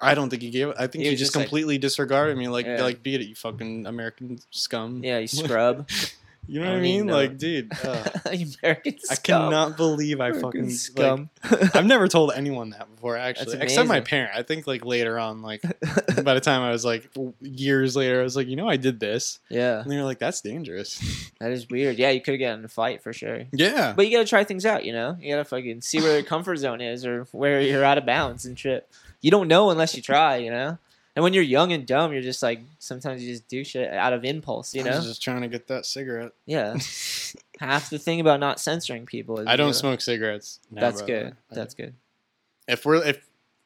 Speaker 4: I don't think he gave. I think
Speaker 1: He
Speaker 4: he,
Speaker 1: was
Speaker 4: just
Speaker 1: just like-
Speaker 4: completely disregarded me. Like,
Speaker 1: Yeah.
Speaker 4: like beat it, you fucking American scum.
Speaker 1: Yeah,
Speaker 4: (laughs)
Speaker 1: you scrub. (laughs)
Speaker 4: You know
Speaker 1: I
Speaker 4: what I
Speaker 1: don't
Speaker 4: mean?
Speaker 1: even know. (laughs)
Speaker 4: Like, dude, uh,
Speaker 1: you American
Speaker 4: I
Speaker 1: scum.
Speaker 4: cannot believe I
Speaker 1: American
Speaker 4: fucking scum.
Speaker 1: scum.
Speaker 4: I've never told anyone that before, actually, except my
Speaker 1: amazing.
Speaker 4: parent. I think like later on,
Speaker 1: (laughs)
Speaker 4: like by the time I was like w- years later, I was like, you know, I did this,
Speaker 1: yeah,
Speaker 4: and they were like,
Speaker 1: (laughs)
Speaker 4: that's dangerous.
Speaker 1: that is weird. Yeah, you could have gotten in a fight for sure.
Speaker 4: yeah,
Speaker 1: (laughs) But you gotta try things out, you know. You gotta fucking see where your comfort zone is or where you're out of bounds and shit. You don't know unless you try, you know. And when you're young and dumb, you're just like sometimes you just do shit out of impulse, you
Speaker 4: I
Speaker 1: know.
Speaker 4: (laughs) was just trying to get that cigarette.
Speaker 1: yeah. Half the thing about not censoring people is
Speaker 4: I don't
Speaker 1: you know,
Speaker 4: smoke cigarettes. now,
Speaker 1: That's
Speaker 4: by the way.
Speaker 1: good.
Speaker 4: I
Speaker 1: That's good.
Speaker 4: if we're if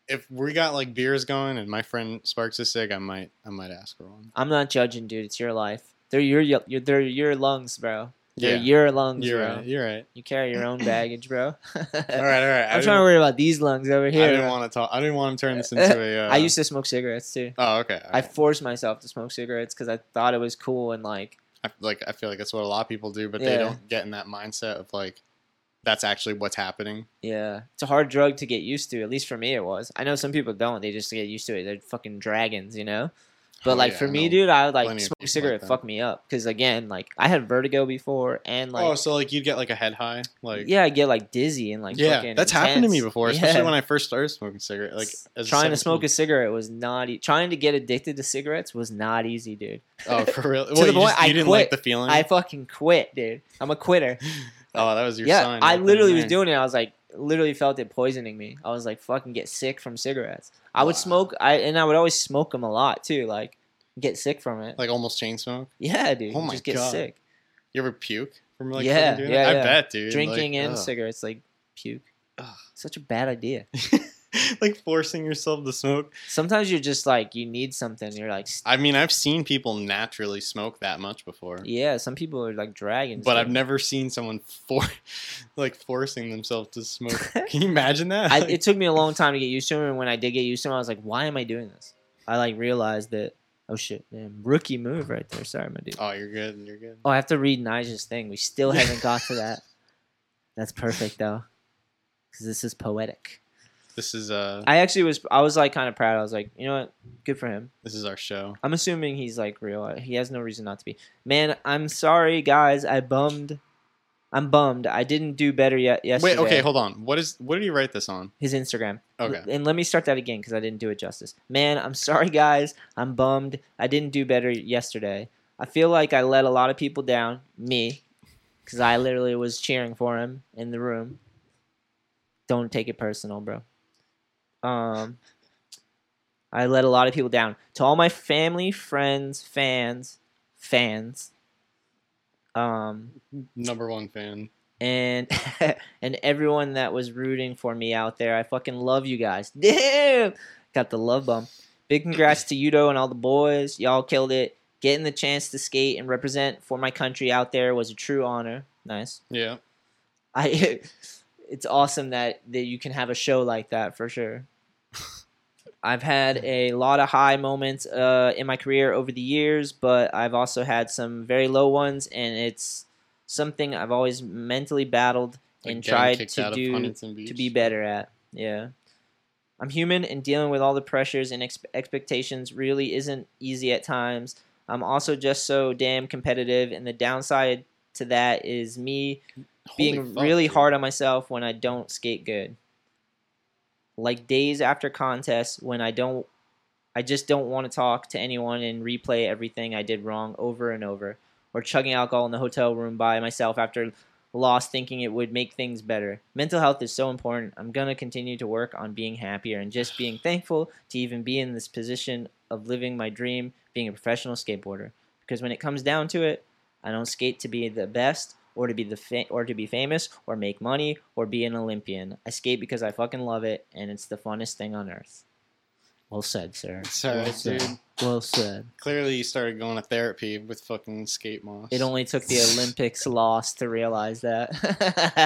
Speaker 4: if we got like beers going and my friend sparks a cig, I might I might ask for one.
Speaker 1: I'm not judging, dude. It's your life. They're your, your they're your lungs, bro. They're your lungs,
Speaker 4: You're
Speaker 1: bro.
Speaker 4: right. You're right.
Speaker 1: (laughs) You carry your
Speaker 4: (laughs)
Speaker 1: own baggage, bro. (laughs)
Speaker 4: All right, all right.
Speaker 1: I'm trying to worry about these lungs over
Speaker 4: I
Speaker 1: here.
Speaker 4: didn't want to talk. I didn't want to turn
Speaker 1: (laughs)
Speaker 4: this into a. Uh,
Speaker 1: I used to smoke cigarettes too.
Speaker 4: Oh, okay.
Speaker 1: I forced myself to smoke cigarettes because I thought it was cool and like
Speaker 4: I, like I feel like that's what a lot of people do, but
Speaker 1: Yeah.
Speaker 4: they don't get in that mindset of like that's actually what's happening.
Speaker 1: yeah, it's a hard drug to get used to. At least for me, it was. I know some people don't; they just get used to it. They're fucking dragons, you know. But
Speaker 4: Oh,
Speaker 1: like
Speaker 4: yeah,
Speaker 1: for
Speaker 4: I
Speaker 1: me,
Speaker 4: know.
Speaker 1: dude, I would
Speaker 4: Plenty
Speaker 1: like
Speaker 4: of
Speaker 1: smoke
Speaker 4: people
Speaker 1: a
Speaker 4: like
Speaker 1: cigarette,
Speaker 4: that.
Speaker 1: fuck me up. Because again, like I had vertigo before, and like
Speaker 4: oh, so like you'd get like a head high, like
Speaker 1: yeah, I get like dizzy and like
Speaker 4: yeah.
Speaker 1: fucking
Speaker 4: That's happened to me
Speaker 1: intense. (laughs)
Speaker 4: before,
Speaker 1: Yeah.
Speaker 4: especially when I first started smoking cigarette. Like as a
Speaker 1: trying to smoke a
Speaker 4: 17
Speaker 1: cigarette was not e- trying to get addicted to cigarettes was not easy, dude.
Speaker 4: Oh, for
Speaker 1: (laughs)
Speaker 4: real?
Speaker 1: To
Speaker 4: well,
Speaker 1: the
Speaker 4: you,
Speaker 1: point
Speaker 4: just,
Speaker 1: I
Speaker 4: you didn't like
Speaker 1: quit.
Speaker 4: the feeling.
Speaker 1: I fucking quit, dude. I'm a quitter.
Speaker 4: oh, that was your
Speaker 1: yeah,
Speaker 4: sign.
Speaker 1: I
Speaker 4: right then
Speaker 1: literally
Speaker 4: and
Speaker 1: was
Speaker 4: there.
Speaker 1: doing it. I was like, literally felt it poisoning me. I was like, fucking get sick from cigarettes. I would
Speaker 4: Wow.
Speaker 1: smoke, I and I would always smoke them a lot too. Like, get sick from it.
Speaker 4: like almost chain smoke.
Speaker 1: yeah, dude,
Speaker 4: oh
Speaker 1: you
Speaker 4: my
Speaker 1: just get
Speaker 4: God.
Speaker 1: sick.
Speaker 4: You ever puke from like
Speaker 1: Yeah,
Speaker 4: fucking doing
Speaker 1: yeah,
Speaker 4: that?
Speaker 1: yeah.
Speaker 4: I bet, dude.
Speaker 1: Drinking
Speaker 4: like,
Speaker 1: and
Speaker 4: ugh.
Speaker 1: cigarettes, like puke.
Speaker 4: Ugh.
Speaker 1: Such a bad
Speaker 4: (laughs)
Speaker 1: idea.
Speaker 4: like forcing yourself to smoke.
Speaker 1: Sometimes you're just like, you need something. You're like, "St-
Speaker 4: I mean, I've seen people naturally smoke that much before,
Speaker 1: yeah. Some people are like dragons,
Speaker 4: but I've
Speaker 1: dude.
Speaker 4: never seen someone for (laughs) like forcing themselves
Speaker 1: (laughs)
Speaker 4: to smoke. Can you imagine that?
Speaker 1: I,
Speaker 4: (laughs) Like,
Speaker 1: it took me a long time to get used to him, and when I did get used to him, I was like, "Why am I doing this?" I like realized that, oh shit, man, rookie move right there. Sorry, my dude.
Speaker 4: oh, you're good. You're good.
Speaker 1: Oh, I have to read Nigel's thing. We still haven't got to
Speaker 4: (laughs)
Speaker 1: that. That's perfect though, because this is poetic.
Speaker 4: This is uh,
Speaker 1: I actually was, I was like kind of proud. I was like, you know what, good for him.
Speaker 4: this is our show.
Speaker 1: I'm assuming he's like real. He has no reason not to be. Man, I'm sorry, guys. I bummed. I'm bummed. I didn't do better yet yesterday.
Speaker 4: Wait, okay, hold on. What is? What did you write this on?
Speaker 1: his Instagram. L-
Speaker 4: Okay.
Speaker 1: And let me start that again because I didn't do it justice. Man, I'm sorry, guys. I'm bummed. I didn't do better yesterday. I feel like I let a lot of people down. Me, because I literally was cheering for him in the room. Don't take it personal, bro. Um, I let a lot of people down. To all my family, friends, fans, fans. Um,
Speaker 4: Number one fan.
Speaker 1: and (laughs) and everyone that was rooting for me out there. I fucking love you guys. (laughs) Damn. Got the love bump. Big congrats to Udo and all the boys. Y'all killed it. Getting the chance to skate and represent for my country out there was a true honor. Nice.
Speaker 4: Yeah.
Speaker 1: I (laughs) it's awesome that that you can have a show like that for
Speaker 4: (laughs)
Speaker 1: sure. I've had a lot of high moments uh, in my career over the years, but I've also had some very low ones, and it's something I've always mentally battled
Speaker 4: Like
Speaker 1: and
Speaker 4: getting
Speaker 1: tried
Speaker 4: kicked
Speaker 1: to
Speaker 4: out of
Speaker 1: do
Speaker 4: Huntington Beach.
Speaker 1: to be better at. Yeah. I'm human and dealing with all the pressures and ex- expectations really isn't easy at times. I'm also just so damn competitive, and the downside to that is me
Speaker 4: Holy
Speaker 1: being
Speaker 4: fuck,
Speaker 1: really
Speaker 4: dude.
Speaker 1: hard on myself when I don't skate good. Like days after contests when I don't I just don't want to talk to anyone and replay everything I did wrong over and over or chugging alcohol in the hotel room by myself after loss thinking it would make things better. Mental health is so important. I'm going to continue to work on being happier and just being thankful to even be in this position of living my dream being a professional skateboarder because when it comes down to it, I don't skate to be the best or to be the fa- or to be famous or make money or be an Olympian. I skate because I fucking love it and it's the funnest thing on earth. Well said, sir.
Speaker 4: It's all right,
Speaker 1: Well
Speaker 4: dude.
Speaker 1: said. Well said.
Speaker 4: Clearly, you started going to therapy with fucking skate moss.
Speaker 1: It only took the Olympics loss to realize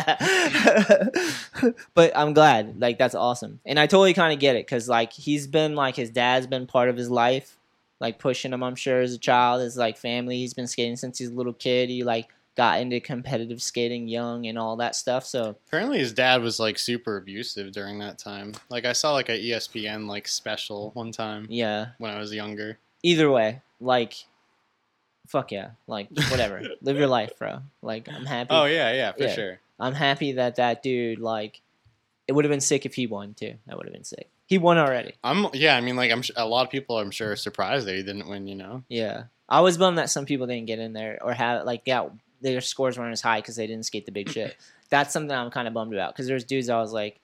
Speaker 1: that. (laughs) but I'm glad. Like that's awesome. And I totally kind of get it cuz like he's been like his dad's been part of his life like pushing him I'm sure as a child, his like family. He's been skating since he's a little kid. He like got into competitive skating young and all that stuff. So
Speaker 4: Apparently, his dad was like super abusive during that time. Like, I saw like a E ESPN like special one time
Speaker 1: yeah,
Speaker 4: when I was younger.
Speaker 1: either way, like fuck yeah. Like whatever. Live your life, bro. Like I'm happy.
Speaker 4: Oh yeah, yeah, for
Speaker 1: Yeah.
Speaker 4: sure.
Speaker 1: I'm happy that that dude like it would have been sick if he won too. That would have been sick. He won already.
Speaker 4: I'm yeah. I mean, like, I'm su- a lot of people. I'm sure are surprised that he didn't win. You know,
Speaker 1: Yeah, I was bummed that some people didn't get in there or have like got their scores weren't as high because they didn't skate the big
Speaker 4: (laughs)
Speaker 1: shit. That's something I'm kind of bummed about because there's dudes I was like, it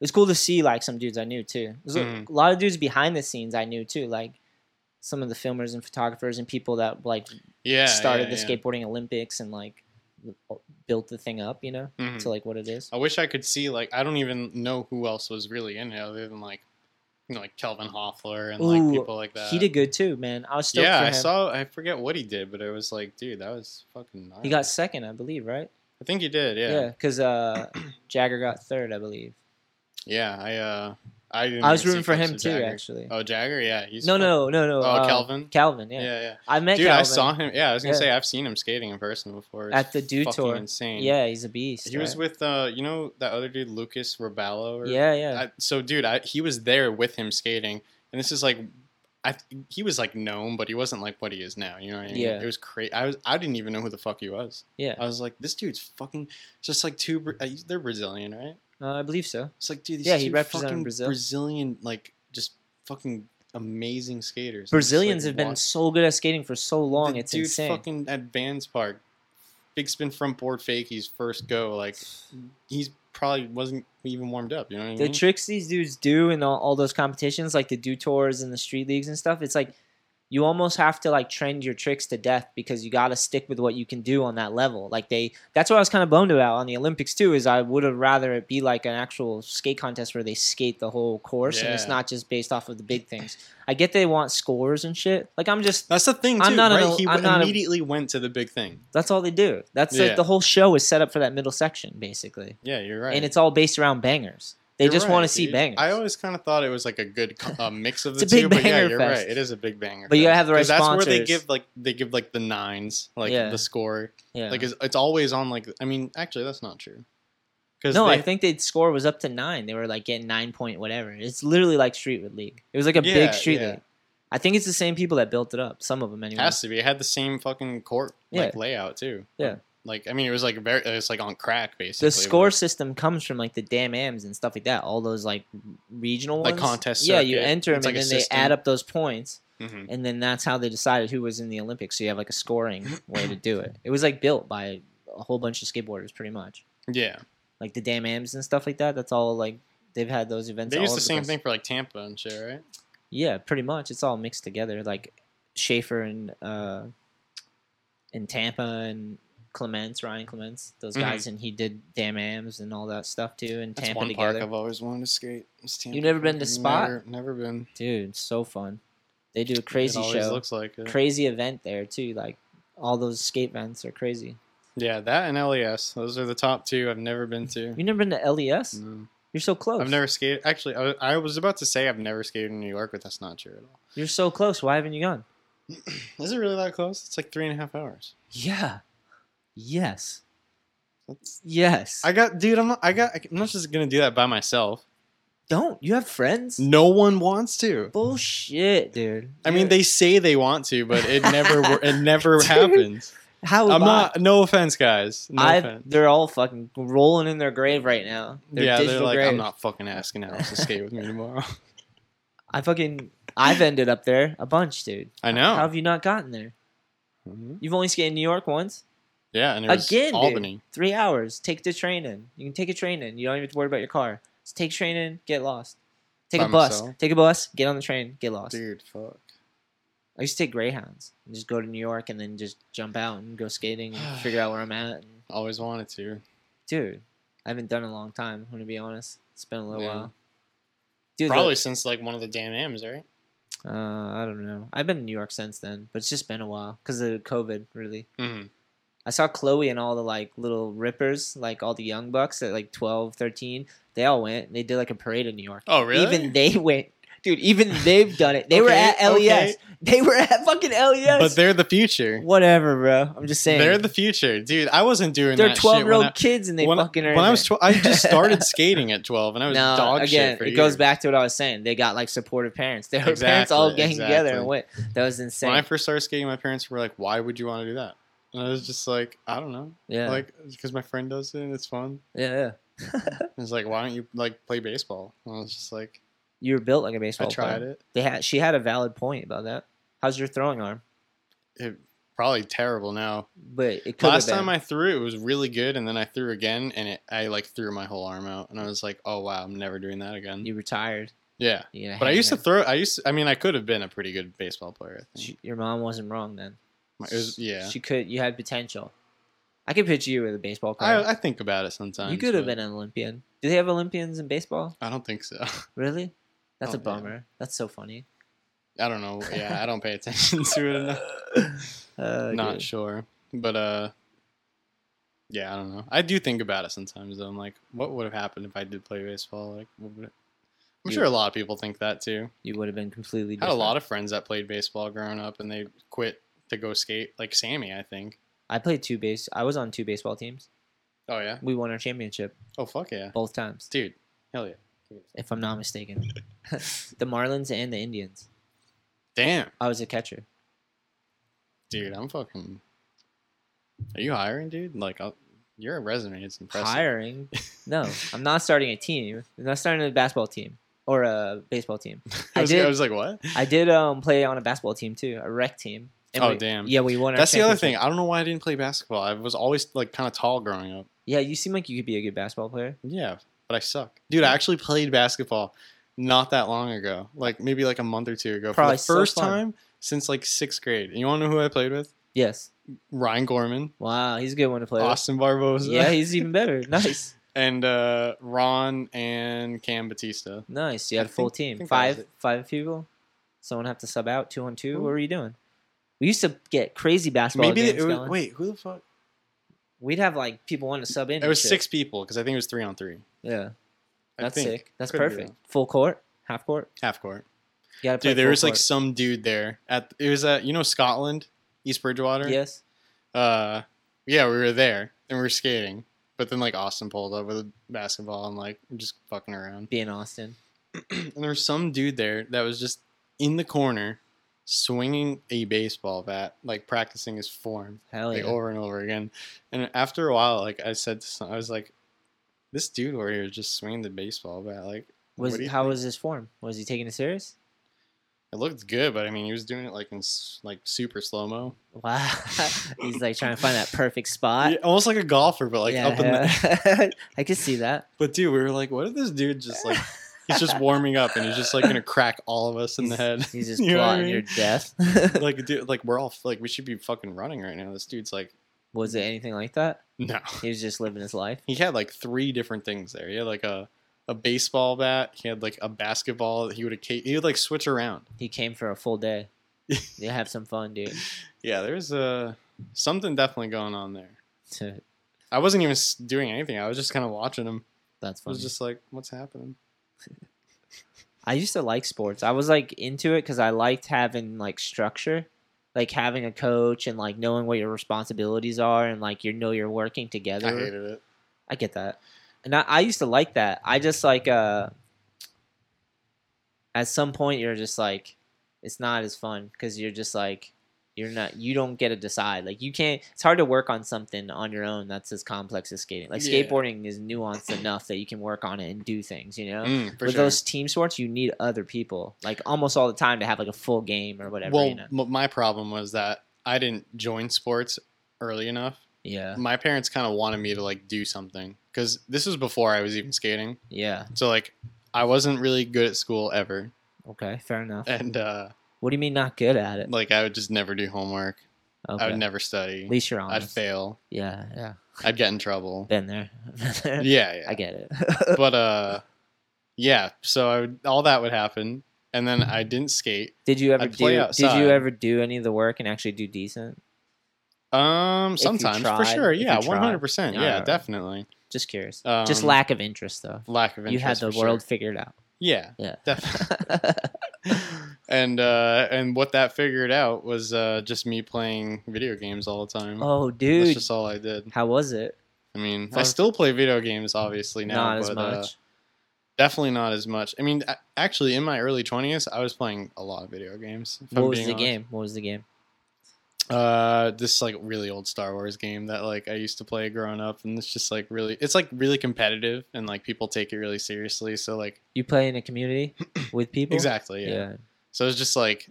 Speaker 1: was cool to see like some dudes I knew too. There's
Speaker 4: Mhm.
Speaker 1: a lot of dudes behind the scenes I knew too, like some of the filmers and photographers and people that like
Speaker 4: yeah,
Speaker 1: started
Speaker 4: yeah,
Speaker 1: the
Speaker 4: yeah.
Speaker 1: skateboarding Olympics and like built the thing up, you know,
Speaker 4: Mhm.
Speaker 1: to like what it is.
Speaker 4: I wish I could see like I don't even know who else was really in it other than like you know, like Kelvin Hoffler and like
Speaker 1: Ooh,
Speaker 4: people like that.
Speaker 1: He did good too, man. I was stoked
Speaker 4: yeah,
Speaker 1: for
Speaker 4: I
Speaker 1: him.
Speaker 4: saw. I forget what he did, but it was like, dude, that was fucking. Gnarly.
Speaker 1: He got second, I believe, right?
Speaker 4: I think he did. Yeah.
Speaker 1: Yeah,
Speaker 4: Yeah.
Speaker 1: because uh, (clears throat) Jagger got third, I believe.
Speaker 4: I uh, I didn't.
Speaker 1: I was
Speaker 4: even see
Speaker 1: rooting for
Speaker 4: clips
Speaker 1: him
Speaker 4: of
Speaker 1: too,
Speaker 4: Jagger.
Speaker 1: actually.
Speaker 4: Oh, Jagger. Yeah. He's
Speaker 1: no,
Speaker 4: fucking-
Speaker 1: no, no, no.
Speaker 4: Oh,
Speaker 1: uh,
Speaker 4: Calvin?
Speaker 1: Calvin, yeah.
Speaker 4: Yeah, yeah.
Speaker 1: I met
Speaker 4: Dude,
Speaker 1: Calvin.
Speaker 4: I saw him. Yeah, I was gonna
Speaker 1: Yeah.
Speaker 4: say I've seen him skating in person before. It's
Speaker 1: At the Dude
Speaker 4: fucking
Speaker 1: Tour.
Speaker 4: Insane.
Speaker 1: Yeah, he's a beast.
Speaker 4: He was
Speaker 1: right?
Speaker 4: with uh, you know that other dude Lucas Raballo. Or,
Speaker 1: Yeah, yeah.
Speaker 4: I, so, dude, I, he was there with him skating, and this is like, I he was like known, but he wasn't like what he is now. You know what I mean?
Speaker 1: Yeah.
Speaker 4: It was crazy. I was I didn't even know who the fuck he was.
Speaker 1: yeah.
Speaker 4: I was like, this dude's fucking just like two. Bra- uh, They're Brazilian, right?
Speaker 1: Uh, I believe so.
Speaker 4: It's like, dude, these
Speaker 1: Yeah,
Speaker 4: two
Speaker 1: he represented
Speaker 4: fucking
Speaker 1: Brazil.
Speaker 4: Brazilian, like just fucking amazing skaters. I'm just, like,
Speaker 1: Brazilians have been
Speaker 4: watch-
Speaker 1: so good at skating for so long.
Speaker 4: the
Speaker 1: it's
Speaker 4: dude
Speaker 1: insane.
Speaker 4: fucking at Vans Park, big spin front board fake. He's first go. Like he's probably wasn't even warmed up. You know what I
Speaker 1: the
Speaker 4: mean?
Speaker 1: tricks these dudes do in all, all those competitions, like the do tours and the street leagues and stuff, it's like you almost have to like trend your tricks to death because you got to stick with what you can do on that level. Like they, that's what I was kind of bummed about on the Olympics too. Is I would have rather it be like an actual skate contest where they skate the whole course and it's
Speaker 4: Yeah.
Speaker 1: not just based off of the big things. I get they want scores and shit. Like I'm just
Speaker 4: That's the thing too.
Speaker 1: I'm not an
Speaker 4: right?
Speaker 1: el-
Speaker 4: he
Speaker 1: I'm
Speaker 4: w-
Speaker 1: not a-
Speaker 4: immediately went to the big thing.
Speaker 1: that's all they do. That's
Speaker 4: Yeah.
Speaker 1: like the whole show is set up for that middle section basically,
Speaker 4: Yeah, you're right.
Speaker 1: and it's all based around bangers. They
Speaker 4: You're
Speaker 1: just want to
Speaker 4: right,
Speaker 1: see
Speaker 4: dude.
Speaker 1: bangers.
Speaker 4: I always kind of thought it was like a good co- a mix of the
Speaker 1: It's a big
Speaker 4: two, but yeah,
Speaker 1: banger
Speaker 4: you're
Speaker 1: fest.
Speaker 4: right. It is a big banger.
Speaker 1: But you gotta
Speaker 4: fest.
Speaker 1: have the right
Speaker 4: 'Cause That's where they
Speaker 1: sponsors.
Speaker 4: give like they give like the nines, like
Speaker 1: Yeah.
Speaker 4: the score.
Speaker 1: yeah.
Speaker 4: Like it's, it's always on. Like I mean, actually, that's not true. Because
Speaker 1: No,
Speaker 4: they,
Speaker 1: I think the score was up to nine. They were like getting nine point whatever. It's literally like Street League. It was like a
Speaker 4: Yeah,
Speaker 1: big Street
Speaker 4: yeah.
Speaker 1: League. I think it's the same people that built it up. Some of them anyway.
Speaker 4: Has to be. It had the same fucking court like
Speaker 1: Yeah.
Speaker 4: layout too.
Speaker 1: Yeah.
Speaker 4: Like I mean, it was like very. It's like on crack basically.
Speaker 1: the
Speaker 4: but
Speaker 1: score system comes from like the damn AMs and stuff like that. All those like regional
Speaker 4: Like
Speaker 1: ones.
Speaker 4: contest
Speaker 1: Yeah, you
Speaker 4: circuit.
Speaker 1: enter them
Speaker 4: It's like
Speaker 1: and
Speaker 4: a
Speaker 1: then
Speaker 4: system.
Speaker 1: they add up those points,
Speaker 4: Mhm.
Speaker 1: and then that's how they decided who was in the Olympics. So you have like a scoring way to do it. It was like built by a whole bunch of skateboarders, pretty much.
Speaker 4: Yeah.
Speaker 1: Like the damn AMs and stuff like that. That's all like they've had those events.
Speaker 4: They
Speaker 1: all
Speaker 4: used
Speaker 1: over
Speaker 4: the same
Speaker 1: place.
Speaker 4: thing for like Tampa and shit, right?
Speaker 1: Yeah, pretty much. It's all mixed together. Like Schaefer and uh and Tampa and Clements, Ryan Clements, those
Speaker 7: Mhm.
Speaker 1: guys, and he did Damn Ams and all that stuff too in
Speaker 4: Mm-hmm. That's
Speaker 1: Tampa
Speaker 4: one
Speaker 1: together.
Speaker 4: park I've always wanted to skate. is Tampa
Speaker 1: You've never been
Speaker 4: Park.
Speaker 1: to Spot?
Speaker 4: Never, never been.
Speaker 1: Dude, it's so fun. They do a crazy
Speaker 4: it always
Speaker 1: show,
Speaker 4: Looks like it.
Speaker 1: crazy event there too. Like all those skate events are crazy.
Speaker 4: yeah, that and LES. Those are the top two I've never been to.
Speaker 1: You never been to LES?
Speaker 4: No.
Speaker 1: You're so close.
Speaker 4: Mm. I've never skated. Actually, I, I was about to say I've never skated in New York, but that's not true at all.
Speaker 1: You're so close. Why haven't you gone?
Speaker 4: Is it really that close? It's like three and a half hours.
Speaker 1: Yeah. Yes.
Speaker 4: That's-
Speaker 1: Yes.
Speaker 4: I got, dude. I'm not. I got. I'm not just gonna do that by myself.
Speaker 1: don't. You have friends?
Speaker 4: No one wants to.
Speaker 1: Bullshit, dude.
Speaker 4: I mean, they say they want to, but it never. wor- it (laughs) never
Speaker 1: Dude,
Speaker 4: happens.
Speaker 1: How
Speaker 4: I'm
Speaker 1: am I-
Speaker 4: not. No offense, guys. No
Speaker 1: I've-
Speaker 4: offense.
Speaker 1: they're all fucking rolling in their grave right now. Their
Speaker 4: yeah, they're
Speaker 1: digital
Speaker 4: like,
Speaker 1: grave.
Speaker 4: I'm not fucking asking Alex to skate with me (laughs) tomorrow.
Speaker 1: I fucking I've ended up there a bunch, dude.
Speaker 4: I
Speaker 1: How
Speaker 4: know.
Speaker 1: have you not gotten there?
Speaker 4: Mhm.
Speaker 1: You've only skated New York once,
Speaker 4: Yeah, and it was
Speaker 1: Again, dude.
Speaker 4: Albany.
Speaker 1: three hours. Take the train in. You can take a train in. You don't even have to worry about your car. Just take train in, get lost. Take
Speaker 4: By
Speaker 1: a bus.
Speaker 4: myself?
Speaker 1: Take a bus. Get on the train. Get lost.
Speaker 4: Dude, fuck.
Speaker 1: I used to take Greyhounds and just go to New York and then just jump out and go skating
Speaker 4: (sighs)
Speaker 1: and figure out where I'm at. And,
Speaker 4: Always wanted to.
Speaker 1: dude, I haven't done it in a long time. I'm gonna be honest. It's been a little
Speaker 4: Yeah.
Speaker 1: while. Dude,
Speaker 4: Probably
Speaker 1: the-
Speaker 4: since like one of the damn M's, right?
Speaker 1: uh, I don't know. I've been in New York since then, but it's just been a while because of COVID, really.
Speaker 4: Mm-hmm.
Speaker 1: I saw Chloe and all the like little rippers, like all the young bucks at like 12, 13. They all went. They did like a parade in New York.
Speaker 4: Oh, really?
Speaker 1: Even they went. Dude, even they've done it. They were
Speaker 4: Okay,
Speaker 1: at LES.
Speaker 4: okay.
Speaker 1: They were at fucking LES.
Speaker 4: But they're the future.
Speaker 1: Whatever, bro. I'm just saying.
Speaker 4: They're the future, dude. I wasn't doing
Speaker 1: They're
Speaker 4: that shit
Speaker 1: 12 year
Speaker 4: when I-
Speaker 1: old kids and they
Speaker 4: when I-
Speaker 1: fucking
Speaker 4: when I was 12,
Speaker 1: (laughs)
Speaker 4: I just started skating at 12 and I was
Speaker 1: no,
Speaker 4: dog
Speaker 1: again,
Speaker 4: shit for
Speaker 1: it goes
Speaker 4: years.
Speaker 1: back to what I was saying. They got like supportive parents. Their (laughs) parents all
Speaker 4: Exactly,
Speaker 1: gang together and
Speaker 4: exactly.
Speaker 1: went. That was insane.
Speaker 4: When I first started skating, my parents were like, "Why would you want to do that?" And I was just like, "I don't know."
Speaker 1: yeah.
Speaker 4: Like because my friend does it and it's fun.
Speaker 1: yeah, yeah.
Speaker 4: And it's like, "Why don't you like play baseball?" And I was just like,
Speaker 1: You were built like a
Speaker 4: "I
Speaker 1: baseball
Speaker 4: tried
Speaker 1: player.
Speaker 4: it.
Speaker 1: They had she had a valid point about that. How's your throwing arm?
Speaker 4: It probably terrible now.
Speaker 1: But it could
Speaker 4: Last time I threw it was really good and then I threw again and it, I like threw my whole arm out and I was like, "Oh wow, I'm never doing that again."
Speaker 1: you retired.
Speaker 4: yeah.
Speaker 1: You got a
Speaker 4: But I used to
Speaker 1: hanger.
Speaker 4: throw. I used. I mean, I could have been a pretty good baseball player. I think.
Speaker 1: She- your mom wasn't wrong then.
Speaker 4: It was, yeah.
Speaker 1: She could. You had potential. I could picture you with a baseball card.
Speaker 4: I, I think about it sometimes.
Speaker 1: you could have
Speaker 4: but
Speaker 1: been an Olympian. Do they have Olympians in baseball?
Speaker 4: I don't think so. (laughs)
Speaker 1: Really? That's a
Speaker 4: Oh, yeah.
Speaker 1: bummer. That's so funny.
Speaker 4: I don't know. Yeah, I don't pay attention (laughs) to it enough.
Speaker 1: Uh,
Speaker 4: Not
Speaker 1: dude.
Speaker 4: sure, but uh, yeah, I don't know. I do think about it sometimes. Though. I'm like, what would have happened if I did play baseball? Like, what would it... I'm
Speaker 1: Yeah.
Speaker 4: sure a lot of people think that too.
Speaker 1: You would have been completely.
Speaker 4: I
Speaker 1: Different.
Speaker 4: had a lot of friends that played baseball growing up, and they quit to go skate. Like Sammy, I think.
Speaker 1: I played two base. I was on two baseball teams.
Speaker 4: Oh yeah.
Speaker 1: We won our championship
Speaker 4: Oh fuck yeah,
Speaker 1: both times,
Speaker 4: dude. Hell yeah.
Speaker 1: if I'm not mistaken. (laughs) the Marlins and the Indians.
Speaker 4: Damn.
Speaker 1: I was a catcher.
Speaker 4: Dude, I'm fucking. Are you hiring, dude? Like, I'll... your resume is impressive.
Speaker 1: hiring. No, I'm not starting a team. I'm not starting a basketball team or a baseball team.
Speaker 4: (laughs)
Speaker 1: I
Speaker 4: I, was, I
Speaker 1: did.
Speaker 4: was like, what?
Speaker 1: I did um play on a basketball team too, a rec team.
Speaker 4: Oh,
Speaker 1: we-
Speaker 4: damn.
Speaker 1: Yeah, we won. our
Speaker 4: That's the other thing.
Speaker 1: championship.
Speaker 4: I don't know why I didn't play basketball. I was always like kind of tall growing up.
Speaker 1: Yeah, you seem like you could be a good basketball player.
Speaker 4: Yeah, but I suck, dude. I actually played basketball not that long ago, like maybe like a month or two ago,
Speaker 1: Probably
Speaker 4: for the
Speaker 1: so
Speaker 4: first
Speaker 1: fun.
Speaker 4: time since like sixth grade. And you want to know who I played with?
Speaker 1: Yes.
Speaker 4: Ryan Gorman,
Speaker 1: Wow, he's a good one to play. with.
Speaker 4: Austin (laughs) Barboza,
Speaker 1: Yeah, he's even better. (laughs) Nice,
Speaker 4: and uh, Ron and Cam Batista.
Speaker 1: nice. You
Speaker 4: I
Speaker 1: had a full
Speaker 4: think-
Speaker 1: team.
Speaker 4: think that was
Speaker 1: Five,
Speaker 4: it.
Speaker 1: five people. Someone have to sub out. Two on two.
Speaker 4: Who?
Speaker 1: What were you doing? We used to get crazy basketball
Speaker 4: Maybe
Speaker 1: games
Speaker 4: it was,
Speaker 1: going.
Speaker 4: wait, who the fuck?
Speaker 1: We'd have like people wanting to sub in.
Speaker 4: It
Speaker 1: and
Speaker 4: was
Speaker 1: shit.
Speaker 4: six people because I think it was three on three.
Speaker 1: Yeah,
Speaker 4: I
Speaker 1: that's
Speaker 4: think.
Speaker 1: sick. That's
Speaker 4: Could be
Speaker 1: perfect.
Speaker 4: wrong.
Speaker 1: Full court, half court.
Speaker 4: Half court.
Speaker 1: You gotta play
Speaker 4: Dude, there
Speaker 1: full
Speaker 4: was like
Speaker 1: court.
Speaker 4: some dude there at it was at you know Scotland, East Bridgewater.
Speaker 1: Yes.
Speaker 4: Uh, yeah, we were there and we were skating, but then like Austin pulled up with a basketball and like we're just fucking around. (clears throat)
Speaker 1: Be in Austin.
Speaker 4: and there was some dude there that was just in the corner, swinging a baseball bat, like practicing his form
Speaker 1: Hell Oh, yeah.
Speaker 4: like over and over again. And after a while, like I said, to some, I was like, this dude over here is just swinging the baseball bat. Like
Speaker 1: was
Speaker 4: what do you
Speaker 1: how
Speaker 4: think?
Speaker 1: was his form? Was he taking it serious?
Speaker 4: it looked good, but I mean he was doing it like in s- like super slow mo.
Speaker 1: Wow. (laughs) He's like trying to find that perfect spot.
Speaker 4: Yeah, almost like a golfer, but like
Speaker 1: Yeah,
Speaker 4: up in the.
Speaker 1: yeah. (laughs) I could see that.
Speaker 4: But dude, we were like, what if this dude just like
Speaker 1: (laughs)
Speaker 4: he's just warming up and he's just like gonna crack all of us in the
Speaker 1: He's-
Speaker 4: head? (laughs)
Speaker 1: He's just
Speaker 4: You know what I
Speaker 1: plotting your
Speaker 4: mean?
Speaker 1: death. (laughs)
Speaker 4: like dude, like we're all like we should be fucking running right now. This dude's like
Speaker 1: Was it anything like that?
Speaker 5: No.
Speaker 1: He was just living his life.
Speaker 4: (laughs) He had like three different things there. He had like a, a baseball bat. He had like a basketball. That he would he would like switch around.
Speaker 1: He came for a full
Speaker 4: (laughs)
Speaker 1: day. you have some fun, dude. (laughs)
Speaker 4: Yeah, there's uh, something definitely going on there. I wasn't even s- doing anything. I was just kind of watching him.
Speaker 1: That's
Speaker 4: I
Speaker 1: funny.
Speaker 4: was just like, what's happening?
Speaker 1: I used to like sports. I was like into it because I liked having like structure, like having a coach and like knowing what your responsibilities are and like you know you're working together.
Speaker 4: I hated it.
Speaker 1: I get that. And I, I used to like that. I just like uh at some point you're just like it's not as fun cuz you're just like you're not you don't get to decide. Like you can't it's hard to work on something on your own that's as complex as skating. Like
Speaker 4: Yeah.
Speaker 1: skateboarding is nuanced enough that you can work on it and do things, you know?
Speaker 4: Mm, for
Speaker 1: With
Speaker 4: sure.
Speaker 1: those team sports, you need other people, like almost all the time, to have like a full game or whatever.
Speaker 4: well,
Speaker 1: you know?
Speaker 4: m- my problem was that I didn't join sports early enough.
Speaker 1: yeah,
Speaker 4: My parents kind of wanted me to like do something because this was before I was even skating.
Speaker 1: yeah,
Speaker 4: So like, I wasn't really good at school ever, (laughs)
Speaker 1: okay, fair enough.
Speaker 4: and uh,
Speaker 1: What do you mean not good at it?
Speaker 4: like I would just never do homework.
Speaker 1: Okay.
Speaker 4: I would never study.
Speaker 1: At least you're
Speaker 4: I'd
Speaker 1: honest.
Speaker 4: fail.
Speaker 1: yeah, yeah,
Speaker 4: I'd get in trouble.
Speaker 1: been there. (laughs)
Speaker 4: yeah, yeah.
Speaker 1: I get it. (laughs)
Speaker 4: but uh, yeah. So I would, all that would happen, and then I didn't skate.
Speaker 1: Did you ever
Speaker 4: I'd play
Speaker 1: do? Did
Speaker 4: outside.
Speaker 1: you ever do any of the work and actually do decent?
Speaker 4: Um,
Speaker 1: you
Speaker 4: sometimes for
Speaker 1: tried-
Speaker 4: sure.
Speaker 1: if you
Speaker 4: Yeah,
Speaker 1: tried.
Speaker 4: one hundred percent.
Speaker 1: Yeah,
Speaker 4: Yeah,
Speaker 1: right.
Speaker 4: definitely.
Speaker 1: Just curious. Just
Speaker 4: Um,
Speaker 1: lack of interest, though.
Speaker 4: Lack of
Speaker 1: you
Speaker 4: interest.
Speaker 1: had the
Speaker 4: for sure.
Speaker 1: world figured
Speaker 4: (laughs)
Speaker 1: out. (laughs)
Speaker 4: Yeah,
Speaker 1: Yeah.
Speaker 4: definitely. and uh, and what that figured out was uh, just me playing video games all the time.
Speaker 1: oh,
Speaker 4: That's
Speaker 1: dude,
Speaker 4: just all I did.
Speaker 1: how was it?
Speaker 4: I mean, I
Speaker 1: Fun.
Speaker 4: still play video games, obviously now,
Speaker 1: not
Speaker 4: but
Speaker 1: as
Speaker 4: Uh,
Speaker 1: much.
Speaker 4: definitely not as much. I mean, a- actually, in my early twenties, I was playing a lot of video games. if I'm
Speaker 1: what was the
Speaker 4: being honest.
Speaker 1: game? What was the game?
Speaker 4: Uh, this like really old Star Wars game that like I used to play growing up, and it's just like really, it's like really competitive, and like people take it really seriously. So like,
Speaker 1: You play in a
Speaker 4: (clears throat)
Speaker 1: community with people.
Speaker 4: exactly, yeah.
Speaker 1: Yeah.
Speaker 4: So it's just like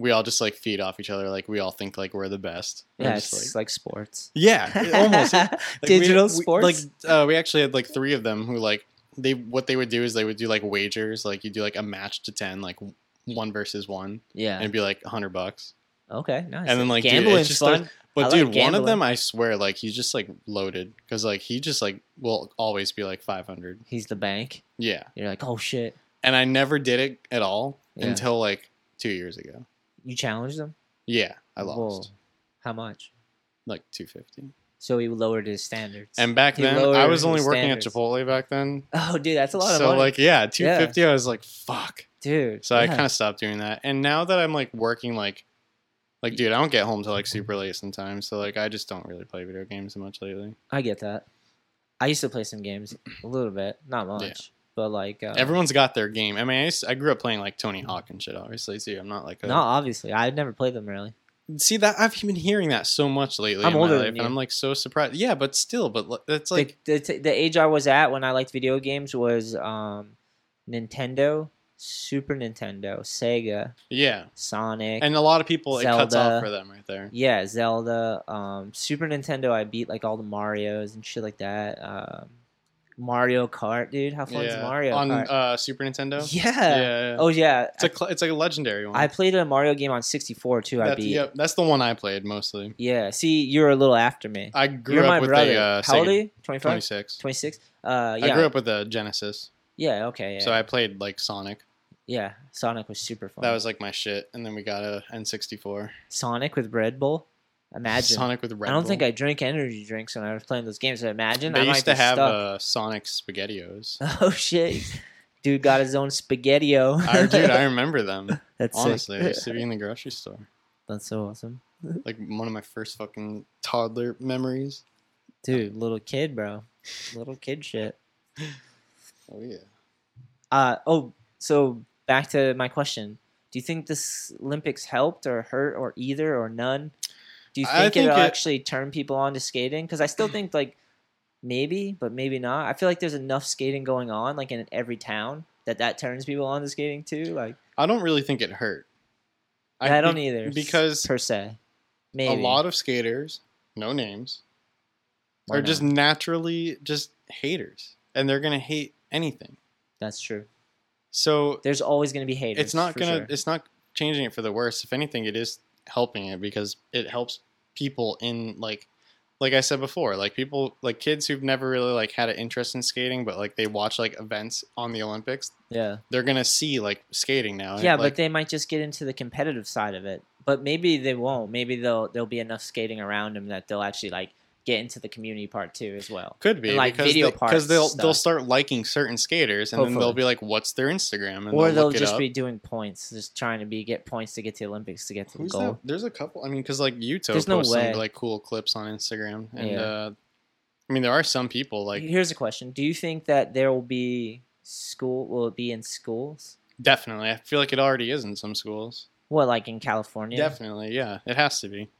Speaker 4: we all just like feed off each other. Like we all think like we're the best.
Speaker 1: Yeah,
Speaker 4: It's
Speaker 1: it's
Speaker 4: just,
Speaker 1: like,
Speaker 4: like,
Speaker 1: sports. (laughs)
Speaker 4: yeah, it- almost (laughs) Like, we-
Speaker 1: Digital
Speaker 4: we-
Speaker 1: sports.
Speaker 4: like uh, we actually had like three of them who like they what they would do is they would do like wagers. Like you do like a match to ten, like w- one versus one,
Speaker 1: yeah.
Speaker 4: and it'd be like a hundred bucks.
Speaker 1: okay. Nice.
Speaker 4: and then, like, dude, it's
Speaker 1: gambling's
Speaker 4: just
Speaker 1: fun.
Speaker 4: But
Speaker 1: I like
Speaker 4: dude, one of
Speaker 1: gambling.
Speaker 4: them I swear like he's just like loaded because like he just like will always be like five hundred.
Speaker 1: He's the bank.
Speaker 4: Yeah,
Speaker 1: You're like, oh shit.
Speaker 4: and I never did it at all
Speaker 1: Yeah.
Speaker 4: until like two years ago.
Speaker 1: You challenged them.
Speaker 4: Yeah, I
Speaker 1: Whoa.
Speaker 4: lost
Speaker 1: How much?
Speaker 4: like two fifty.
Speaker 1: So he lowered his standards.
Speaker 4: And back
Speaker 1: He
Speaker 4: then, I
Speaker 1: lowered
Speaker 4: was only
Speaker 1: his
Speaker 4: working at
Speaker 1: standards.
Speaker 4: Chipotle back then.
Speaker 1: oh, dude, that's a lot of
Speaker 4: so
Speaker 1: money,
Speaker 4: like, yeah, two fifty. I was like, fuck.
Speaker 1: dude.
Speaker 4: So I
Speaker 1: yeah.
Speaker 4: kind of stopped doing that. And now that I'm like working, like, like dude, I don't get home till like super late sometimes. So like, I just don't really play video games much lately.
Speaker 1: I get that. I used to play some games a little bit, not much, but like uh,
Speaker 4: Everyone's got their game. I mean, I, used, I grew up playing like Tony Hawk and shit, obviously too. I'm not like a
Speaker 1: No, obviously, I've never played them really.
Speaker 4: see that I've been hearing that so much lately.
Speaker 1: I'm
Speaker 4: in my
Speaker 1: older than
Speaker 4: life,
Speaker 1: you.
Speaker 4: and I'm like so surprised. Yeah, but still, but li- it's like
Speaker 1: the, the, t- the age I was at when I liked video games was um, Nintendo, Super Nintendo, Sega,
Speaker 4: yeah.
Speaker 1: Sonic,
Speaker 4: And a lot of people, it cuts
Speaker 1: Zelda.
Speaker 4: off for them right there.
Speaker 1: yeah, Zelda, um, Super Nintendo. I beat like all the Mario's and shit like that. Um, Mario Kart, dude, how fun is
Speaker 4: Yeah.
Speaker 1: Mario
Speaker 4: on
Speaker 1: Kart?
Speaker 4: uh, Super Nintendo.
Speaker 1: yeah.
Speaker 4: yeah.
Speaker 1: Oh yeah.
Speaker 4: It's a cl- it's like a legendary one.
Speaker 1: I, I played a Mario game on 64 too. I
Speaker 4: that's,
Speaker 1: beat.
Speaker 4: yep, that's the one I played mostly.
Speaker 1: Yeah. See, you're a little after me.
Speaker 4: I grew
Speaker 1: You're
Speaker 4: up
Speaker 1: my
Speaker 4: with
Speaker 1: brother.
Speaker 4: a uh,
Speaker 1: how old are
Speaker 4: Sega
Speaker 1: you? 25,
Speaker 4: 26.
Speaker 1: 26. Uh, yeah.
Speaker 4: I grew up with a Genesis,
Speaker 1: yeah. Okay. Yeah.
Speaker 4: so I played like Sonic.
Speaker 1: yeah. Sonic was super fun.
Speaker 4: That was like my shit, and then we got a N64.
Speaker 1: Sonic with Red Bull. Imagine.
Speaker 4: Sonic with Red
Speaker 1: I don't think
Speaker 4: Bull.
Speaker 1: I drank energy drinks when I was playing those games. So imagine I
Speaker 4: They
Speaker 1: might
Speaker 4: used to
Speaker 1: be
Speaker 4: have
Speaker 1: stuck.
Speaker 4: uh, Sonic Spaghettios.
Speaker 1: (laughs) Oh shit. Dude got his own spaghettio. (laughs)
Speaker 4: I, dude, I remember them.
Speaker 1: That's sick.
Speaker 4: Honestly, they used to be
Speaker 1: (laughs)
Speaker 4: in the grocery store.
Speaker 1: That's so awesome.
Speaker 4: Like one of my first fucking toddler memories.
Speaker 1: Dude, little kid, bro. Little kid shit.
Speaker 4: Oh yeah.
Speaker 1: Uh oh, so back to my question. Do you think this Olympics helped or hurt or either or none? Do you
Speaker 4: I
Speaker 1: think,
Speaker 4: think
Speaker 1: it'll
Speaker 4: it-
Speaker 1: actually turn people on to skating? Because I still think like maybe, but maybe not. I feel like there's enough skating going on like in every town that that turns people on to skating too. Like
Speaker 4: I don't really think it hurt.
Speaker 1: I, don't
Speaker 4: be-
Speaker 1: either
Speaker 4: because
Speaker 1: per se. Maybe
Speaker 4: a lot of skaters, no names,
Speaker 1: Why
Speaker 4: are just naturally just haters, and they're gonna hate anything.
Speaker 1: that's true.
Speaker 4: So
Speaker 1: There's always going to be haters.
Speaker 4: it's not
Speaker 1: for
Speaker 4: gonna,
Speaker 1: sure.
Speaker 4: it's not changing it for the worse. If anything, it is helping it because it helps people in like like I said before, like people like kids who've never really like had an interest in skating, but like they watch like events on the Olympics,
Speaker 1: Yeah.
Speaker 4: they're gonna see like skating now. and
Speaker 1: Yeah,
Speaker 4: it, like,
Speaker 1: but they might just get into the competitive side of it. But maybe they won't. Maybe they'll there'll be enough skating around them that they'll actually like get into the community part too as well.
Speaker 4: could be
Speaker 1: like,
Speaker 4: because
Speaker 1: video
Speaker 4: they, 'cause they'll
Speaker 1: parts
Speaker 4: they'll
Speaker 1: stuff.
Speaker 4: start liking certain skaters, and then they'll
Speaker 1: Hopefully.
Speaker 4: be like, "What's their Instagram?" And
Speaker 1: or they'll
Speaker 4: look it
Speaker 1: just
Speaker 4: up.
Speaker 1: be doing points, just trying to be get points to get to the Olympics to get to the
Speaker 4: Who's
Speaker 1: goal.
Speaker 4: that? There's a couple. I mean, because like Utah
Speaker 1: There's
Speaker 4: posts
Speaker 1: no way.
Speaker 4: some like cool clips on Instagram, and
Speaker 1: Yeah.
Speaker 4: uh, I mean, there are some people like
Speaker 1: Here's a question: Do you think that there will be school? Will it be in schools?
Speaker 4: definitely. I feel like it already is in some schools.
Speaker 1: What like in California?
Speaker 4: Definitely, yeah, it has to be.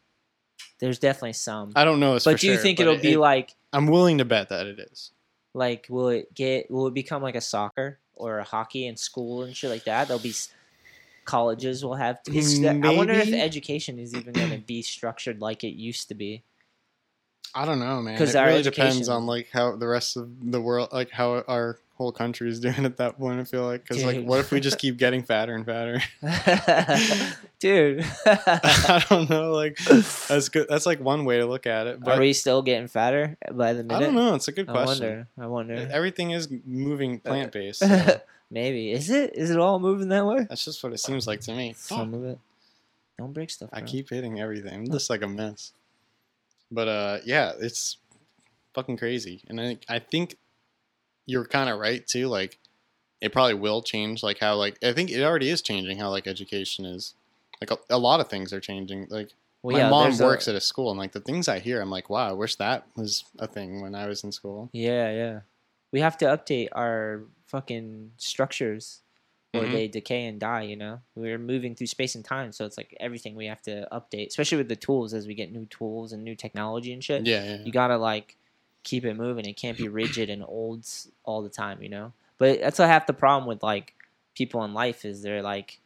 Speaker 1: There's definitely some.
Speaker 4: I don't know. It's
Speaker 1: but do you think it'll be like
Speaker 4: I'm willing to bet that it is.
Speaker 1: like will it get will it become like a soccer or a hockey in school and shit like that there'll be s- colleges will have is that- i wonder if
Speaker 4: Maybe.
Speaker 1: education is even going to
Speaker 4: (coughs)
Speaker 1: be structured like it used to
Speaker 4: (laughs)
Speaker 1: be (laughs)
Speaker 4: I don't know, man.
Speaker 1: 'Cause
Speaker 4: It
Speaker 1: our
Speaker 4: really depends
Speaker 1: education-
Speaker 4: on like how the rest of the world, like how our whole country is doing at that point. I feel like because like
Speaker 1: Dude.
Speaker 4: what if
Speaker 1: (laughs)
Speaker 4: we just keep getting fatter and fatter? (laughs)
Speaker 1: dude
Speaker 4: I don't know. Like that's good. That's like one way to look at it.
Speaker 1: are
Speaker 4: But
Speaker 1: we still getting fatter by the minute
Speaker 4: I don't know. It's a good
Speaker 1: I
Speaker 4: question.
Speaker 1: wonder Uh, i (laughs) wonder
Speaker 4: Everything is moving
Speaker 1: (laughs)
Speaker 4: plant based. So
Speaker 1: maybe is it is it all moving that way
Speaker 4: that's just what it seems like to me.
Speaker 1: some of it don't break stuff
Speaker 4: I
Speaker 1: bro.
Speaker 4: keep hitting everything. I'm just like a mess. But uh, yeah, it's fucking crazy, and I think I think you're kind of right too. Like, it probably will change. Like how like I think it already is changing how like education is. Like a, a lot of things are changing. Like
Speaker 1: Well,
Speaker 4: my
Speaker 1: yeah,
Speaker 4: mom
Speaker 1: there's a-
Speaker 4: works at a school, and like the things I hear, I'm like, wow, I wish that was a thing when I was in school.
Speaker 1: Yeah, yeah. We have to update our fucking structures or
Speaker 4: Mhm.
Speaker 1: they decay and die, you know? We're moving through space and time, so it's like everything we have to update, especially with the tools as we get new tools and new technology and shit.
Speaker 4: Yeah, yeah.
Speaker 1: You gotta like keep it moving. It can't be rigid and old s- all the time, you know? But that's half the problem with like people in life is they're like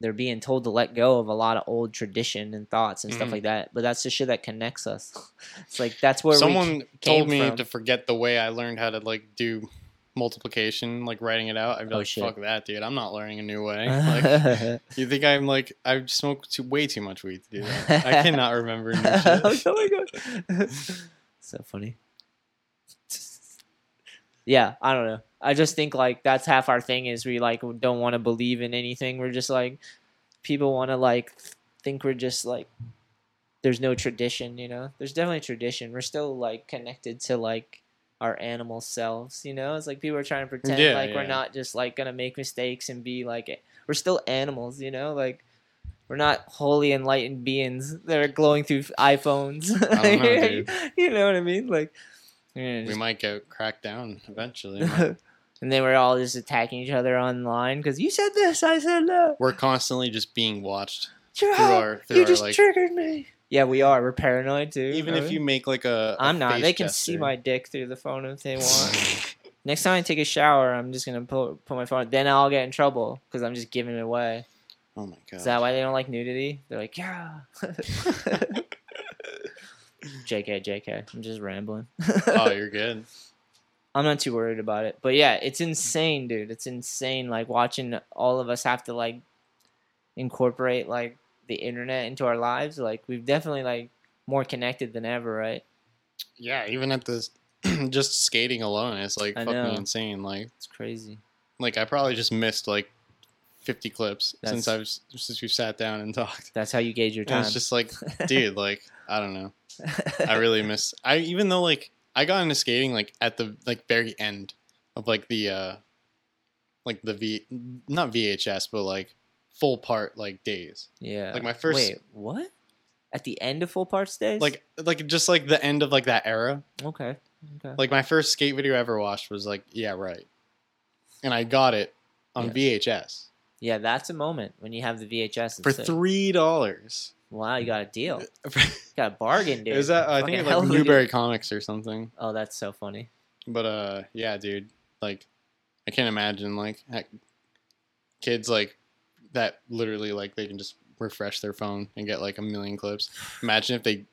Speaker 1: they're being told to let go of a lot of old tradition and thoughts and stuff
Speaker 4: Mhm.
Speaker 1: like that. But that's the shit that connects us. (laughs) it's like that's where we
Speaker 4: Someone
Speaker 1: came
Speaker 4: told me
Speaker 1: from.
Speaker 4: to forget the way I learned how to like do multiplication, like writing it out. I'd be
Speaker 1: Oh,
Speaker 4: like,
Speaker 1: shit.
Speaker 4: fuck that, dude. I'm not learning a
Speaker 1: (laughs)
Speaker 4: new way. (laughs) Like, You think I'm like I smoke too, way too much weed to do
Speaker 1: (laughs)
Speaker 4: that? I cannot remember new shit.
Speaker 1: oh my god, (laughs) so funny. Yeah, I don't know. I just think like that's half our thing is we like don't want to believe in anything. We're just like people want to like think we're just like there's no tradition, you know. There's definitely tradition. We're still like connected to like our animal selves, you know. It's like people are trying to pretend
Speaker 4: Yeah,
Speaker 1: like we're
Speaker 4: yeah.
Speaker 1: not just like gonna make mistakes and be like we're still animals, you know. Like we're not wholly enlightened beings that are glowing through iPhones. (laughs)
Speaker 4: don't know, dude.
Speaker 1: you know what I mean? Like, yeah,
Speaker 4: We
Speaker 1: just-
Speaker 4: might get cracked down eventually. man.
Speaker 1: (laughs) and then we're all just attacking each other online because you said this, I said that.
Speaker 4: We're constantly just
Speaker 1: (laughs)
Speaker 4: being watched.
Speaker 1: Through
Speaker 4: our- through
Speaker 1: you
Speaker 4: our,
Speaker 1: just
Speaker 4: like-
Speaker 1: triggered me. Yeah, we are. We're paranoid too.
Speaker 4: Even
Speaker 1: are
Speaker 4: if you
Speaker 1: we?
Speaker 4: make like a, i
Speaker 1: I'm not. They can see
Speaker 4: (laughs)
Speaker 1: my dick through the phone if they want. Next time I take a shower, I'm just gonna put put my phone. Then I'll get in trouble because I'm just giving it away.
Speaker 4: Oh my god.
Speaker 1: Is that why they don't like nudity? They're like, yeah. (laughs) JK, JK. I'm just rambling. (laughs)
Speaker 4: oh, you're good.
Speaker 1: I'm not too worried about it. But yeah, it's insane, dude. It's insane. Like watching all of us have to like incorporate like the internet into our lives. Like we've definitely like more connected than ever, right?
Speaker 4: Yeah, even at this, (clears throat) just skating alone, it's like
Speaker 1: I
Speaker 4: fucking
Speaker 1: know.
Speaker 4: insane. Like,
Speaker 1: It's crazy.
Speaker 4: like I probably just missed like 50 clips since I've
Speaker 1: That's-
Speaker 4: since we've sat down and (laughs) talked.
Speaker 1: That's how you gauge your
Speaker 4: And
Speaker 1: time.
Speaker 4: it's just
Speaker 1: (laughs)
Speaker 4: like, dude, like I don't know. I really miss. I even though like I got into skating like at the like very end of like the uh like the V not VHS but like full part like days.
Speaker 1: yeah.
Speaker 4: Like my first
Speaker 1: Wait, what? At the end of full parts days?
Speaker 4: like like just like the end of like that era.
Speaker 1: okay. Okay.
Speaker 4: Like my first skate video I ever watched was like yeah right, and I got it on
Speaker 1: Yeah.
Speaker 4: VHS
Speaker 1: yeah, that's a moment when you have the VHS.
Speaker 4: for
Speaker 1: It's like,
Speaker 4: three dollars.
Speaker 1: Wow, you got a deal. Got a bargain, dude.
Speaker 4: It was at I
Speaker 1: Fucking
Speaker 4: think at,
Speaker 1: hell,
Speaker 4: like
Speaker 1: dude.
Speaker 4: Newberry Comics or something.
Speaker 1: Oh, that's so funny.
Speaker 4: But uh, yeah, dude, like, I can't imagine like heck, kids like that literally like they can just refresh their phone and get like a million clips. Imagine if they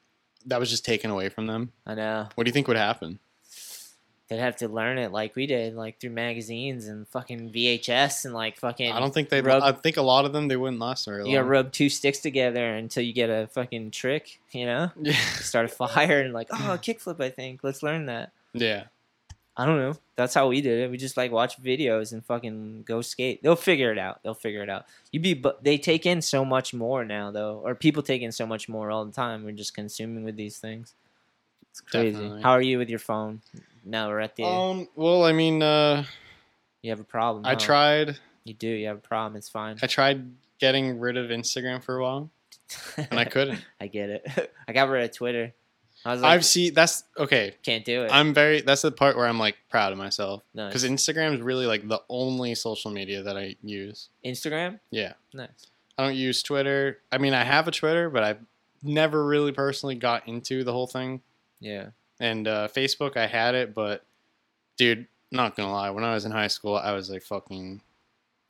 Speaker 4: that was just taken away from them.
Speaker 1: I know.
Speaker 4: What do you think would happen?
Speaker 1: they'd have to learn it like we did, like through magazines and fucking VHS and like fucking.
Speaker 4: I don't think they.
Speaker 1: rub-
Speaker 4: I think a lot of them they wouldn't last very long.
Speaker 1: you gotta rub two sticks together until you get a fucking trick, you know?
Speaker 4: (laughs) yeah.
Speaker 1: Start a (laughs) fire and like, oh, kickflip, I think. Let's learn that.
Speaker 4: yeah.
Speaker 1: I don't know. That's how we did it. We just like watch videos and fucking go skate. They'll figure it out. They'll figure it out. You be, but they take in so much more now though, or people take in so much more all the time. We're just consuming with these things. It's crazy.
Speaker 4: Definitely.
Speaker 1: How are you with your phone? Now we're at the.
Speaker 4: Um. Well, I mean, uh,
Speaker 1: you have a problem.
Speaker 4: I
Speaker 1: huh?
Speaker 4: tried.
Speaker 1: You do. You have a problem. It's fine.
Speaker 4: I tried getting rid of Instagram for a while,
Speaker 1: (laughs)
Speaker 4: and I couldn't.
Speaker 1: I get it. (laughs) I got rid of Twitter. I was like,
Speaker 4: I've seen. That's okay.
Speaker 1: can't do it.
Speaker 4: I'm very. That's the part where I'm like proud of myself
Speaker 1: Nice.
Speaker 4: because Instagram is really like the only social media that I use.
Speaker 1: Instagram.
Speaker 4: Yeah.
Speaker 1: Nice.
Speaker 4: I don't use Twitter. I mean, I have a Twitter, but I've never really personally got into the whole thing.
Speaker 1: Yeah.
Speaker 4: And uh, Facebook, I had it, but dude, not gonna lie, when I was in high school, I was like fucking,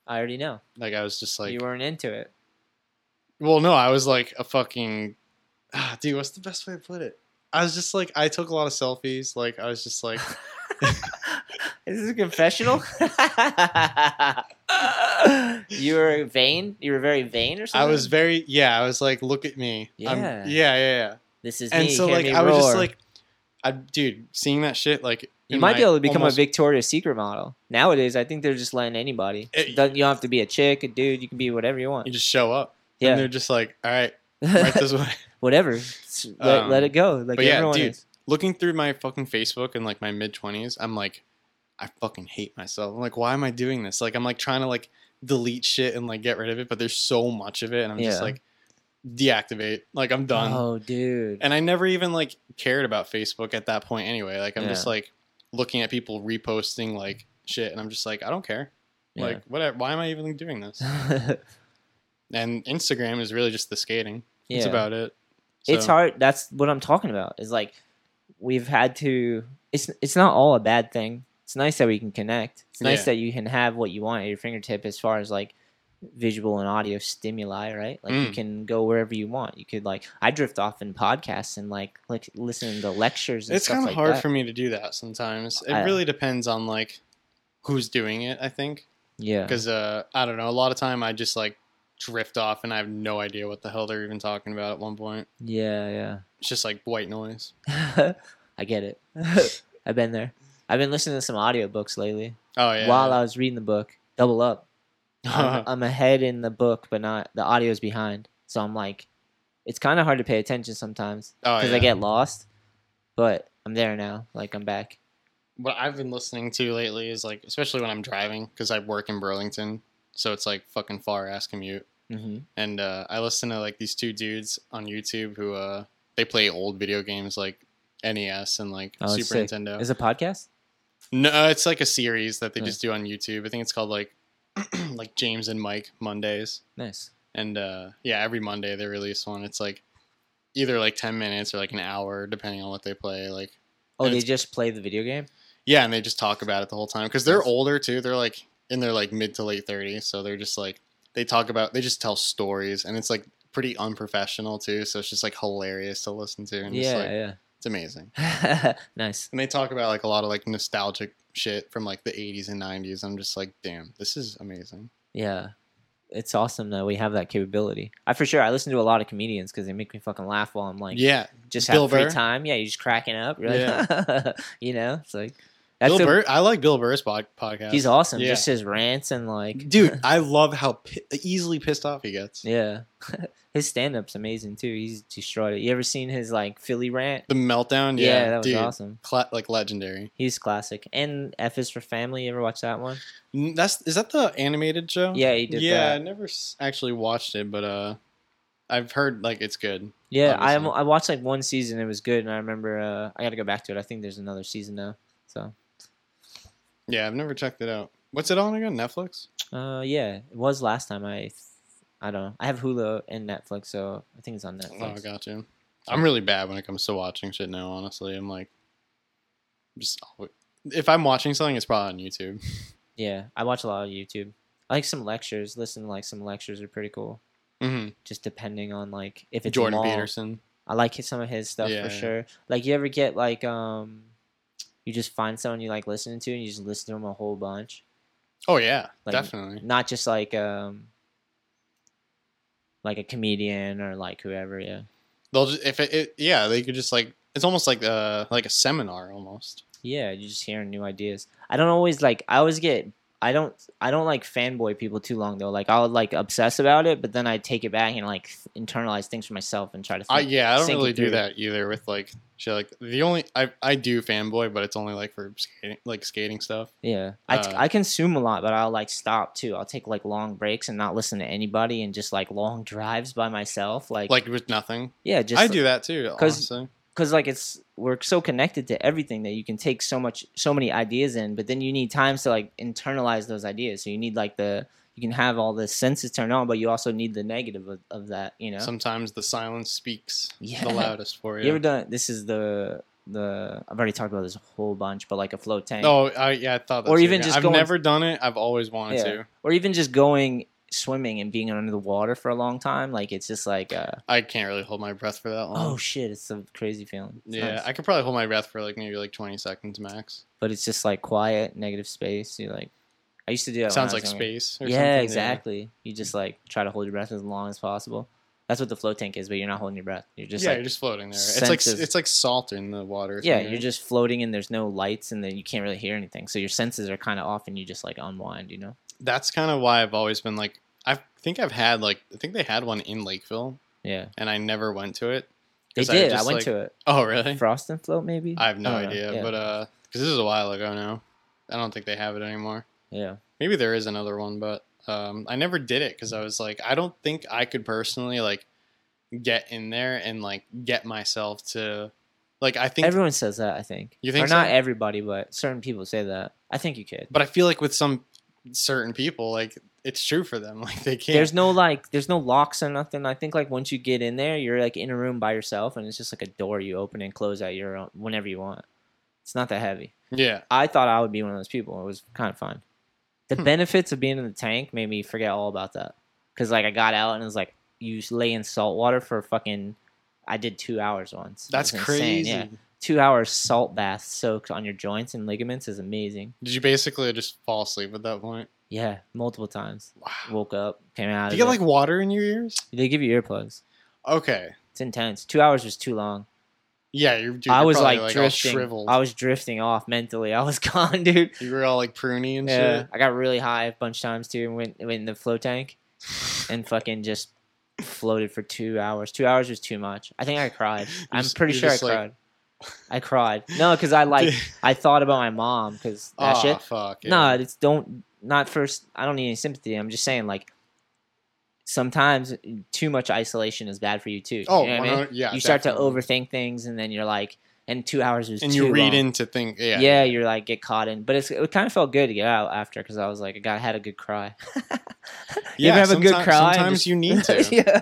Speaker 1: I already know.
Speaker 4: like I was just like,
Speaker 1: you weren't into it.
Speaker 4: well, no, I was like a fucking, ah, dude, what's the best way to put it? I was just like, I took a lot of selfies. Like I
Speaker 1: (laughs)
Speaker 4: was just like,
Speaker 1: Is this a confessional? (laughs) you were vain. You were very vain, or
Speaker 4: I
Speaker 1: something.
Speaker 4: was very, yeah, I was like, look at me.
Speaker 1: Yeah.
Speaker 4: I'm- yeah, yeah, yeah.
Speaker 1: This is
Speaker 4: And
Speaker 1: me.
Speaker 4: so
Speaker 1: hear
Speaker 4: like,
Speaker 1: me
Speaker 4: I was just
Speaker 1: roar.
Speaker 4: like, I, dude, seeing that shit, like,
Speaker 1: you
Speaker 4: in
Speaker 1: might
Speaker 4: my
Speaker 1: be able to become
Speaker 4: almost-
Speaker 1: a Victoria's Secret model nowadays. I think they're just letting anybody. (laughs)
Speaker 4: It-
Speaker 1: Doesn't- you don't have to be a chick, a dude. You can be whatever you want.
Speaker 4: You just show up. And
Speaker 1: yeah,
Speaker 4: they're just like, all right,
Speaker 1: (laughs)
Speaker 4: right this way.
Speaker 1: whatever. S- Let,
Speaker 4: Um,
Speaker 1: let it go. Like
Speaker 4: but yeah,
Speaker 1: everyone
Speaker 4: dude.
Speaker 1: is.
Speaker 4: looking through my fucking Facebook in like my mid twenties, I'm like, I fucking hate myself. I'm like, why am I doing this? Like, I'm like trying to like delete shit and like get rid of it, but there's so much of it, and I'm
Speaker 1: Yeah.
Speaker 4: just like, deactivate. Like, I'm done.
Speaker 1: Oh, dude.
Speaker 4: And I never even like cared about Facebook at that point anyway. Like, I'm just
Speaker 1: Yeah.
Speaker 4: like looking at people reposting like shit, and I'm just like, I don't care.
Speaker 1: Yeah.
Speaker 4: Like, whatever. Why am I even doing this? And Instagram is really just the skating.
Speaker 1: (laughs) yeah.
Speaker 4: It's about it.
Speaker 1: it's
Speaker 4: So-
Speaker 1: hard that's what i'm talking about is like we've had to it's it's not all a bad thing it's nice that we can connect it's nice
Speaker 4: Yeah.
Speaker 1: that you can have what you want at your fingertip as far as like visual and audio stimuli right like you
Speaker 4: Mm.
Speaker 1: can go wherever you want you could like i drift off in podcasts and like like listening to lectures and
Speaker 4: it's
Speaker 1: kind of
Speaker 4: hard for me to do that sometimes it
Speaker 1: I- uh,
Speaker 4: really depends on like who's doing it i think
Speaker 1: yeah
Speaker 4: because uh i don't know a lot of time i just like drift off and i have no idea what the hell they're even talking about at one point
Speaker 1: yeah yeah
Speaker 4: it's just like white noise
Speaker 1: (laughs) i get it i've been there i've been listening to some audiobooks lately
Speaker 4: oh yeah Oh,
Speaker 1: while
Speaker 4: (laughs)
Speaker 1: uh, i was reading the book double up I'm, I'm ahead in the book, but not the audio's behind. So I'm like, it's kind of hard to pay attention sometimes
Speaker 4: oh,
Speaker 1: because
Speaker 4: yeah.
Speaker 1: I get lost. But I'm there now. Like I'm back.
Speaker 4: what i've been listening to lately is like especially when i'm driving because i work in burlington so it's like fucking far ass commute
Speaker 1: Mm-hmm.
Speaker 4: and uh, I listen to like these two dudes on YouTube who uh, they play old video games like NES and like
Speaker 1: Oh,
Speaker 4: Super
Speaker 1: it's sick.
Speaker 4: Nintendo.
Speaker 1: Is it a podcast?
Speaker 4: No, uh, it's like a series that they
Speaker 1: Yeah.
Speaker 4: just do on YouTube. I think it's called like (clears throat) like James and Mike Mondays.
Speaker 1: Nice.
Speaker 4: And uh yeah, every Monday they release one. It's like either like 10 minutes or like an hour depending on what they play like
Speaker 1: Oh,
Speaker 4: And
Speaker 1: they
Speaker 4: it's-
Speaker 1: just play the video game.
Speaker 4: yeah, and they just talk about it the whole time cuz they're
Speaker 1: Nice.
Speaker 4: older too. They're like in their like mid to late 30s, so they're just like they talk about they just tell stories and it's like pretty unprofessional too, so it's just like hilarious to listen to and it's like
Speaker 1: Yeah,
Speaker 4: it's amazing.
Speaker 1: yeah. (laughs) nice.
Speaker 4: And they talk about like a lot of like nostalgic shit from like the 80s and 90s. I'm just like, damn, this is amazing.
Speaker 1: Yeah, it's awesome that we have that capability. I for sure. I listen to a lot of comedians because they make me fucking laugh while I'm like,
Speaker 4: yeah,
Speaker 1: just
Speaker 4: Bill
Speaker 1: have free
Speaker 4: Burr.
Speaker 1: time. Yeah, you're just cracking up. You're like, (laughs) you know, it's like that's
Speaker 4: Bill
Speaker 1: the-
Speaker 4: Burr. I like Bill Burr's pod- podcast.
Speaker 1: He's awesome.
Speaker 4: Yeah.
Speaker 1: Just his rants and like, (laughs)
Speaker 4: dude. I love how pi- easily pissed off he gets.
Speaker 1: Yeah. (laughs) his stand up's amazing too. He's destroyed it. You ever seen his like Philly rant?
Speaker 4: The meltdown.
Speaker 1: Yeah,
Speaker 4: Yeah,
Speaker 1: that was
Speaker 4: dude.
Speaker 1: awesome.
Speaker 4: Cla- like legendary.
Speaker 1: He's classic. And F is for Family. You ever watch that one?
Speaker 4: N- That's is that the animated show?
Speaker 1: Yeah, he did
Speaker 4: yeah, I
Speaker 1: that.
Speaker 4: never s- actually watched it, but uh, I've heard like it's good.
Speaker 1: Yeah, I,
Speaker 4: obviously.
Speaker 1: I watched like one season. It was good. And I remember uh, I got to go back to it. I think there's another season now. So,
Speaker 4: Yeah, I've never checked it out. What's it on again? Netflix.
Speaker 1: uh, yeah, it was last time. I I don't know. I have Hulu and Netflix, so I think it's on
Speaker 4: Oh,
Speaker 1: Netflix.
Speaker 4: gotcha. I'm really bad when it comes to watching shit now. Honestly, I'm like, just alwa- if I'm watching something, it's probably on YouTube.
Speaker 1: Yeah, I watch a lot of YouTube. I like some lectures. Listen, to, like some lectures are pretty cool.
Speaker 4: hmm
Speaker 1: Just depending on like if it's
Speaker 4: Jordan
Speaker 1: long.
Speaker 4: Peterson.
Speaker 1: I like his, some of his stuff
Speaker 4: Yeah,
Speaker 1: for
Speaker 4: yeah.
Speaker 1: sure. Like you ever get like um You just find someone you like listening to, and you just listen to them a whole bunch.
Speaker 4: Oh yeah,
Speaker 1: Like,
Speaker 4: definitely.
Speaker 1: Not just like um, like a comedian or like whoever. Yeah.
Speaker 4: They'll just if it, it yeah they could just like it's almost like uh like a seminar almost.
Speaker 1: Yeah, you're just hearing new ideas. I don't always like. I always get. I don't. I don't like fanboy people too long though. Like I'll like obsess about it, but then I take it back and like th- internalize things for myself and try to.
Speaker 4: I
Speaker 1: think-
Speaker 4: yeah I don't
Speaker 1: sink it
Speaker 4: really do
Speaker 1: through.
Speaker 4: that either with like shit like the only I I do fanboy but it's only like for skating like skating stuff.
Speaker 1: Yeah, I, t-
Speaker 4: Uh,
Speaker 1: I consume a lot, but I'll like stop too. I'll take like long breaks and not listen to anybody and just like long (laughs) drives by myself. Like,
Speaker 4: Like with nothing.
Speaker 1: yeah, just
Speaker 4: I do that too.
Speaker 1: 'cause-
Speaker 4: Honestly.
Speaker 1: because like it's we're so connected to everything that you can take so much so many ideas in but then you need times to like internalize those ideas so you need like the you can have all the senses turned on but you also need the negative of, of that you know
Speaker 4: Sometimes the silence speaks
Speaker 1: Yeah.
Speaker 4: the loudest for
Speaker 1: you
Speaker 4: you.
Speaker 1: ever done this is the the i've already talked about this a whole bunch but like a float tank
Speaker 4: oh I, yeah, I thought. That
Speaker 1: Or
Speaker 4: too,
Speaker 1: even
Speaker 4: yeah.
Speaker 1: just
Speaker 4: I've
Speaker 1: going-
Speaker 4: never done it. I've always wanted
Speaker 1: Yeah.
Speaker 4: to.
Speaker 1: or even just going swimming and being under the water for a long time like it's just like uh,
Speaker 4: I can't really hold my breath for that long.
Speaker 1: oh shit it's a crazy feeling It's
Speaker 4: Um, yeah,
Speaker 1: nuts.
Speaker 4: I could probably hold my breath for like maybe like twenty seconds max.
Speaker 1: but it's just like quiet negative space you like i used to do that when I
Speaker 4: Sounds
Speaker 1: was
Speaker 4: like
Speaker 1: younger.
Speaker 4: space. Or something,
Speaker 1: yeah, exactly. You just like try to hold your breath as long as possible. That's what the float tank is, but you're not holding your breath. You're just
Speaker 4: yeah,
Speaker 1: like
Speaker 4: you're just floating there. It's like
Speaker 1: senses-
Speaker 4: it's like salt in the water. or
Speaker 1: yeah,
Speaker 4: something,
Speaker 1: you're
Speaker 4: right?
Speaker 1: just floating and there's no lights and then you can't really hear anything. So your senses are kind of off and you just like unwind, you know?
Speaker 4: That's kind of why I've always been like. I think I've had like I think they had one in Lakeville,
Speaker 1: Yeah.
Speaker 4: and I never went to it.
Speaker 1: They
Speaker 4: 'Cause
Speaker 1: did. I
Speaker 4: just,
Speaker 1: went
Speaker 4: like-
Speaker 1: to it.
Speaker 4: Oh really?
Speaker 1: Frost and float maybe?
Speaker 4: I have no
Speaker 1: don't know.
Speaker 4: idea,
Speaker 1: Yeah.
Speaker 4: but uh, because this is a while ago now, I don't think they have it anymore.
Speaker 1: yeah.
Speaker 4: Maybe there is another one, but um, I never did it because I was like, I don't think I could personally like get in there and like get myself to like I think
Speaker 1: Everyone says that, I think.
Speaker 4: You think
Speaker 1: or not
Speaker 4: so?
Speaker 1: everybody, but certain people say that. I think you could.
Speaker 4: but I feel like with some certain people, like it's true for them. (laughs) Like they can't.
Speaker 1: There's no like there's no locks or nothing. I think like once you get in there, you're like in a room by yourself and it's just like a door you open and close at your own whenever you want. It's not that heavy.
Speaker 4: yeah,
Speaker 1: I thought I would be one of those people. It was kind of fun. The
Speaker 4: Hmm.
Speaker 1: benefits of being in the tank made me forget all about that. Cause like I got out and it was like you s- lay in salt water for fucking. I did two hours once. It
Speaker 4: that's
Speaker 1: was
Speaker 4: crazy.
Speaker 1: Two hours salt bath soaked on your joints and ligaments is amazing.
Speaker 4: Did you basically just fall asleep at that point?
Speaker 1: Yeah, multiple times.
Speaker 4: Wow.
Speaker 1: Woke up, came out.
Speaker 4: Do
Speaker 1: of
Speaker 4: you get
Speaker 1: it.
Speaker 4: like water in your ears?
Speaker 1: they give you earplugs.
Speaker 4: Okay.
Speaker 1: It's intense. Two hours was too long.
Speaker 4: Yeah, you're. Dude,
Speaker 1: I
Speaker 4: you're
Speaker 1: was
Speaker 4: probably,
Speaker 1: like,
Speaker 4: all
Speaker 1: drifting.
Speaker 4: shriveled.
Speaker 1: I was drifting off mentally. (laughs) I was gone, dude.
Speaker 4: you were all like pruny and
Speaker 1: Yeah,
Speaker 4: shit.
Speaker 1: I got really high a bunch of times too, and went, went in the float tank,
Speaker 4: (sighs)
Speaker 1: and fucking just floated for two hours. Two hours was too much. I think I cried.
Speaker 4: (laughs) You're
Speaker 1: I'm
Speaker 4: just-
Speaker 1: pretty
Speaker 4: you're
Speaker 1: sure I
Speaker 4: just like-
Speaker 1: cried. I cried. No, because I
Speaker 4: (laughs)
Speaker 1: like I thought about my mom because that
Speaker 4: Aw,
Speaker 1: shit.
Speaker 4: Ah, fuck. yeah.
Speaker 1: No, it's don't not first. I don't need any sympathy. I'm just saying like sometimes too much isolation is bad for you too.
Speaker 4: Oh,
Speaker 1: you know what I
Speaker 4: 100
Speaker 1: mean?
Speaker 4: yeah.
Speaker 1: you start
Speaker 4: definitely.
Speaker 1: to overthink things, and then you're like, and two hours was
Speaker 4: and
Speaker 1: too
Speaker 4: you read
Speaker 1: long
Speaker 4: into things. Yeah.
Speaker 1: yeah, you're like get caught in. But it's, it kind of felt good to get out after because I was like, I got had a good cry. you ever
Speaker 4: Yeah,
Speaker 1: have a good
Speaker 4: sometime-
Speaker 1: cry? and
Speaker 4: Sometimes
Speaker 1: just- (laughs)
Speaker 4: you need to.
Speaker 1: yeah,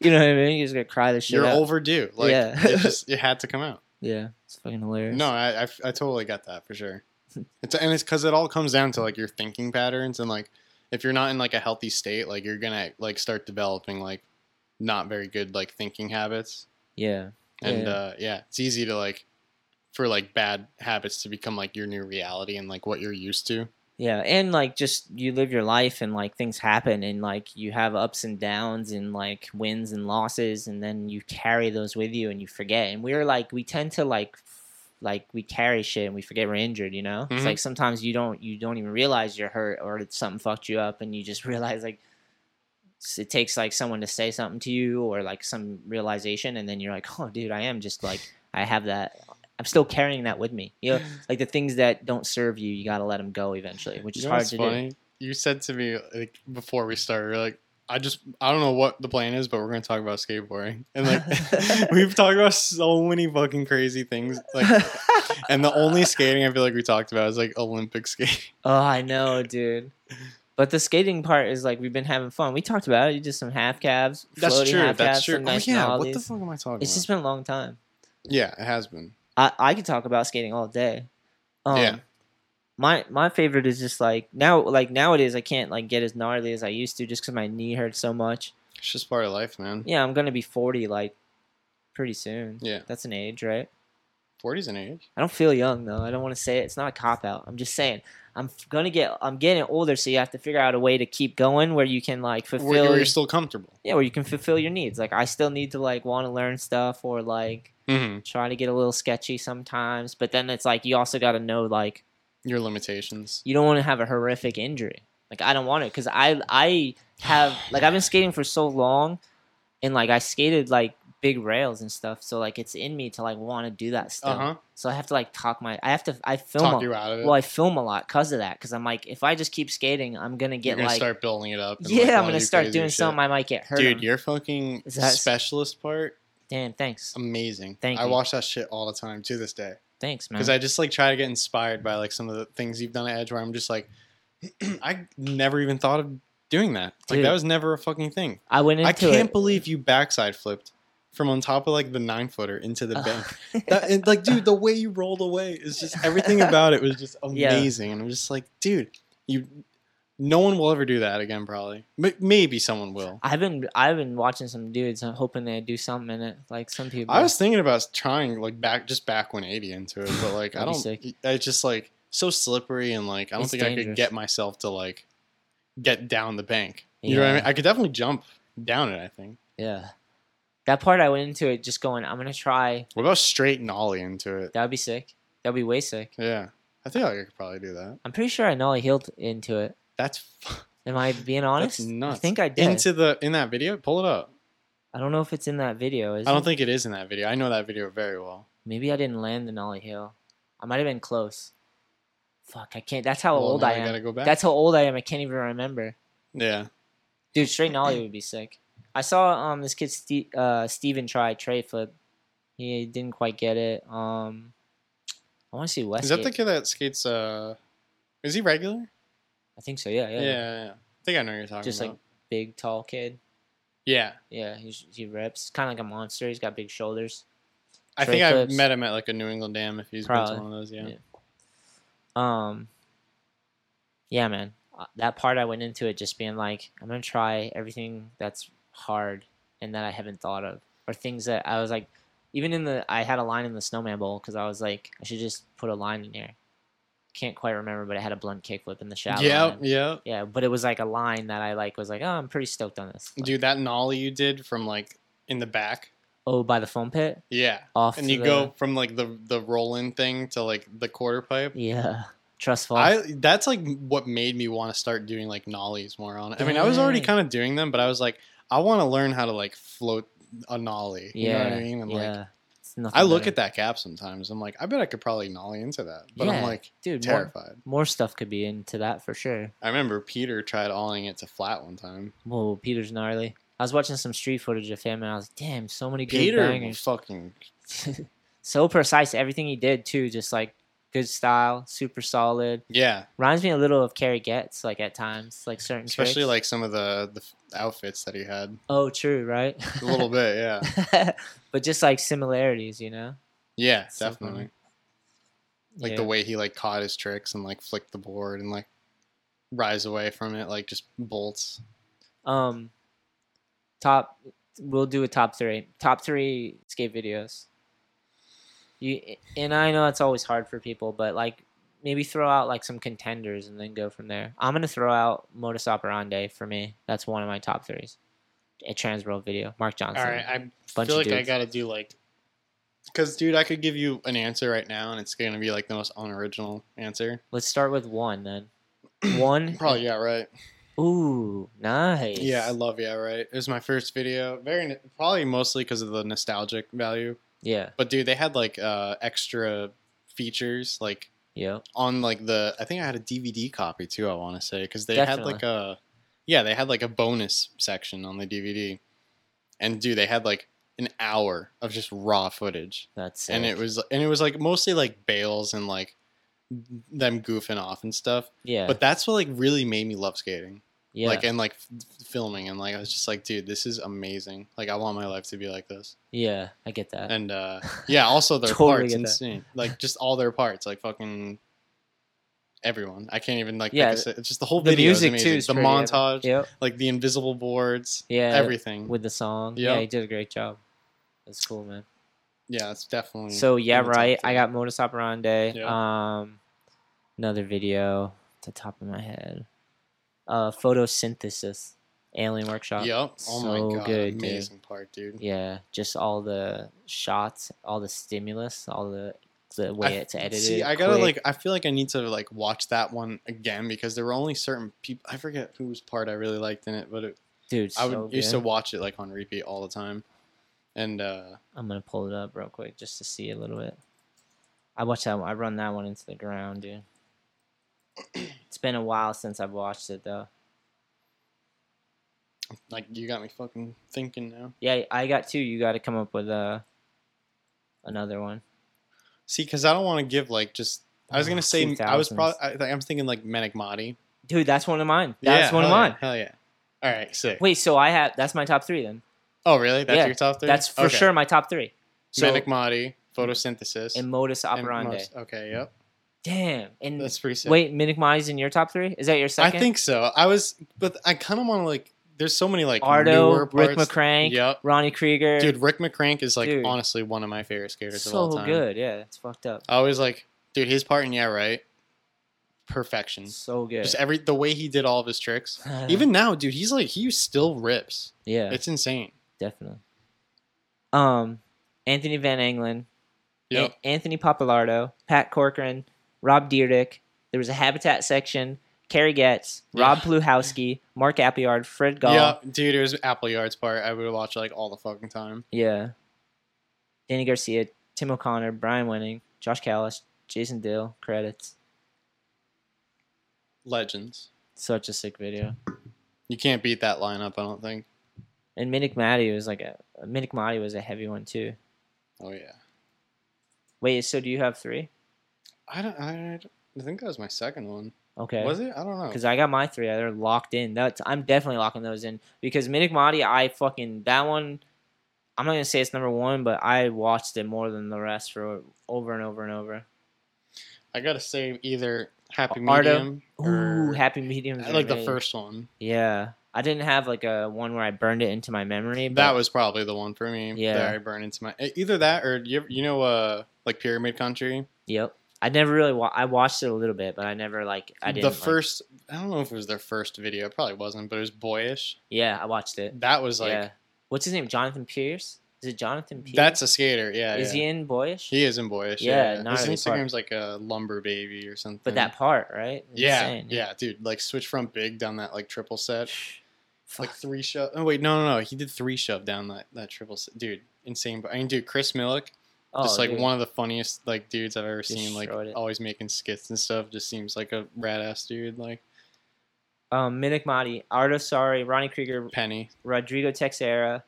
Speaker 1: you know what I mean. You just gotta cry the shit
Speaker 4: You're
Speaker 1: out.
Speaker 4: overdue. Like
Speaker 1: Yeah. (laughs)
Speaker 4: it just it had to come out.
Speaker 1: yeah, it's fucking hilarious.
Speaker 4: No, I, I f- I totally got that for sure.
Speaker 1: (laughs)
Speaker 4: It's and it's because it all comes down to like your thinking patterns and like if you're not in like a healthy state, like you're gonna like start developing like not very good like thinking habits
Speaker 1: yeah,
Speaker 4: and
Speaker 1: Yeah.
Speaker 4: uh yeah, it's easy to like for like bad habits to become like your new reality and like what you're used to.
Speaker 1: yeah, and like just you live your life and like things happen and like you have ups and downs and like wins and losses and then you carry those with you and you forget. And we're like we tend to like f- like we carry shit and we forget we're injured. You know, it's
Speaker 4: Mhm.
Speaker 1: like sometimes you don't you don't even realize you're hurt or that something fucked you up and you just (laughs) realize like. s- it takes like someone to say something to you or like some realization and then you're like oh dude i am just like i have that i'm still carrying that with me you know like the things that don't serve you you got to let them go eventually which
Speaker 4: You
Speaker 1: is
Speaker 4: know
Speaker 1: hard
Speaker 4: what's
Speaker 1: to do (laughs)
Speaker 4: funny? You said to me like before we started, you're like, I just I don't know what the plan is, but we're gonna talk about skateboarding.
Speaker 1: (laughs)
Speaker 4: And like (laughs) we've talked about so many fucking crazy things. Like and the
Speaker 1: (laughs)
Speaker 4: only skating I feel like we talked about is like Olympic skating.
Speaker 1: oh i know dude but the skating part is like we've been having fun we talked about it you did some half calves
Speaker 4: That's
Speaker 1: floating
Speaker 4: true.
Speaker 1: half calves,
Speaker 4: That's true.
Speaker 1: some
Speaker 4: Oh yeah. What the
Speaker 1: nationalities.
Speaker 4: fuck am I talking
Speaker 1: it's just
Speaker 4: about?
Speaker 1: been a long time
Speaker 4: yeah, it has been.
Speaker 1: I, I could talk about skating all day. Um,
Speaker 4: Yeah.
Speaker 1: My my favorite is just like now like nowadays I can't like get as gnarly as I used to just because my knee hurts so much.
Speaker 4: It's just part of life, man.
Speaker 1: Yeah, I'm gonna be forty like pretty soon.
Speaker 4: Yeah.
Speaker 1: That's an age, right?
Speaker 4: 40's an age.
Speaker 1: I don't feel young though. I don't want to say it. It's not a cop out. I'm just saying. I'm f- gonna get. I'm getting older, so you have to figure out a way to keep going where you can like fulfill.
Speaker 4: Where, where you're still comfortable.
Speaker 1: yeah, where you can fulfill your needs. Like I still need to like want to learn stuff or like
Speaker 4: Mm-hmm.
Speaker 1: try to get a little sketchy sometimes. But then it's like you also got to know like
Speaker 4: Your limitations.
Speaker 1: you don't want to have a horrific injury. Like I don't want it because I I
Speaker 4: (sighs)
Speaker 1: have like I've been skating for so long, and like I skated like big rails and stuff. So like it's in me to like want to do that still.
Speaker 4: Uh huh.
Speaker 1: So I have to like talk my I have to I film
Speaker 4: Talk
Speaker 1: a-
Speaker 4: you out of it.
Speaker 1: well I film a lot because of that because I'm like if I just keep skating I'm gonna
Speaker 4: you're
Speaker 1: get
Speaker 4: gonna
Speaker 1: like (laughs)
Speaker 4: start building it up. and, like,
Speaker 1: yeah I'm
Speaker 4: wanna
Speaker 1: gonna
Speaker 4: do
Speaker 1: start
Speaker 4: crazier
Speaker 1: doing
Speaker 4: shit.
Speaker 1: something I might get hurt.
Speaker 4: Dude,
Speaker 1: on.
Speaker 4: your fucking
Speaker 1: Is that-
Speaker 4: specialist part
Speaker 1: Damn thanks
Speaker 4: amazing.
Speaker 1: Thank
Speaker 4: I
Speaker 1: you.
Speaker 4: watch that shit all the time to this day
Speaker 1: thanks man.
Speaker 4: because I just like try to get inspired by like some of the things you've done at Edge where I'm just like, (clears throat) I never even thought of doing that. Like
Speaker 1: Dude.
Speaker 4: that was never a fucking thing.
Speaker 1: I went into
Speaker 4: I can't
Speaker 1: it.
Speaker 4: believe you backside flipped from on top of like the nine footer into
Speaker 1: (laughs)
Speaker 4: the
Speaker 1: Uh,
Speaker 4: bank. That, and, like, dude, the way you rolled away is
Speaker 1: (laughs)
Speaker 4: just everything about it was just
Speaker 1: Yeah.
Speaker 4: amazing. And I'm just like, dude, you, no one will ever do that again, probably. M- maybe someone will.
Speaker 1: I've been I've been watching some dudes. I'm hoping they do something in it like some people.
Speaker 4: I was thinking about trying like back just back 180 into it, but like I
Speaker 1: That'd be
Speaker 4: don't.
Speaker 1: sick.
Speaker 4: It's just like so slippery and like I don't
Speaker 1: It's
Speaker 4: think I could
Speaker 1: dangerous.
Speaker 4: get myself to like get down the bank. You know what I mean?
Speaker 1: Yeah.
Speaker 4: I could definitely jump down it. I think.
Speaker 1: yeah. That part I went into it just going I'm gonna try.
Speaker 4: What about straight and ollie into it?
Speaker 1: That would be sick. That would be way sick.
Speaker 4: Yeah, I think I could probably do that.
Speaker 1: I'm pretty sure I know I healed into it.
Speaker 4: That's (laughs) fu-
Speaker 1: Am I being honest?
Speaker 4: nuts.
Speaker 1: I think I did.
Speaker 4: into the in that video. Pull it up.
Speaker 1: I don't know if it's in that video. Is
Speaker 4: I don't
Speaker 1: it?
Speaker 4: think it is in that video. I know that video very well.
Speaker 1: Maybe I didn't land the nollie hill. I might have been close. Fuck, I can't. That's how
Speaker 4: Well,
Speaker 1: old
Speaker 4: now
Speaker 1: I
Speaker 4: we Gotta
Speaker 1: am.
Speaker 4: go back.
Speaker 1: That's how old I am. I can't even remember.
Speaker 4: yeah.
Speaker 1: Dude, straight nollie would be sick. I saw um this kid Ste- uh Steven try tray flip. He didn't quite get it. Um, I want to see West.
Speaker 4: Is that the kid that skates? Uh, is he regular?
Speaker 1: I think so. Yeah, yeah.
Speaker 4: Yeah, yeah. yeah. I think I know what you're talking
Speaker 1: Just
Speaker 4: about.
Speaker 1: like big, tall kid.
Speaker 4: yeah,
Speaker 1: Yeah, he's, he rips. Kind of like a monster. He's got big shoulders.
Speaker 4: I
Speaker 1: Trey
Speaker 4: think I've
Speaker 1: Phillips.
Speaker 4: met him at like a New England Dam if he's
Speaker 1: Probably.
Speaker 4: been to one of those. Yeah.
Speaker 1: Yeah. um yeah man Uh, that part i went into it just being like i'm gonna try everything that's hard and that i haven't thought of or things that i was like even in the i had a line in the snowman bowl because i was like i should just put a line in here can't quite remember but i had a blunt kickflip in the
Speaker 4: Yeah.
Speaker 1: shower
Speaker 4: Yep. yep.
Speaker 1: yeah but it was like a line that i like was like oh i'm pretty stoked on this Like,
Speaker 4: Dude, that nollie you did from like in the back.
Speaker 1: oh by the foam pit
Speaker 4: Yeah.
Speaker 1: off
Speaker 4: And you
Speaker 1: the-
Speaker 4: go from like the the rolling thing to like the quarter pipe.
Speaker 1: yeah trust fall
Speaker 4: I that's like what made me want to start doing like nollies more on it. I mean, I was already
Speaker 1: Dang.
Speaker 4: kind of doing them, but I was like, I want to learn how to like float a nollie. You
Speaker 1: yeah
Speaker 4: know what I mean? And
Speaker 1: yeah
Speaker 4: like,
Speaker 1: It's nothing
Speaker 4: I look
Speaker 1: better.
Speaker 4: at that gap sometimes. I'm like, I bet I could probably nollie into that, but I'm
Speaker 1: Yeah,
Speaker 4: like
Speaker 1: dude more,
Speaker 4: terrified.
Speaker 1: more stuff could be into that for sure
Speaker 4: I remember Peter tried ollieing it to flat one time.
Speaker 1: Whoa, Peter's gnarly. I was watching some street footage of him, and I was like, damn, so many good
Speaker 4: Peter was
Speaker 1: bangers.
Speaker 4: fucking
Speaker 1: so precise, everything he did too, just like good style, super solid.
Speaker 4: yeah,
Speaker 1: Reminds me a little of Carrie Getz, like at times, like certain.
Speaker 4: especially
Speaker 1: tricks.
Speaker 4: like some of the the f- outfits that he had.
Speaker 1: Oh, true, right?
Speaker 4: A little bit, (laughs) yeah,
Speaker 1: (laughs) but just like similarities, you know.
Speaker 4: yeah,
Speaker 1: So funny.
Speaker 4: definitely. Like the
Speaker 1: Yeah.
Speaker 4: way he like caught his tricks and like flicked the board and like rise away from it, like just bolts.
Speaker 1: Um, top. We'll do a top three. Top three skate videos. You and I know it's always hard for people, but like maybe throw out like some contenders and then go from there. I'm gonna throw out modus operandi for me. That's one of my top threes. A trans world video, Mark Johnson.
Speaker 4: All right, I
Speaker 1: Bunch
Speaker 4: feel
Speaker 1: of
Speaker 4: like I
Speaker 1: dudes.
Speaker 4: gotta do like, because dude, I could give you an answer right now, and it's gonna be like the most unoriginal answer.
Speaker 1: Let's start with one
Speaker 4: (clears throat)
Speaker 1: then. One.
Speaker 4: Probably yeah, right.
Speaker 1: Ooh, (laughs) nice.
Speaker 4: Yeah, I love yeah, right. It was my first video. Very n- probably mostly because of the nostalgic value.
Speaker 1: yeah.
Speaker 4: But dude, they had like uh, extra features like
Speaker 1: Yeah.
Speaker 4: on like the I think I had a DVD copy too. I want to say because they
Speaker 1: Definitely.
Speaker 4: had like a yeah they had like a bonus section on the DVD, and dude they had like an hour of just raw footage,
Speaker 1: That's.
Speaker 4: and it
Speaker 1: sick.
Speaker 4: was and it was like mostly like bales and like them goofing off and stuff.
Speaker 1: Yeah.
Speaker 4: But that's what like really made me love skating,
Speaker 1: yeah.
Speaker 4: like and like f- filming and like I was just like dude this is amazing. Like I want my life to be like this
Speaker 1: yeah. I get that. (laughs)
Speaker 4: and uh yeah also their
Speaker 1: Totally
Speaker 4: parts
Speaker 1: get that.
Speaker 4: insane like just all their parts like fucking everyone i can't even like
Speaker 1: Yeah,
Speaker 4: yeah pick a, s- it's just the whole
Speaker 1: the
Speaker 4: video is
Speaker 1: music, too,
Speaker 4: amazing.
Speaker 1: is
Speaker 4: the
Speaker 1: pretty epic.
Speaker 4: montage
Speaker 1: Yep.
Speaker 4: like the invisible boards
Speaker 1: Yeah.
Speaker 4: everything
Speaker 1: with the song. Yeah,
Speaker 4: Yep.
Speaker 1: he did a great job. That's cool, man.
Speaker 4: yeah, it's definitely.
Speaker 1: So yeah,
Speaker 4: in the top
Speaker 1: right. I
Speaker 4: three.
Speaker 1: got modus operandi.
Speaker 4: Yeah.
Speaker 1: Um, another video to top of my head. Uh, photosynthesis, Alien Workshop.
Speaker 4: Yep. Oh
Speaker 1: so
Speaker 4: my god.
Speaker 1: good, dude.
Speaker 4: amazing part, dude.
Speaker 1: Yeah, just all the shots, all the stimulus, all the the way it's edited.
Speaker 4: See, I gotta
Speaker 1: quick.
Speaker 4: like. I feel like I need to like watch that one again because there were only certain people. I forget whose part I really liked in it, but it,
Speaker 1: dude.
Speaker 4: I would
Speaker 1: so
Speaker 4: used to
Speaker 1: good.
Speaker 4: watch it like on repeat all the time. And uh
Speaker 1: I'm gonna pull it up real quick just to see a little bit. I watched that one. I run that one into the ground, dude. it's been a while since I've watched it though.
Speaker 4: like, you got me fucking thinking now.
Speaker 1: Yeah, I got two. You got to come up with uh, another one.
Speaker 4: See, because I don't want to give like just. I was
Speaker 1: Oh,
Speaker 4: gonna say I was
Speaker 1: 2000s.
Speaker 4: probably. I, I'm thinking like Manic Mahdi.
Speaker 1: Dude, that's one of mine. That's
Speaker 4: Yeah,
Speaker 1: one of
Speaker 4: hell yeah,
Speaker 1: mine.
Speaker 4: hell yeah! All right, sick.
Speaker 1: Wait, so I have that's my top three then.
Speaker 4: Oh really? That's
Speaker 1: yeah,
Speaker 4: your top three.
Speaker 1: That's for
Speaker 4: Okay.
Speaker 1: sure my top three. So
Speaker 4: Manic Mahdi, photosynthesis,
Speaker 1: and modus
Speaker 4: and
Speaker 1: operandi.
Speaker 4: most- Okay, yep.
Speaker 1: Damn. And
Speaker 4: That's pretty sick.
Speaker 1: wait, Minic Mize in your top three? Is that your second?
Speaker 4: I think so. I was, but I kind of want to like. There's so many like newer
Speaker 1: Ardo, Rick
Speaker 4: parts.
Speaker 1: McCrank,
Speaker 4: Yep.
Speaker 1: Ronnie Krieger.
Speaker 4: Dude, Rick McCrank is like
Speaker 1: Dude.
Speaker 4: honestly one of my favorite skaters of all
Speaker 1: so
Speaker 4: time.
Speaker 1: good. Yeah, it's fucked up.
Speaker 4: I always like, dude, his part in Yeah Right, perfection.
Speaker 1: So good.
Speaker 4: Mm. Just every the way he did all of
Speaker 1: (laughs)
Speaker 4: his tricks. Even now, dude, he's like he still rips.
Speaker 1: Uh-huh. yeah,
Speaker 4: It's insane.
Speaker 1: definitely. Um, Anthony Van Engelen, An-
Speaker 4: Yep.
Speaker 1: Anthony Papalardo, Pat Corcoran, Rob Deerdick. There was a Habitat section. Kerry Getz, Rob
Speaker 4: Yeah.
Speaker 1: Pluhowski, Mark Appiard, Fred Gall.
Speaker 4: Yeah, dude, it was Apple Yard's part. I would watch like all the fucking time.
Speaker 1: Yeah. Danny Garcia, Tim O'Connor, Brian Winning, Josh Callis, Jason Dill. Credits.
Speaker 4: Legends.
Speaker 1: Such a sick video.
Speaker 4: You can't beat that lineup, I don't think.
Speaker 1: And Minik Matty was like a Minik Matty was a heavy one too.
Speaker 4: Oh yeah.
Speaker 1: Wait, so do you have three?
Speaker 4: I don't. I, don't- I think that was my second one.
Speaker 1: Okay.
Speaker 4: Was it? I don't know.
Speaker 1: Because I got my three, they're locked in. That's I'm definitely locking those in because Minik Matty, I fucking that one. I'm not gonna say it's number one, but I watched it more than the rest for over and over and over.
Speaker 4: I gotta say either Happy
Speaker 1: Ardo?
Speaker 4: Medium
Speaker 1: Ooh,
Speaker 4: or
Speaker 1: Er, Happy Medium.
Speaker 4: I like the first one.
Speaker 1: Yeah, I didn't have like a one where I burned it into my memory. But
Speaker 4: That was probably the one for me.
Speaker 1: Yeah.
Speaker 4: that I burn into my e- either that or you you know uh like Pyramid Country.
Speaker 1: Yep. I never really wa- I watched it a little bit, but I never like I didn't.
Speaker 4: the
Speaker 1: like-
Speaker 4: first I don't know if it was their first video. It probably wasn't, but it was boyish.
Speaker 1: yeah, I watched it.
Speaker 4: That was like
Speaker 1: yeah. What's his name? Jonathan Pierce? Is it Jonathan Pierce?
Speaker 4: that's a skater. Yeah,
Speaker 1: Is
Speaker 4: yeah.
Speaker 1: he in Boyish?
Speaker 4: He is in boyish.
Speaker 1: Yeah,
Speaker 4: Yeah, yeah.
Speaker 1: not
Speaker 4: his
Speaker 1: really part.
Speaker 4: Instagram's like a lumber baby or something.
Speaker 1: But that part, right?
Speaker 4: yeah,
Speaker 1: Insane.
Speaker 4: yeah, dude, like switch from big down that like triple set,
Speaker 1: Fuck.
Speaker 4: like three shove. Oh wait, no, no, no, he did three shove down that that triple set, dude, insane. But I mean, dude, Chris Millick,
Speaker 1: Oh,
Speaker 4: just like
Speaker 1: dude.
Speaker 4: one of the funniest like dudes I've ever seen, like
Speaker 1: Destroyed it.
Speaker 4: always making skits and stuff. Just seems like a rad ass dude, like
Speaker 1: Um, Minik Mahdi, Ardo Sari, Ronnie Krieger,
Speaker 4: Penny.
Speaker 1: Rodrigo Texera,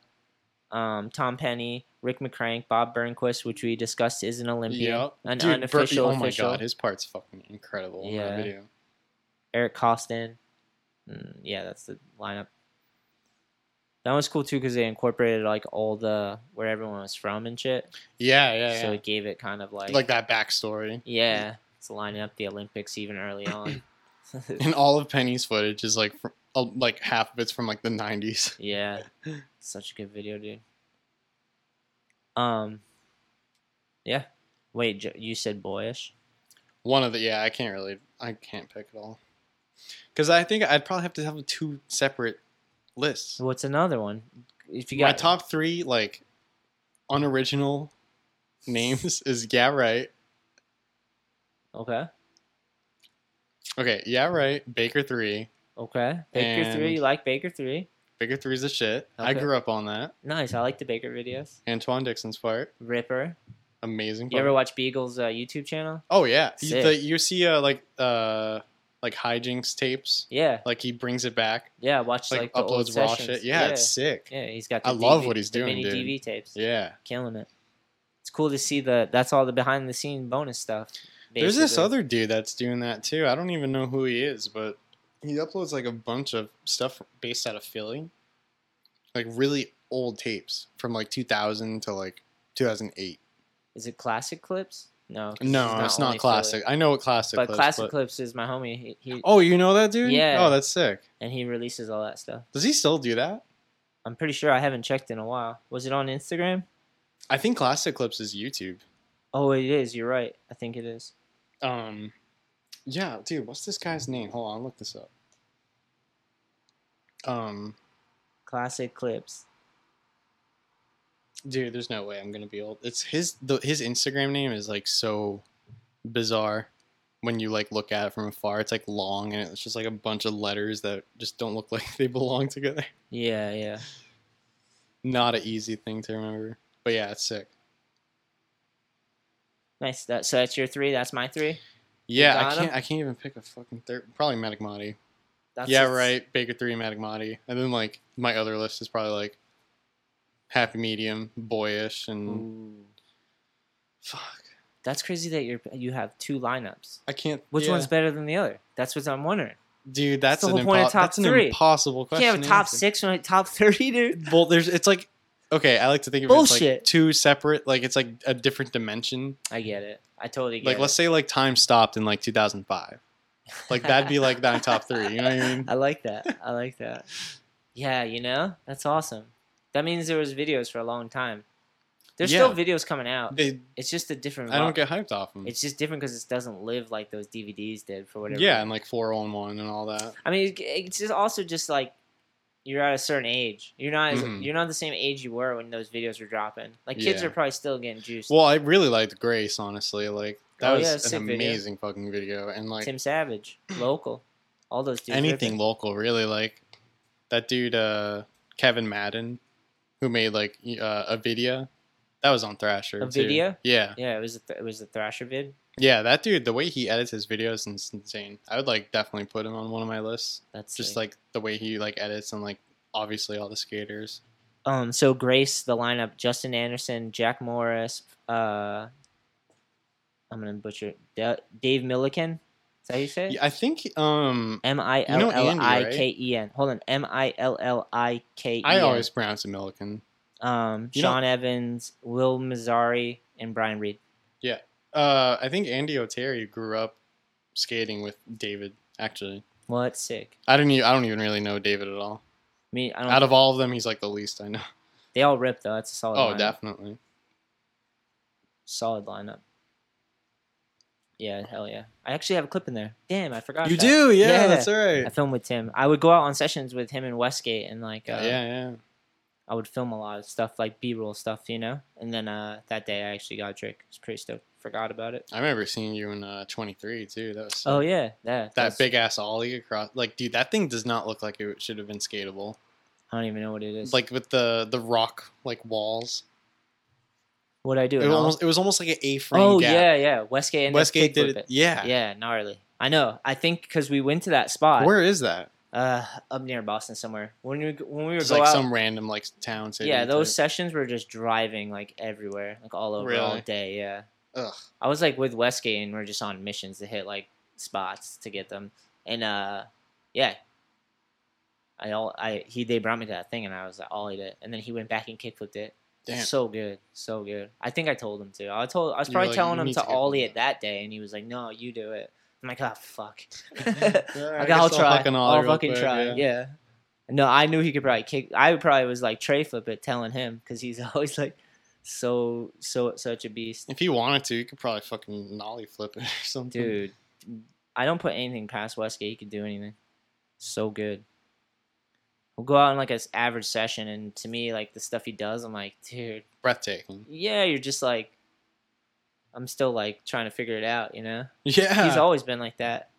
Speaker 1: um, Tom Penny, Rick McCrank, Bob Burnquist, which we discussed is an Olympian.
Speaker 4: Yep.
Speaker 1: An
Speaker 4: Dude, Bur-
Speaker 1: unofficial
Speaker 4: oh my
Speaker 1: official.
Speaker 4: god, his part's fucking incredible. in that
Speaker 1: Yeah.
Speaker 4: video.
Speaker 1: Eric Costin. Mm, yeah, that's the lineup. That was cool too because they incorporated like all the where everyone was from and shit.
Speaker 4: Yeah, yeah,
Speaker 1: So
Speaker 4: yeah.
Speaker 1: it gave it kind of like,
Speaker 4: Like, that backstory.
Speaker 1: yeah, it's lining up the Olympics even early
Speaker 4: (clears throat)
Speaker 1: on. (laughs)
Speaker 4: And all of Penny's footage is like, fr- uh, like half of it's from like the '90s.
Speaker 1: yeah, such a good video, dude. Um, yeah. Wait, J- you said boyish?
Speaker 4: (laughs) One of the yeah, I can't really I can't pick it all. Cause I think I'd probably have to have two separate lists.
Speaker 1: So what's another one? If you
Speaker 4: My
Speaker 1: got
Speaker 4: top three like unoriginal names (laughs) is Yeah Right.
Speaker 1: okay,
Speaker 4: Okay, Yeah Right, Baker Three.
Speaker 1: okay, Baker three.
Speaker 4: And-
Speaker 1: You like Baker three?
Speaker 4: Baker Three's the shit. I
Speaker 1: Okay.
Speaker 4: grew up on that.
Speaker 1: Nice. I like the Baker videos.
Speaker 4: Antoine Dixon's part.
Speaker 1: Ripper.
Speaker 4: Amazing
Speaker 1: You
Speaker 4: part.
Speaker 1: ever watch Beagle's uh, YouTube channel?
Speaker 4: oh yeah. You,
Speaker 1: Sick.
Speaker 4: the, you see uh like uh like hijinks tapes.
Speaker 1: Yeah,
Speaker 4: Like he brings it back,
Speaker 1: yeah. I Watched
Speaker 4: like,
Speaker 1: like, the old
Speaker 4: uploads raw
Speaker 1: sessions.
Speaker 4: shit. Yeah, it's sick.
Speaker 1: yeah. He's got. The
Speaker 4: I love
Speaker 1: DV
Speaker 4: what he's
Speaker 1: the
Speaker 4: doing,
Speaker 1: Mini
Speaker 4: dude.
Speaker 1: DV tapes.
Speaker 4: Yeah.
Speaker 1: killing it. It's cool to see the. That's all the behind the scene bonus stuff.
Speaker 4: There's this
Speaker 1: basically.
Speaker 4: other dude that's doing that too. I don't even know who he is, but he uploads like a bunch of stuff based out of Philly, like really old tapes from like 2000 to like 2008.
Speaker 1: Is it classic clips? No. 'cause
Speaker 4: No,
Speaker 1: he's
Speaker 4: it's not
Speaker 1: only Philly.
Speaker 4: classic. I know what classic,
Speaker 1: But
Speaker 4: clips,
Speaker 1: classic
Speaker 4: but-
Speaker 1: clips is my homie. He, he
Speaker 4: Oh, you know that dude?
Speaker 1: Yeah.
Speaker 4: Oh, that's sick.
Speaker 1: and he releases all that stuff.
Speaker 4: Does he still do that?
Speaker 1: I'm pretty sure I haven't checked in a while. Was it on Instagram?
Speaker 4: I think Classic Clips is YouTube.
Speaker 1: Oh, it is. You're right. I think it is.
Speaker 4: Um, yeah, dude, what's this guy's name? Hold on, I'll look this up. Um,
Speaker 1: Classic clips.
Speaker 4: dude, there's no way I'm gonna be old. It's his the, his Instagram name is like so bizarre when you like look at it from afar. It's like long and it's just like a bunch of letters that just don't look (laughs) like they belong together.
Speaker 1: Yeah, yeah.
Speaker 4: Not an easy thing to remember, but yeah, it's sick.
Speaker 1: Nice. That, so that's your three. That's my three.
Speaker 4: Yeah, I
Speaker 1: got 'em?
Speaker 4: can't. I can't even pick a fucking third. Probably Matic Motti.
Speaker 1: That's
Speaker 4: yeah,
Speaker 1: just-
Speaker 4: right. Baker three, Matic Motti, and then like my other list is probably like Happy Medium, Boyish, and
Speaker 1: Ooh.
Speaker 4: fuck.
Speaker 1: That's crazy that you're you have two lineups.
Speaker 4: I can't.
Speaker 1: Which
Speaker 4: yeah.
Speaker 1: one's better than the other? That's what I'm wondering.
Speaker 4: dude? That's
Speaker 1: the
Speaker 4: an
Speaker 1: whole point of
Speaker 4: impo-
Speaker 1: top
Speaker 4: that's an
Speaker 1: three.
Speaker 4: impossible
Speaker 1: You
Speaker 4: question.
Speaker 1: can't have a
Speaker 4: to
Speaker 1: top
Speaker 4: answer.
Speaker 1: six when a top (laughs) thirty, dude.
Speaker 4: Well, there's. It's like okay. I like to think of it as like
Speaker 1: Bullshit.
Speaker 4: two separate. Like it's like a different dimension.
Speaker 1: I get it. I totally get
Speaker 4: Like
Speaker 1: it.
Speaker 4: let's say like time stopped in like 2005. Like that'd be like that top three. You know what I
Speaker 1: (laughs)
Speaker 4: mean?
Speaker 1: I like that. I like that. Yeah, you know? That's awesome. That means there was videos for a long time. There's still
Speaker 4: Yeah.
Speaker 1: videos coming out.
Speaker 4: They,
Speaker 1: It's just a different
Speaker 4: I don't
Speaker 1: vibe.
Speaker 4: get hyped off them.
Speaker 1: It's just different because it doesn't live like those DVDs did for whatever.
Speaker 4: Yeah, and like four on one and all that.
Speaker 1: I mean, it- it's just also just like you're at a certain age. You're not as,
Speaker 4: Mhm.
Speaker 1: you're not the same age you were when those videos were dropping. Like kids
Speaker 4: Yeah.
Speaker 1: are probably still getting juiced.
Speaker 4: Well, I really liked Grace, honestly. Like
Speaker 1: Oh,
Speaker 4: that
Speaker 1: yeah,
Speaker 4: was
Speaker 1: sick
Speaker 4: an
Speaker 1: video.
Speaker 4: amazing fucking video, and like
Speaker 1: Tim Savage, local, all those dudes.
Speaker 4: anything
Speaker 1: ripping.
Speaker 4: local, really. Like that dude, uh, Kevin Madden, who made like y- uh, a video. That was on Thrasher.
Speaker 1: A
Speaker 4: too.
Speaker 1: video?
Speaker 4: Yeah,
Speaker 1: Yeah, it was a th- it was a Thrasher vid.
Speaker 4: yeah. That dude, the way he edits his videos is insane. I would like definitely put him on one of my lists.
Speaker 1: That's
Speaker 4: Just
Speaker 1: sick.
Speaker 4: like the way he like edits and like obviously all the skaters.
Speaker 1: um. So Grace, the lineup: Justin Anderson, Jack Morris. Uh, I'm gonna butcher it. Da- Dave Milliken. Is that how you say? it?
Speaker 4: Yeah, I think um
Speaker 1: M I L L
Speaker 4: Andy,
Speaker 1: I
Speaker 4: right?
Speaker 1: K E N. Hold on. M I L L I K E N.
Speaker 4: I always pronounce it Milliken.
Speaker 1: um,
Speaker 4: You know-
Speaker 1: Sean Evans, Will Mazzari, and Brian Reed.
Speaker 4: Uh, I think Andy O'Terry grew up skating with David. Actually,
Speaker 1: Well, that's sick.
Speaker 4: I don't. Even, I don't even really know David at all.
Speaker 1: I mean, I don't.
Speaker 4: Out of all of them, he's like the least I know.
Speaker 1: they all rip though. That's a solid.
Speaker 4: Oh,
Speaker 1: lineup.
Speaker 4: definitely.
Speaker 1: solid lineup. Yeah, hell yeah. I actually have a clip in there. Damn, I forgot.
Speaker 4: You
Speaker 1: that.
Speaker 4: do, yeah,
Speaker 1: Yeah.
Speaker 4: That's all right.
Speaker 1: I filmed with Tim. I would go out on sessions with him in Westgate, and like, uh,
Speaker 4: Yeah, yeah.
Speaker 1: I would film a lot of stuff, like B-roll stuff, you know. And then uh, that day, I actually got a trick. It's pretty stoked. Forgot about it.
Speaker 4: I remember seeing you in uh, 23 too. That was sick.
Speaker 1: Oh yeah, yeah.
Speaker 4: that
Speaker 1: that's-
Speaker 4: big ass ollie across. Like, dude, that thing does not look like it should have been skatable.
Speaker 1: I don't even know what it is.
Speaker 4: Like with the the rock like walls.
Speaker 1: what I do.
Speaker 4: It
Speaker 1: an
Speaker 4: was
Speaker 1: all-
Speaker 4: almost it was almost like an A-frame
Speaker 1: oh
Speaker 4: gap.
Speaker 1: yeah, yeah. Westgate. ended up
Speaker 4: Westgate
Speaker 1: kickflip
Speaker 4: did it. Yeah.
Speaker 1: Yeah, gnarly. I know. I think because we went to that spot
Speaker 4: Where is that?
Speaker 1: uh, up near Boston somewhere. When we when we were
Speaker 4: It's
Speaker 1: go
Speaker 4: like
Speaker 1: out,
Speaker 4: some random like town city.
Speaker 1: yeah, those
Speaker 4: type.
Speaker 1: sessions were just driving like everywhere, like all over all
Speaker 4: Really?
Speaker 1: day. Yeah,
Speaker 4: Ugh.
Speaker 1: I was like with Westgate, and we are just on missions to hit like spots to get them, and uh, yeah. I all I he they brought me to that thing and I was like ollied it and then he went back and kickflipped it.
Speaker 4: Damn.
Speaker 1: So good, so good. I think I told him to. I told I was
Speaker 4: You were
Speaker 1: probably
Speaker 4: like,
Speaker 1: telling
Speaker 4: "You
Speaker 1: him
Speaker 4: need
Speaker 1: to
Speaker 4: to get one
Speaker 1: ollie
Speaker 4: of
Speaker 1: it that day and he was like, "No, you do it." I'm like, "Oh
Speaker 4: (laughs)
Speaker 1: fuck." (laughs)
Speaker 4: Yeah,
Speaker 1: I
Speaker 4: guess
Speaker 1: will try.
Speaker 4: fucking ollie
Speaker 1: I'll
Speaker 4: real
Speaker 1: fucking
Speaker 4: quick,
Speaker 1: try. Yeah. No, I knew he could probably kick. I probably was like tray flip it, telling him because he's (laughs) always like so so such a beast,
Speaker 4: If you wanted to, you could probably fucking nollie flip it (laughs) or something.
Speaker 1: dude. I don't put anything past Westgate. He could do anything. So good. We'll go out on like an average session, and to me, like the stuff he does, I'm like, dude,
Speaker 4: Breathtaking.
Speaker 1: yeah, you're just like, I'm still like trying to figure it out, you know.
Speaker 4: Yeah.
Speaker 1: He's always been like that.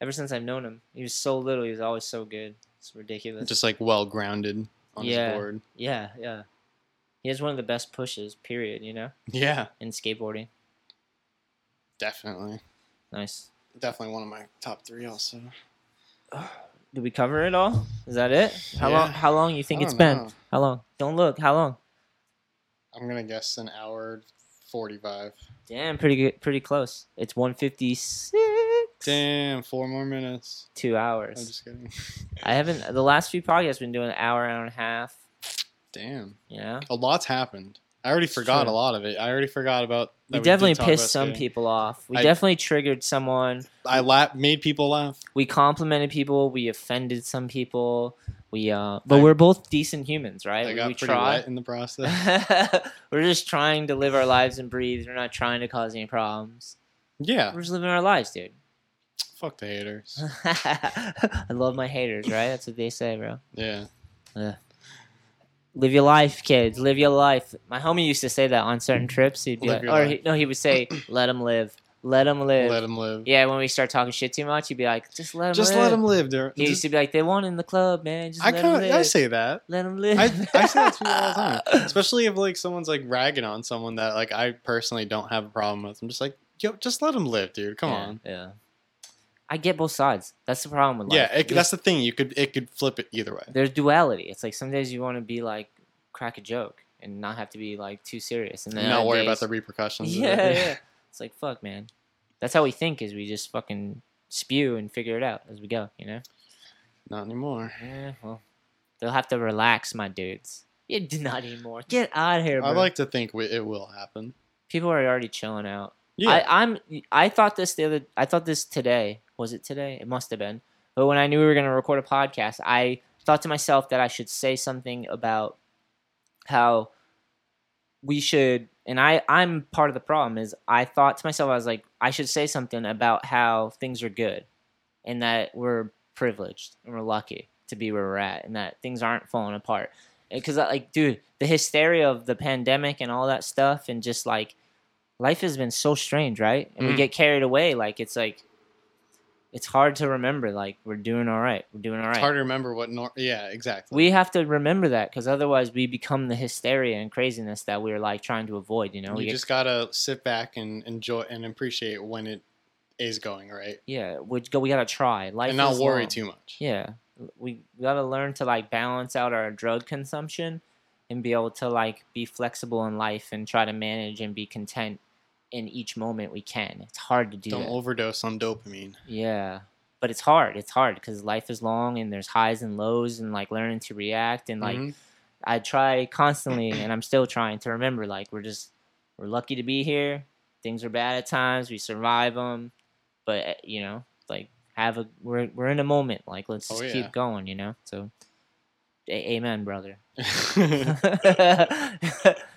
Speaker 1: Ever since I've known him, he was so little. He was always so good. It's ridiculous.
Speaker 4: just like well grounded on
Speaker 1: Yeah.
Speaker 4: his board.
Speaker 1: Yeah, yeah. He has one of the best pushes, period, you know,
Speaker 4: Yeah,
Speaker 1: in skateboarding.
Speaker 4: definitely.
Speaker 1: Nice.
Speaker 4: Definitely one of my top three also.
Speaker 1: Did we cover it all? Is that it? How long
Speaker 4: Yeah.
Speaker 1: how long you think
Speaker 4: I
Speaker 1: it's
Speaker 4: don't
Speaker 1: been?
Speaker 4: know.
Speaker 1: How long? Don't look. How long?
Speaker 4: I'm gonna guess an hour forty five.
Speaker 1: Damn, pretty good pretty close. It's 156.
Speaker 4: Damn, four more minutes.
Speaker 1: 2
Speaker 4: I'm
Speaker 1: hours.
Speaker 4: just kidding.
Speaker 1: I haven't the last few podcasts have been doing an hour, hour and a half,
Speaker 4: Damn.
Speaker 1: you know.
Speaker 4: A lot's happened. I already forgot
Speaker 1: true.
Speaker 4: a lot of it. I already forgot about
Speaker 1: We
Speaker 4: that did
Speaker 1: definitely
Speaker 4: talk
Speaker 1: pissed
Speaker 4: about
Speaker 1: some
Speaker 4: skating.
Speaker 1: people off. We
Speaker 4: I-
Speaker 1: definitely triggered someone.
Speaker 4: I la- made people laugh.
Speaker 1: we complimented people we offended some people We uh, but
Speaker 4: They-
Speaker 1: we're both decent humans, right?
Speaker 4: I
Speaker 1: We-
Speaker 4: got
Speaker 1: we
Speaker 4: pretty
Speaker 1: try.
Speaker 4: wet in the process.
Speaker 1: (laughs) we're just trying to live our lives and breathe. We're not trying to cause any problems.
Speaker 4: yeah.
Speaker 1: We're just living our lives, dude. (laughs)
Speaker 4: Fuck the haters.
Speaker 1: I love my haters, right? That's what they say, bro.
Speaker 4: Yeah.
Speaker 1: Live your life, kids. Live your life. My homie used to say that on certain trips. He'd be
Speaker 4: Live
Speaker 1: like,
Speaker 4: your
Speaker 1: or
Speaker 4: life.
Speaker 1: he, no, he would
Speaker 4: (clears throat)
Speaker 1: say, "Let them live. Let them live."
Speaker 4: Let them live.
Speaker 1: yeah, when we start talking shit too much, he'd be like, "Just let them
Speaker 4: Just
Speaker 1: live."
Speaker 4: let them live. Dar-
Speaker 1: He used
Speaker 4: just-
Speaker 1: to be like, "They won in the club, man. Just
Speaker 4: I
Speaker 1: let 'em
Speaker 4: kind of I
Speaker 1: live.
Speaker 4: say that.
Speaker 1: let them live."
Speaker 4: I, I say that to people all
Speaker 1: (laughs)
Speaker 4: the time, especially if like someone's like ragging on someone that like I personally don't have a problem with. I'm just like, yo, just let them live, dude. Come
Speaker 1: yeah,
Speaker 4: on.
Speaker 1: Yeah. I get both sides. That's the problem with life.
Speaker 4: Yeah, it,
Speaker 1: There's-
Speaker 4: that's the thing. You could it could flip it either way.
Speaker 1: there's duality. It's like some days you want to be like crack a joke and not have to be like too serious, and then
Speaker 4: Not
Speaker 1: other
Speaker 4: worry about
Speaker 1: days-
Speaker 4: the repercussions. of it. (laughs)
Speaker 1: Yeah, yeah. It's like fuck, man. That's how we think. Is we just fucking spew and figure it out as we go. You know.
Speaker 4: Not anymore.
Speaker 1: Yeah. Well, they'll have to relax, my dudes. You do not anymore. Get out of here, bro.
Speaker 4: I like to think we, it will happen.
Speaker 1: people are already chilling out.
Speaker 4: Yeah.
Speaker 1: I, I'm. I thought this the other. I thought this today. Was it today? It must have been. But when I knew we were going to record a podcast, I thought to myself that I should say something about how we should. And I, I'm part of the problem. Is I thought to myself, I was like, I should say something about how things are good, and that we're privileged and we're lucky to be where we're at, and that things aren't falling apart. Because like, dude, the hysteria of the pandemic and all that stuff, and just like life has been so strange, right? And we
Speaker 4: Mm.
Speaker 1: get carried away. Like it's like it's hard to remember. Like we're doing all right. We're doing all
Speaker 4: it's
Speaker 1: right.
Speaker 4: hard to remember what. Nor- yeah, exactly.
Speaker 1: We have to remember that because otherwise we become the hysteria and craziness that we're like trying to avoid. You know, we
Speaker 4: you
Speaker 1: get-
Speaker 4: just gotta sit back and enjoy and appreciate when it is going right,
Speaker 1: yeah, we go. We gotta try. Life
Speaker 4: and not
Speaker 1: is
Speaker 4: worry
Speaker 1: long.
Speaker 4: too much.
Speaker 1: Yeah, we gotta learn to like balance out our drug consumption and be able to like be flexible in life and try to manage and be content in each moment we can. It's hard to do.
Speaker 4: Don't
Speaker 1: that.
Speaker 4: overdose on dopamine.
Speaker 1: Yeah. But it's hard. It's hard because life is long and there's highs and lows and like learning to react. And like
Speaker 4: Mhm.
Speaker 1: I try constantly and I'm still trying to remember like we're just, we're lucky to be here. Things are bad at times. We survive them. But, eh, you know, like have a, we're, we're in a moment. Like let's
Speaker 4: Oh,
Speaker 1: just
Speaker 4: yeah.
Speaker 1: keep going, you know? So, a- amen,
Speaker 4: (laughs)
Speaker 1: brother. (laughs)
Speaker 4: uh,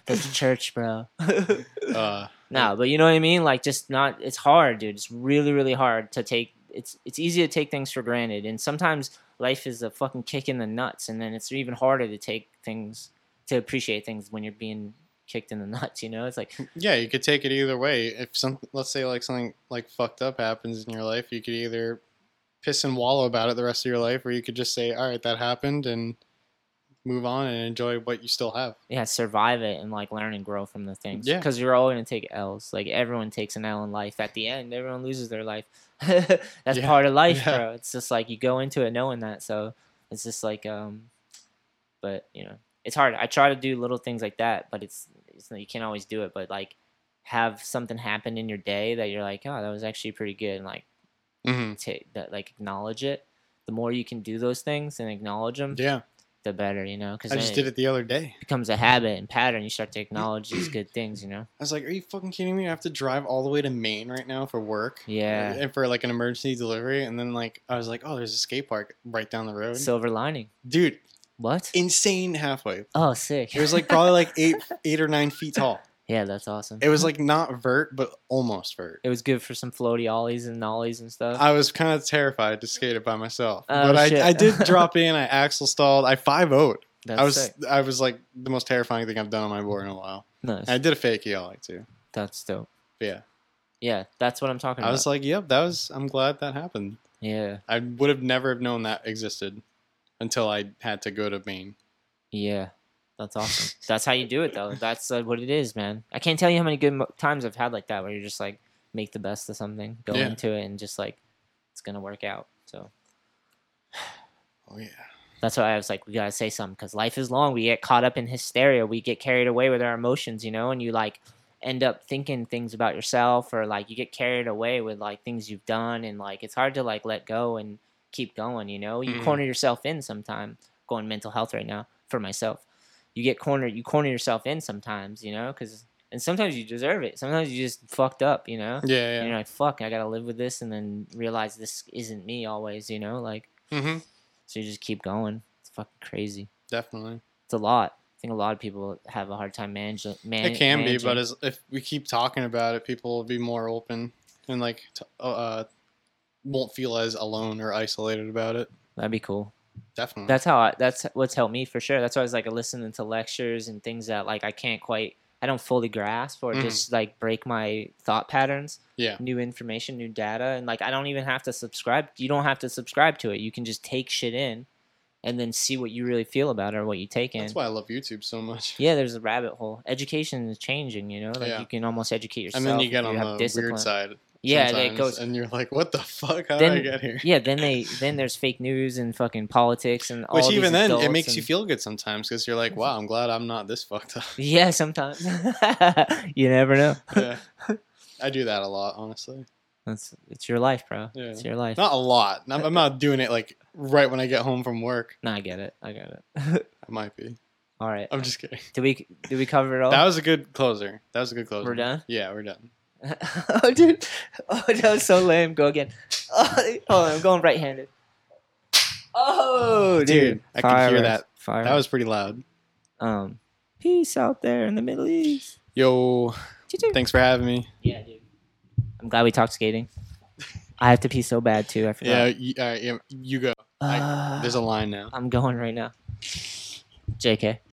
Speaker 1: That's church, bro. (laughs)
Speaker 4: Uh,
Speaker 1: No, but you know what I mean. Like, just not. It's hard, dude. It's really, really hard to take. It's it's easy to take things for granted, and sometimes life is a fucking kick in the nuts, and then it's even harder to take things to appreciate things when you're being kicked in the (laughs) nuts. You know, it's like
Speaker 4: yeah, you could take it either way. If some, let's say, like something like fucked up happens in your life, you could either piss and wallow about it the rest of your life, or you could just say, "All right, that happened," and move on and enjoy what you still have.
Speaker 1: yeah, survive it and like learn and grow from the things.
Speaker 4: Yeah.
Speaker 1: because you're all gonna take L's. Like everyone takes an L in life. At the end, everyone loses their life. (laughs) That's
Speaker 4: Yeah,
Speaker 1: part of life,
Speaker 4: yeah.
Speaker 1: bro. It's just like you go into it knowing that. So it's just like um, but you know it's hard i try to do little things like that but it's, it's you can't always do it but like have something happen in your day that you're like oh that was actually pretty good and like
Speaker 4: Mm-hmm.
Speaker 1: take that like acknowledge it the more you can do those things and acknowledge them
Speaker 4: Yeah,
Speaker 1: the better you know because
Speaker 4: I
Speaker 1: then
Speaker 4: just
Speaker 1: it
Speaker 4: did it the other day.
Speaker 1: becomes a habit and pattern you
Speaker 4: Mm.
Speaker 1: start to acknowledge these good things you know
Speaker 4: I was like, "Are you fucking kidding me? I have to drive all the way to Maine right now for work."
Speaker 1: Yeah.
Speaker 4: and for like an emergency delivery, and then like I was like, "Oh, there's a skate park right down the road."
Speaker 1: silver lining
Speaker 4: dude,
Speaker 1: what
Speaker 4: insane halfway.
Speaker 1: oh sick
Speaker 4: It was like probably like eight, eight or nine feet tall.
Speaker 1: yeah that's awesome
Speaker 4: It was like not vert, but almost vert.
Speaker 1: it was good for some floaty ollies and nollies and stuff
Speaker 4: I was kind of terrified to skate it by myself,
Speaker 1: Oh,
Speaker 4: but
Speaker 1: shit.
Speaker 4: I, I did drop in. I axle stalled. I five would
Speaker 1: that's
Speaker 4: I was
Speaker 1: sick.
Speaker 4: I was like the most terrifying thing I've done on my board in a while.
Speaker 1: nice
Speaker 4: And I did a fakie all like too.
Speaker 1: that's dope
Speaker 4: But yeah,
Speaker 1: yeah that's what i'm talking
Speaker 4: I
Speaker 1: about
Speaker 4: was like, yep, that was. I'm glad that happened.
Speaker 1: yeah
Speaker 4: I would have never have known that existed until I had to go to Maine.
Speaker 1: Yeah, that's awesome. that's how you do it, though. That's uh, what it is, man. I can't tell you how many good mo- times I've had like that where you're just like make the best of something, go
Speaker 4: Yeah.
Speaker 1: into it, and just like it's gonna work out. So
Speaker 4: Oh yeah,
Speaker 1: that's why I was like, we gotta say something because life is long. We get caught up in hysteria. We get carried away with our emotions, you know, and you like end up thinking things about yourself or like you get carried away with like things you've done and like it's hard to like let go and keep going, you know? You
Speaker 4: Mhm.
Speaker 1: corner yourself in sometime going mental health right now for myself. You get cornered, you corner yourself in sometimes, you know, cuz and sometimes you deserve it. Sometimes you just fucked up, you know?
Speaker 4: yeah,
Speaker 1: And
Speaker 4: yeah.
Speaker 1: you're like, fuck, I gotta live with this, and then realize this isn't me always, you know? Like,
Speaker 4: Mm-hmm.
Speaker 1: so you just keep going. It's It's fucking crazy.
Speaker 4: Definitely.
Speaker 1: It's a lot. I think a lot of people have a hard time managing. Man-
Speaker 4: it can be,
Speaker 1: managing.
Speaker 4: but as, if we keep talking about it, people will be more open and like t- uh, won't feel as alone or isolated about it.
Speaker 1: that'd be cool.
Speaker 4: Definitely.
Speaker 1: That's how I, that's what's helped me for sure. That's why I was like listening to lectures and things that like I can't quite I don't fully grasp or
Speaker 4: Mhm.
Speaker 1: just like break my thought patterns.
Speaker 4: Yeah.
Speaker 1: New information, new data, and like I don't even have to subscribe. You don't have to subscribe to it. You can just take shit in, and then see what you really feel about it or what you take in.
Speaker 4: That's why I love YouTube so much.
Speaker 1: yeah, there's a rabbit hole. Education is changing. You know, like
Speaker 4: Yeah.
Speaker 1: you can almost educate yourself.
Speaker 4: And then you
Speaker 1: if
Speaker 4: get on
Speaker 1: have
Speaker 4: the
Speaker 1: discipline.
Speaker 4: weird side.
Speaker 1: Yeah, it
Speaker 4: sometimes,
Speaker 1: goes
Speaker 4: and (laughs) you're like, what the fuck? How
Speaker 1: Then-
Speaker 4: did I get here?
Speaker 1: yeah, then they then there's fake news and fucking politics and all.
Speaker 4: Which
Speaker 1: these
Speaker 4: even then, it
Speaker 1: adults
Speaker 4: makes you
Speaker 1: and-
Speaker 4: feel good sometimes because you're like, wow, I'm glad I'm not this
Speaker 1: (laughs)
Speaker 4: fucked up.
Speaker 1: Yeah, sometimes you never know.
Speaker 4: yeah. I do that a lot, honestly.
Speaker 1: That's it's your life, bro.
Speaker 4: Yeah.
Speaker 1: It's your life.
Speaker 4: Not a lot. I'm, I'm not doing it like right when I get home from work.
Speaker 1: No, I get it. I got it. (laughs)
Speaker 4: I might be.
Speaker 1: all right.
Speaker 4: I'm just kidding.
Speaker 1: Did we did we cover it all?
Speaker 4: That was a good closer. That was a good closer.
Speaker 1: We're done?
Speaker 4: Yeah, we're done.
Speaker 1: (laughs) oh, dude. (laughs) Oh, that was so lame. Go again. (laughs) Oh, hold on, I'm going right-handed. Oh, dude.
Speaker 4: Dude, I could hear that.
Speaker 1: Fire.
Speaker 4: That was pretty loud.
Speaker 1: um. Peace out there in the Middle East.
Speaker 4: Yo,
Speaker 1: Choo-choo.
Speaker 4: thanks for having me.
Speaker 1: (laughs) Yeah, dude. I'm glad we talked skating. I have to pee so bad too. I forgot.
Speaker 4: Yeah, you, all right, yeah, you go. I-
Speaker 1: Ah,
Speaker 4: There's a line now.
Speaker 1: I'm going right now. JK.